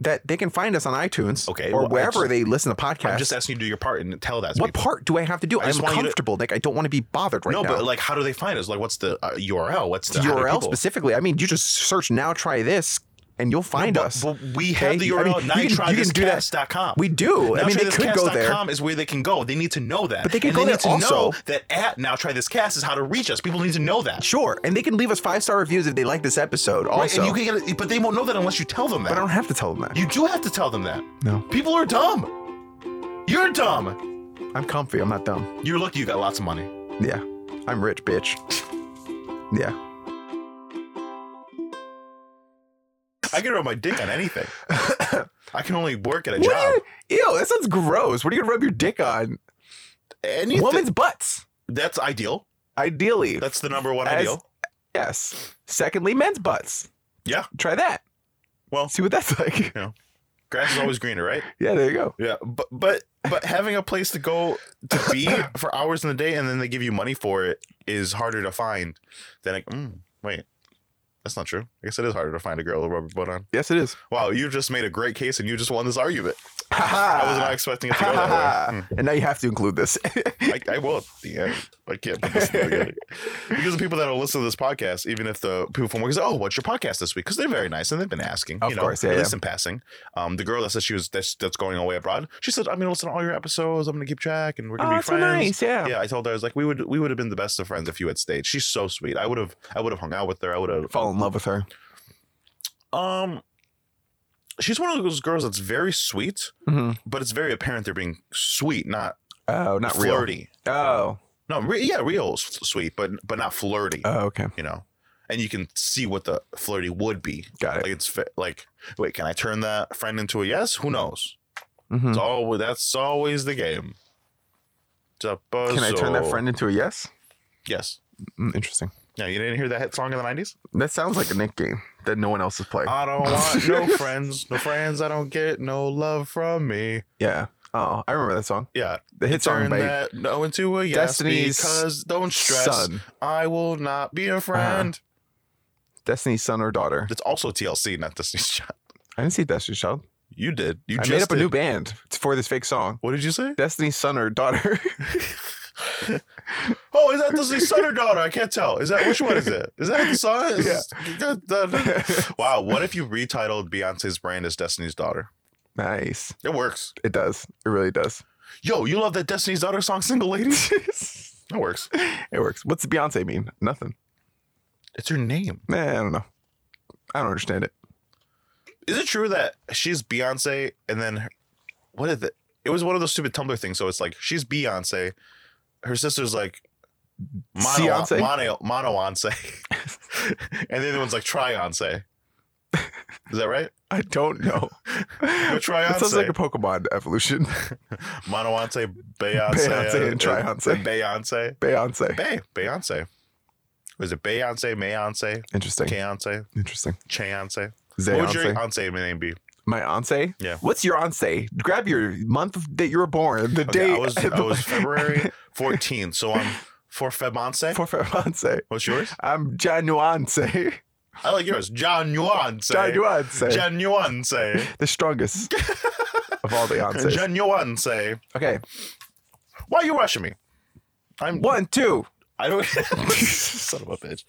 Speaker 1: that they can find us on iTunes
Speaker 2: Okay,
Speaker 1: or
Speaker 2: well, I
Speaker 1: wherever
Speaker 2: just-
Speaker 1: they listen to podcasts.
Speaker 2: I'm just asking you to do your part and tell that. to
Speaker 1: what
Speaker 2: people.
Speaker 1: part do I have to do?
Speaker 2: I
Speaker 1: I'm
Speaker 2: just want you to-
Speaker 1: comfortable, Nick. I don't want to be bothered right
Speaker 2: no,
Speaker 1: now.
Speaker 2: but like, how do they find us? Like, what's the uh, URL? What's the how do
Speaker 1: URL
Speaker 2: people-
Speaker 1: specifically. I mean, you just search now, try this, and you'll find
Speaker 2: No, but-
Speaker 1: us.
Speaker 2: But we have
Speaker 1: Okay?
Speaker 2: the
Speaker 1: I mean,
Speaker 2: URL.
Speaker 1: you
Speaker 2: now
Speaker 1: can-
Speaker 2: you
Speaker 1: you
Speaker 2: try
Speaker 1: can
Speaker 2: this
Speaker 1: do that.
Speaker 2: cast.com.
Speaker 1: we do. I mean, they could go there.
Speaker 2: is where they can go. They need to know that.
Speaker 1: But they can
Speaker 2: and
Speaker 1: go
Speaker 2: they
Speaker 1: there
Speaker 2: need to know
Speaker 1: also.
Speaker 2: that at now try this cast is how to reach us. People need to know that.
Speaker 1: Sure, and they can leave us five star reviews if they like this episode. Also,
Speaker 2: right? and you can get it, but they won't know that unless you tell them
Speaker 1: but I
Speaker 2: that.
Speaker 1: don't have to tell them that.
Speaker 2: You do have to tell them that.
Speaker 1: no,
Speaker 2: People are dumb. You're dumb.
Speaker 1: I'm comfy. I'm not dumb.
Speaker 2: You're lucky you got lots of money.
Speaker 1: Yeah, I'm rich, bitch. Yeah.
Speaker 2: I can rub my dick
Speaker 1: *laughs*
Speaker 2: on anything. I can only work at a
Speaker 1: What
Speaker 2: job.
Speaker 1: are you, ew, that sounds gross. What are you gonna rub your dick on?
Speaker 2: Anything.
Speaker 1: Women's butts,
Speaker 2: That's ideal.
Speaker 1: ideally.
Speaker 2: That's the number one
Speaker 1: As-
Speaker 2: ideal.
Speaker 1: yes. Secondly, men's butts.
Speaker 2: Yeah.
Speaker 1: Try that.
Speaker 2: Well-
Speaker 1: see what that's *laughs* like.
Speaker 2: Grass is always greener, right?
Speaker 1: Yeah, there you go.
Speaker 2: Yeah, but but but having a place to go to be for hours in the day and then they give you money for it is harder to find than like mm, wait. That's not true. I guess it is harder to find a girl with a rubber butt on.
Speaker 1: Yes, it is.
Speaker 2: Wow, you just made a great case and you just won this argument.
Speaker 1: Ha
Speaker 2: I was *laughs* not
Speaker 1: ha.
Speaker 2: expecting it to go
Speaker 1: *laughs*
Speaker 2: that way. Hmm.
Speaker 1: And now you have to include this.
Speaker 2: I, I will at the end. I can't put this in the
Speaker 1: *laughs*
Speaker 2: beginning. Because the people that will listen to this podcast, even if the people from work say, "Oh, what's your podcast this week?" Because they're very nice and they've been asking.
Speaker 1: Of
Speaker 2: you know,
Speaker 1: course, yeah,
Speaker 2: at
Speaker 1: yeah.
Speaker 2: least in passing. Um, the girl that said she was that's, that's going away abroad, she said, "I'm going to listen to all your episodes. I'm going to keep track, and we're going to be
Speaker 1: Oh, that's so
Speaker 2: friends."
Speaker 1: nice. Yeah.
Speaker 2: Yeah, I told her I was like, we would we would have been the best of friends if you had stayed. She's so sweet. I would have I would have hung out with her. I would have
Speaker 1: Fall in love with her.
Speaker 2: um. She's one of those girls that's very sweet,
Speaker 1: Mm-hmm.
Speaker 2: but it's very apparent they're being sweet, not
Speaker 1: Oh, not real.
Speaker 2: flirty.
Speaker 1: Oh.
Speaker 2: No, re- yeah, real s- sweet, but but not flirty.
Speaker 1: Oh, okay.
Speaker 2: you know, and you can see what the flirty would be.
Speaker 1: Got
Speaker 2: Like
Speaker 1: it.
Speaker 2: it's fa- like, wait, can I turn that friend into a yes? Who knows?
Speaker 1: Mhm.
Speaker 2: It's always that's always the game. Can
Speaker 1: Can I turn that friend into a yes?
Speaker 2: Yes.
Speaker 1: Mm, interesting.
Speaker 2: Yeah, you didn't hear that hit song in the nineties.
Speaker 1: That sounds like a Nick game that no one else is playing. *laughs*
Speaker 2: I don't want no friends, no friends. I don't get no love from me.
Speaker 1: yeah. Oh, I remember that song.
Speaker 2: Yeah,
Speaker 1: The hit song
Speaker 2: turn
Speaker 1: by
Speaker 2: that no into a yes.
Speaker 1: Destiny's
Speaker 2: because don't stress.
Speaker 1: Son. Uh.
Speaker 2: I will not be a friend.
Speaker 1: Destiny's Son or Daughter.
Speaker 2: It's also TLC, not Destiny's *laughs* Child.
Speaker 1: I didn't see Destiny's Child.
Speaker 2: You did. You
Speaker 1: I
Speaker 2: just
Speaker 1: made up a
Speaker 2: did.
Speaker 1: new band for this fake song.
Speaker 2: What did you say?
Speaker 1: Destiny's Son or Daughter. *laughs*
Speaker 2: Oh, is that the son or daughter? I can't tell. Is that which one is it? Is that the son? Is
Speaker 1: Yeah.
Speaker 2: *laughs* that- that- that- wow, what if you retitled Beyonce's brand as Destiny's Daughter?
Speaker 1: nice.
Speaker 2: It works.
Speaker 1: It does. It really does. *laughs*
Speaker 2: Yo, you love that Destiny's Daughter song, Single Ladies?
Speaker 1: it
Speaker 2: That works.
Speaker 1: works. What's Beyonce mean? Nothing.
Speaker 2: It's her name.
Speaker 1: Nah, I don't know. I don't understand it.
Speaker 2: Is it true that she's Beyonce and then her, what is it? It was one of those stupid Tumblr things. So it's like she's Beyonce. Her sister's like mono,
Speaker 1: Beyonce?
Speaker 2: *laughs* mono, monoonce. and the other one's like tryonce. Is that right?
Speaker 1: I don't
Speaker 2: *laughs*
Speaker 1: know.
Speaker 2: Go try
Speaker 1: That sounds
Speaker 2: Beyonce.
Speaker 1: like a Pokemon evolution. *laughs*
Speaker 2: Monawante, Beyonce,
Speaker 1: Beyonce and
Speaker 2: uh,
Speaker 1: Triance.
Speaker 2: Beyonce.
Speaker 1: Beyonce.
Speaker 2: Bey, Beyonce. Was it Beyonce, Mayonce,
Speaker 1: Interesting.
Speaker 2: Kayonce,
Speaker 1: Interesting.
Speaker 2: Chayonce? What would your
Speaker 1: Zayonce.
Speaker 2: Beyonce name be?
Speaker 1: My onse?
Speaker 2: Yeah.
Speaker 1: What's your onse? Grab your month that you were born, the
Speaker 2: Okay,
Speaker 1: day.
Speaker 2: I was
Speaker 1: *laughs*
Speaker 2: I was February 14th, so I'm for Febonce.
Speaker 1: for onse. *laughs*
Speaker 2: What's yours?
Speaker 1: I'm Januance.
Speaker 2: I like yours. Januance.
Speaker 1: Januance.
Speaker 2: Januance.
Speaker 1: The
Speaker 2: *laughs*
Speaker 1: strongest of all the onses.
Speaker 2: Januance.
Speaker 1: Okay.
Speaker 2: Why are you rushing me? I'm
Speaker 1: One, two.
Speaker 2: I don't. *laughs* Son of a bitch.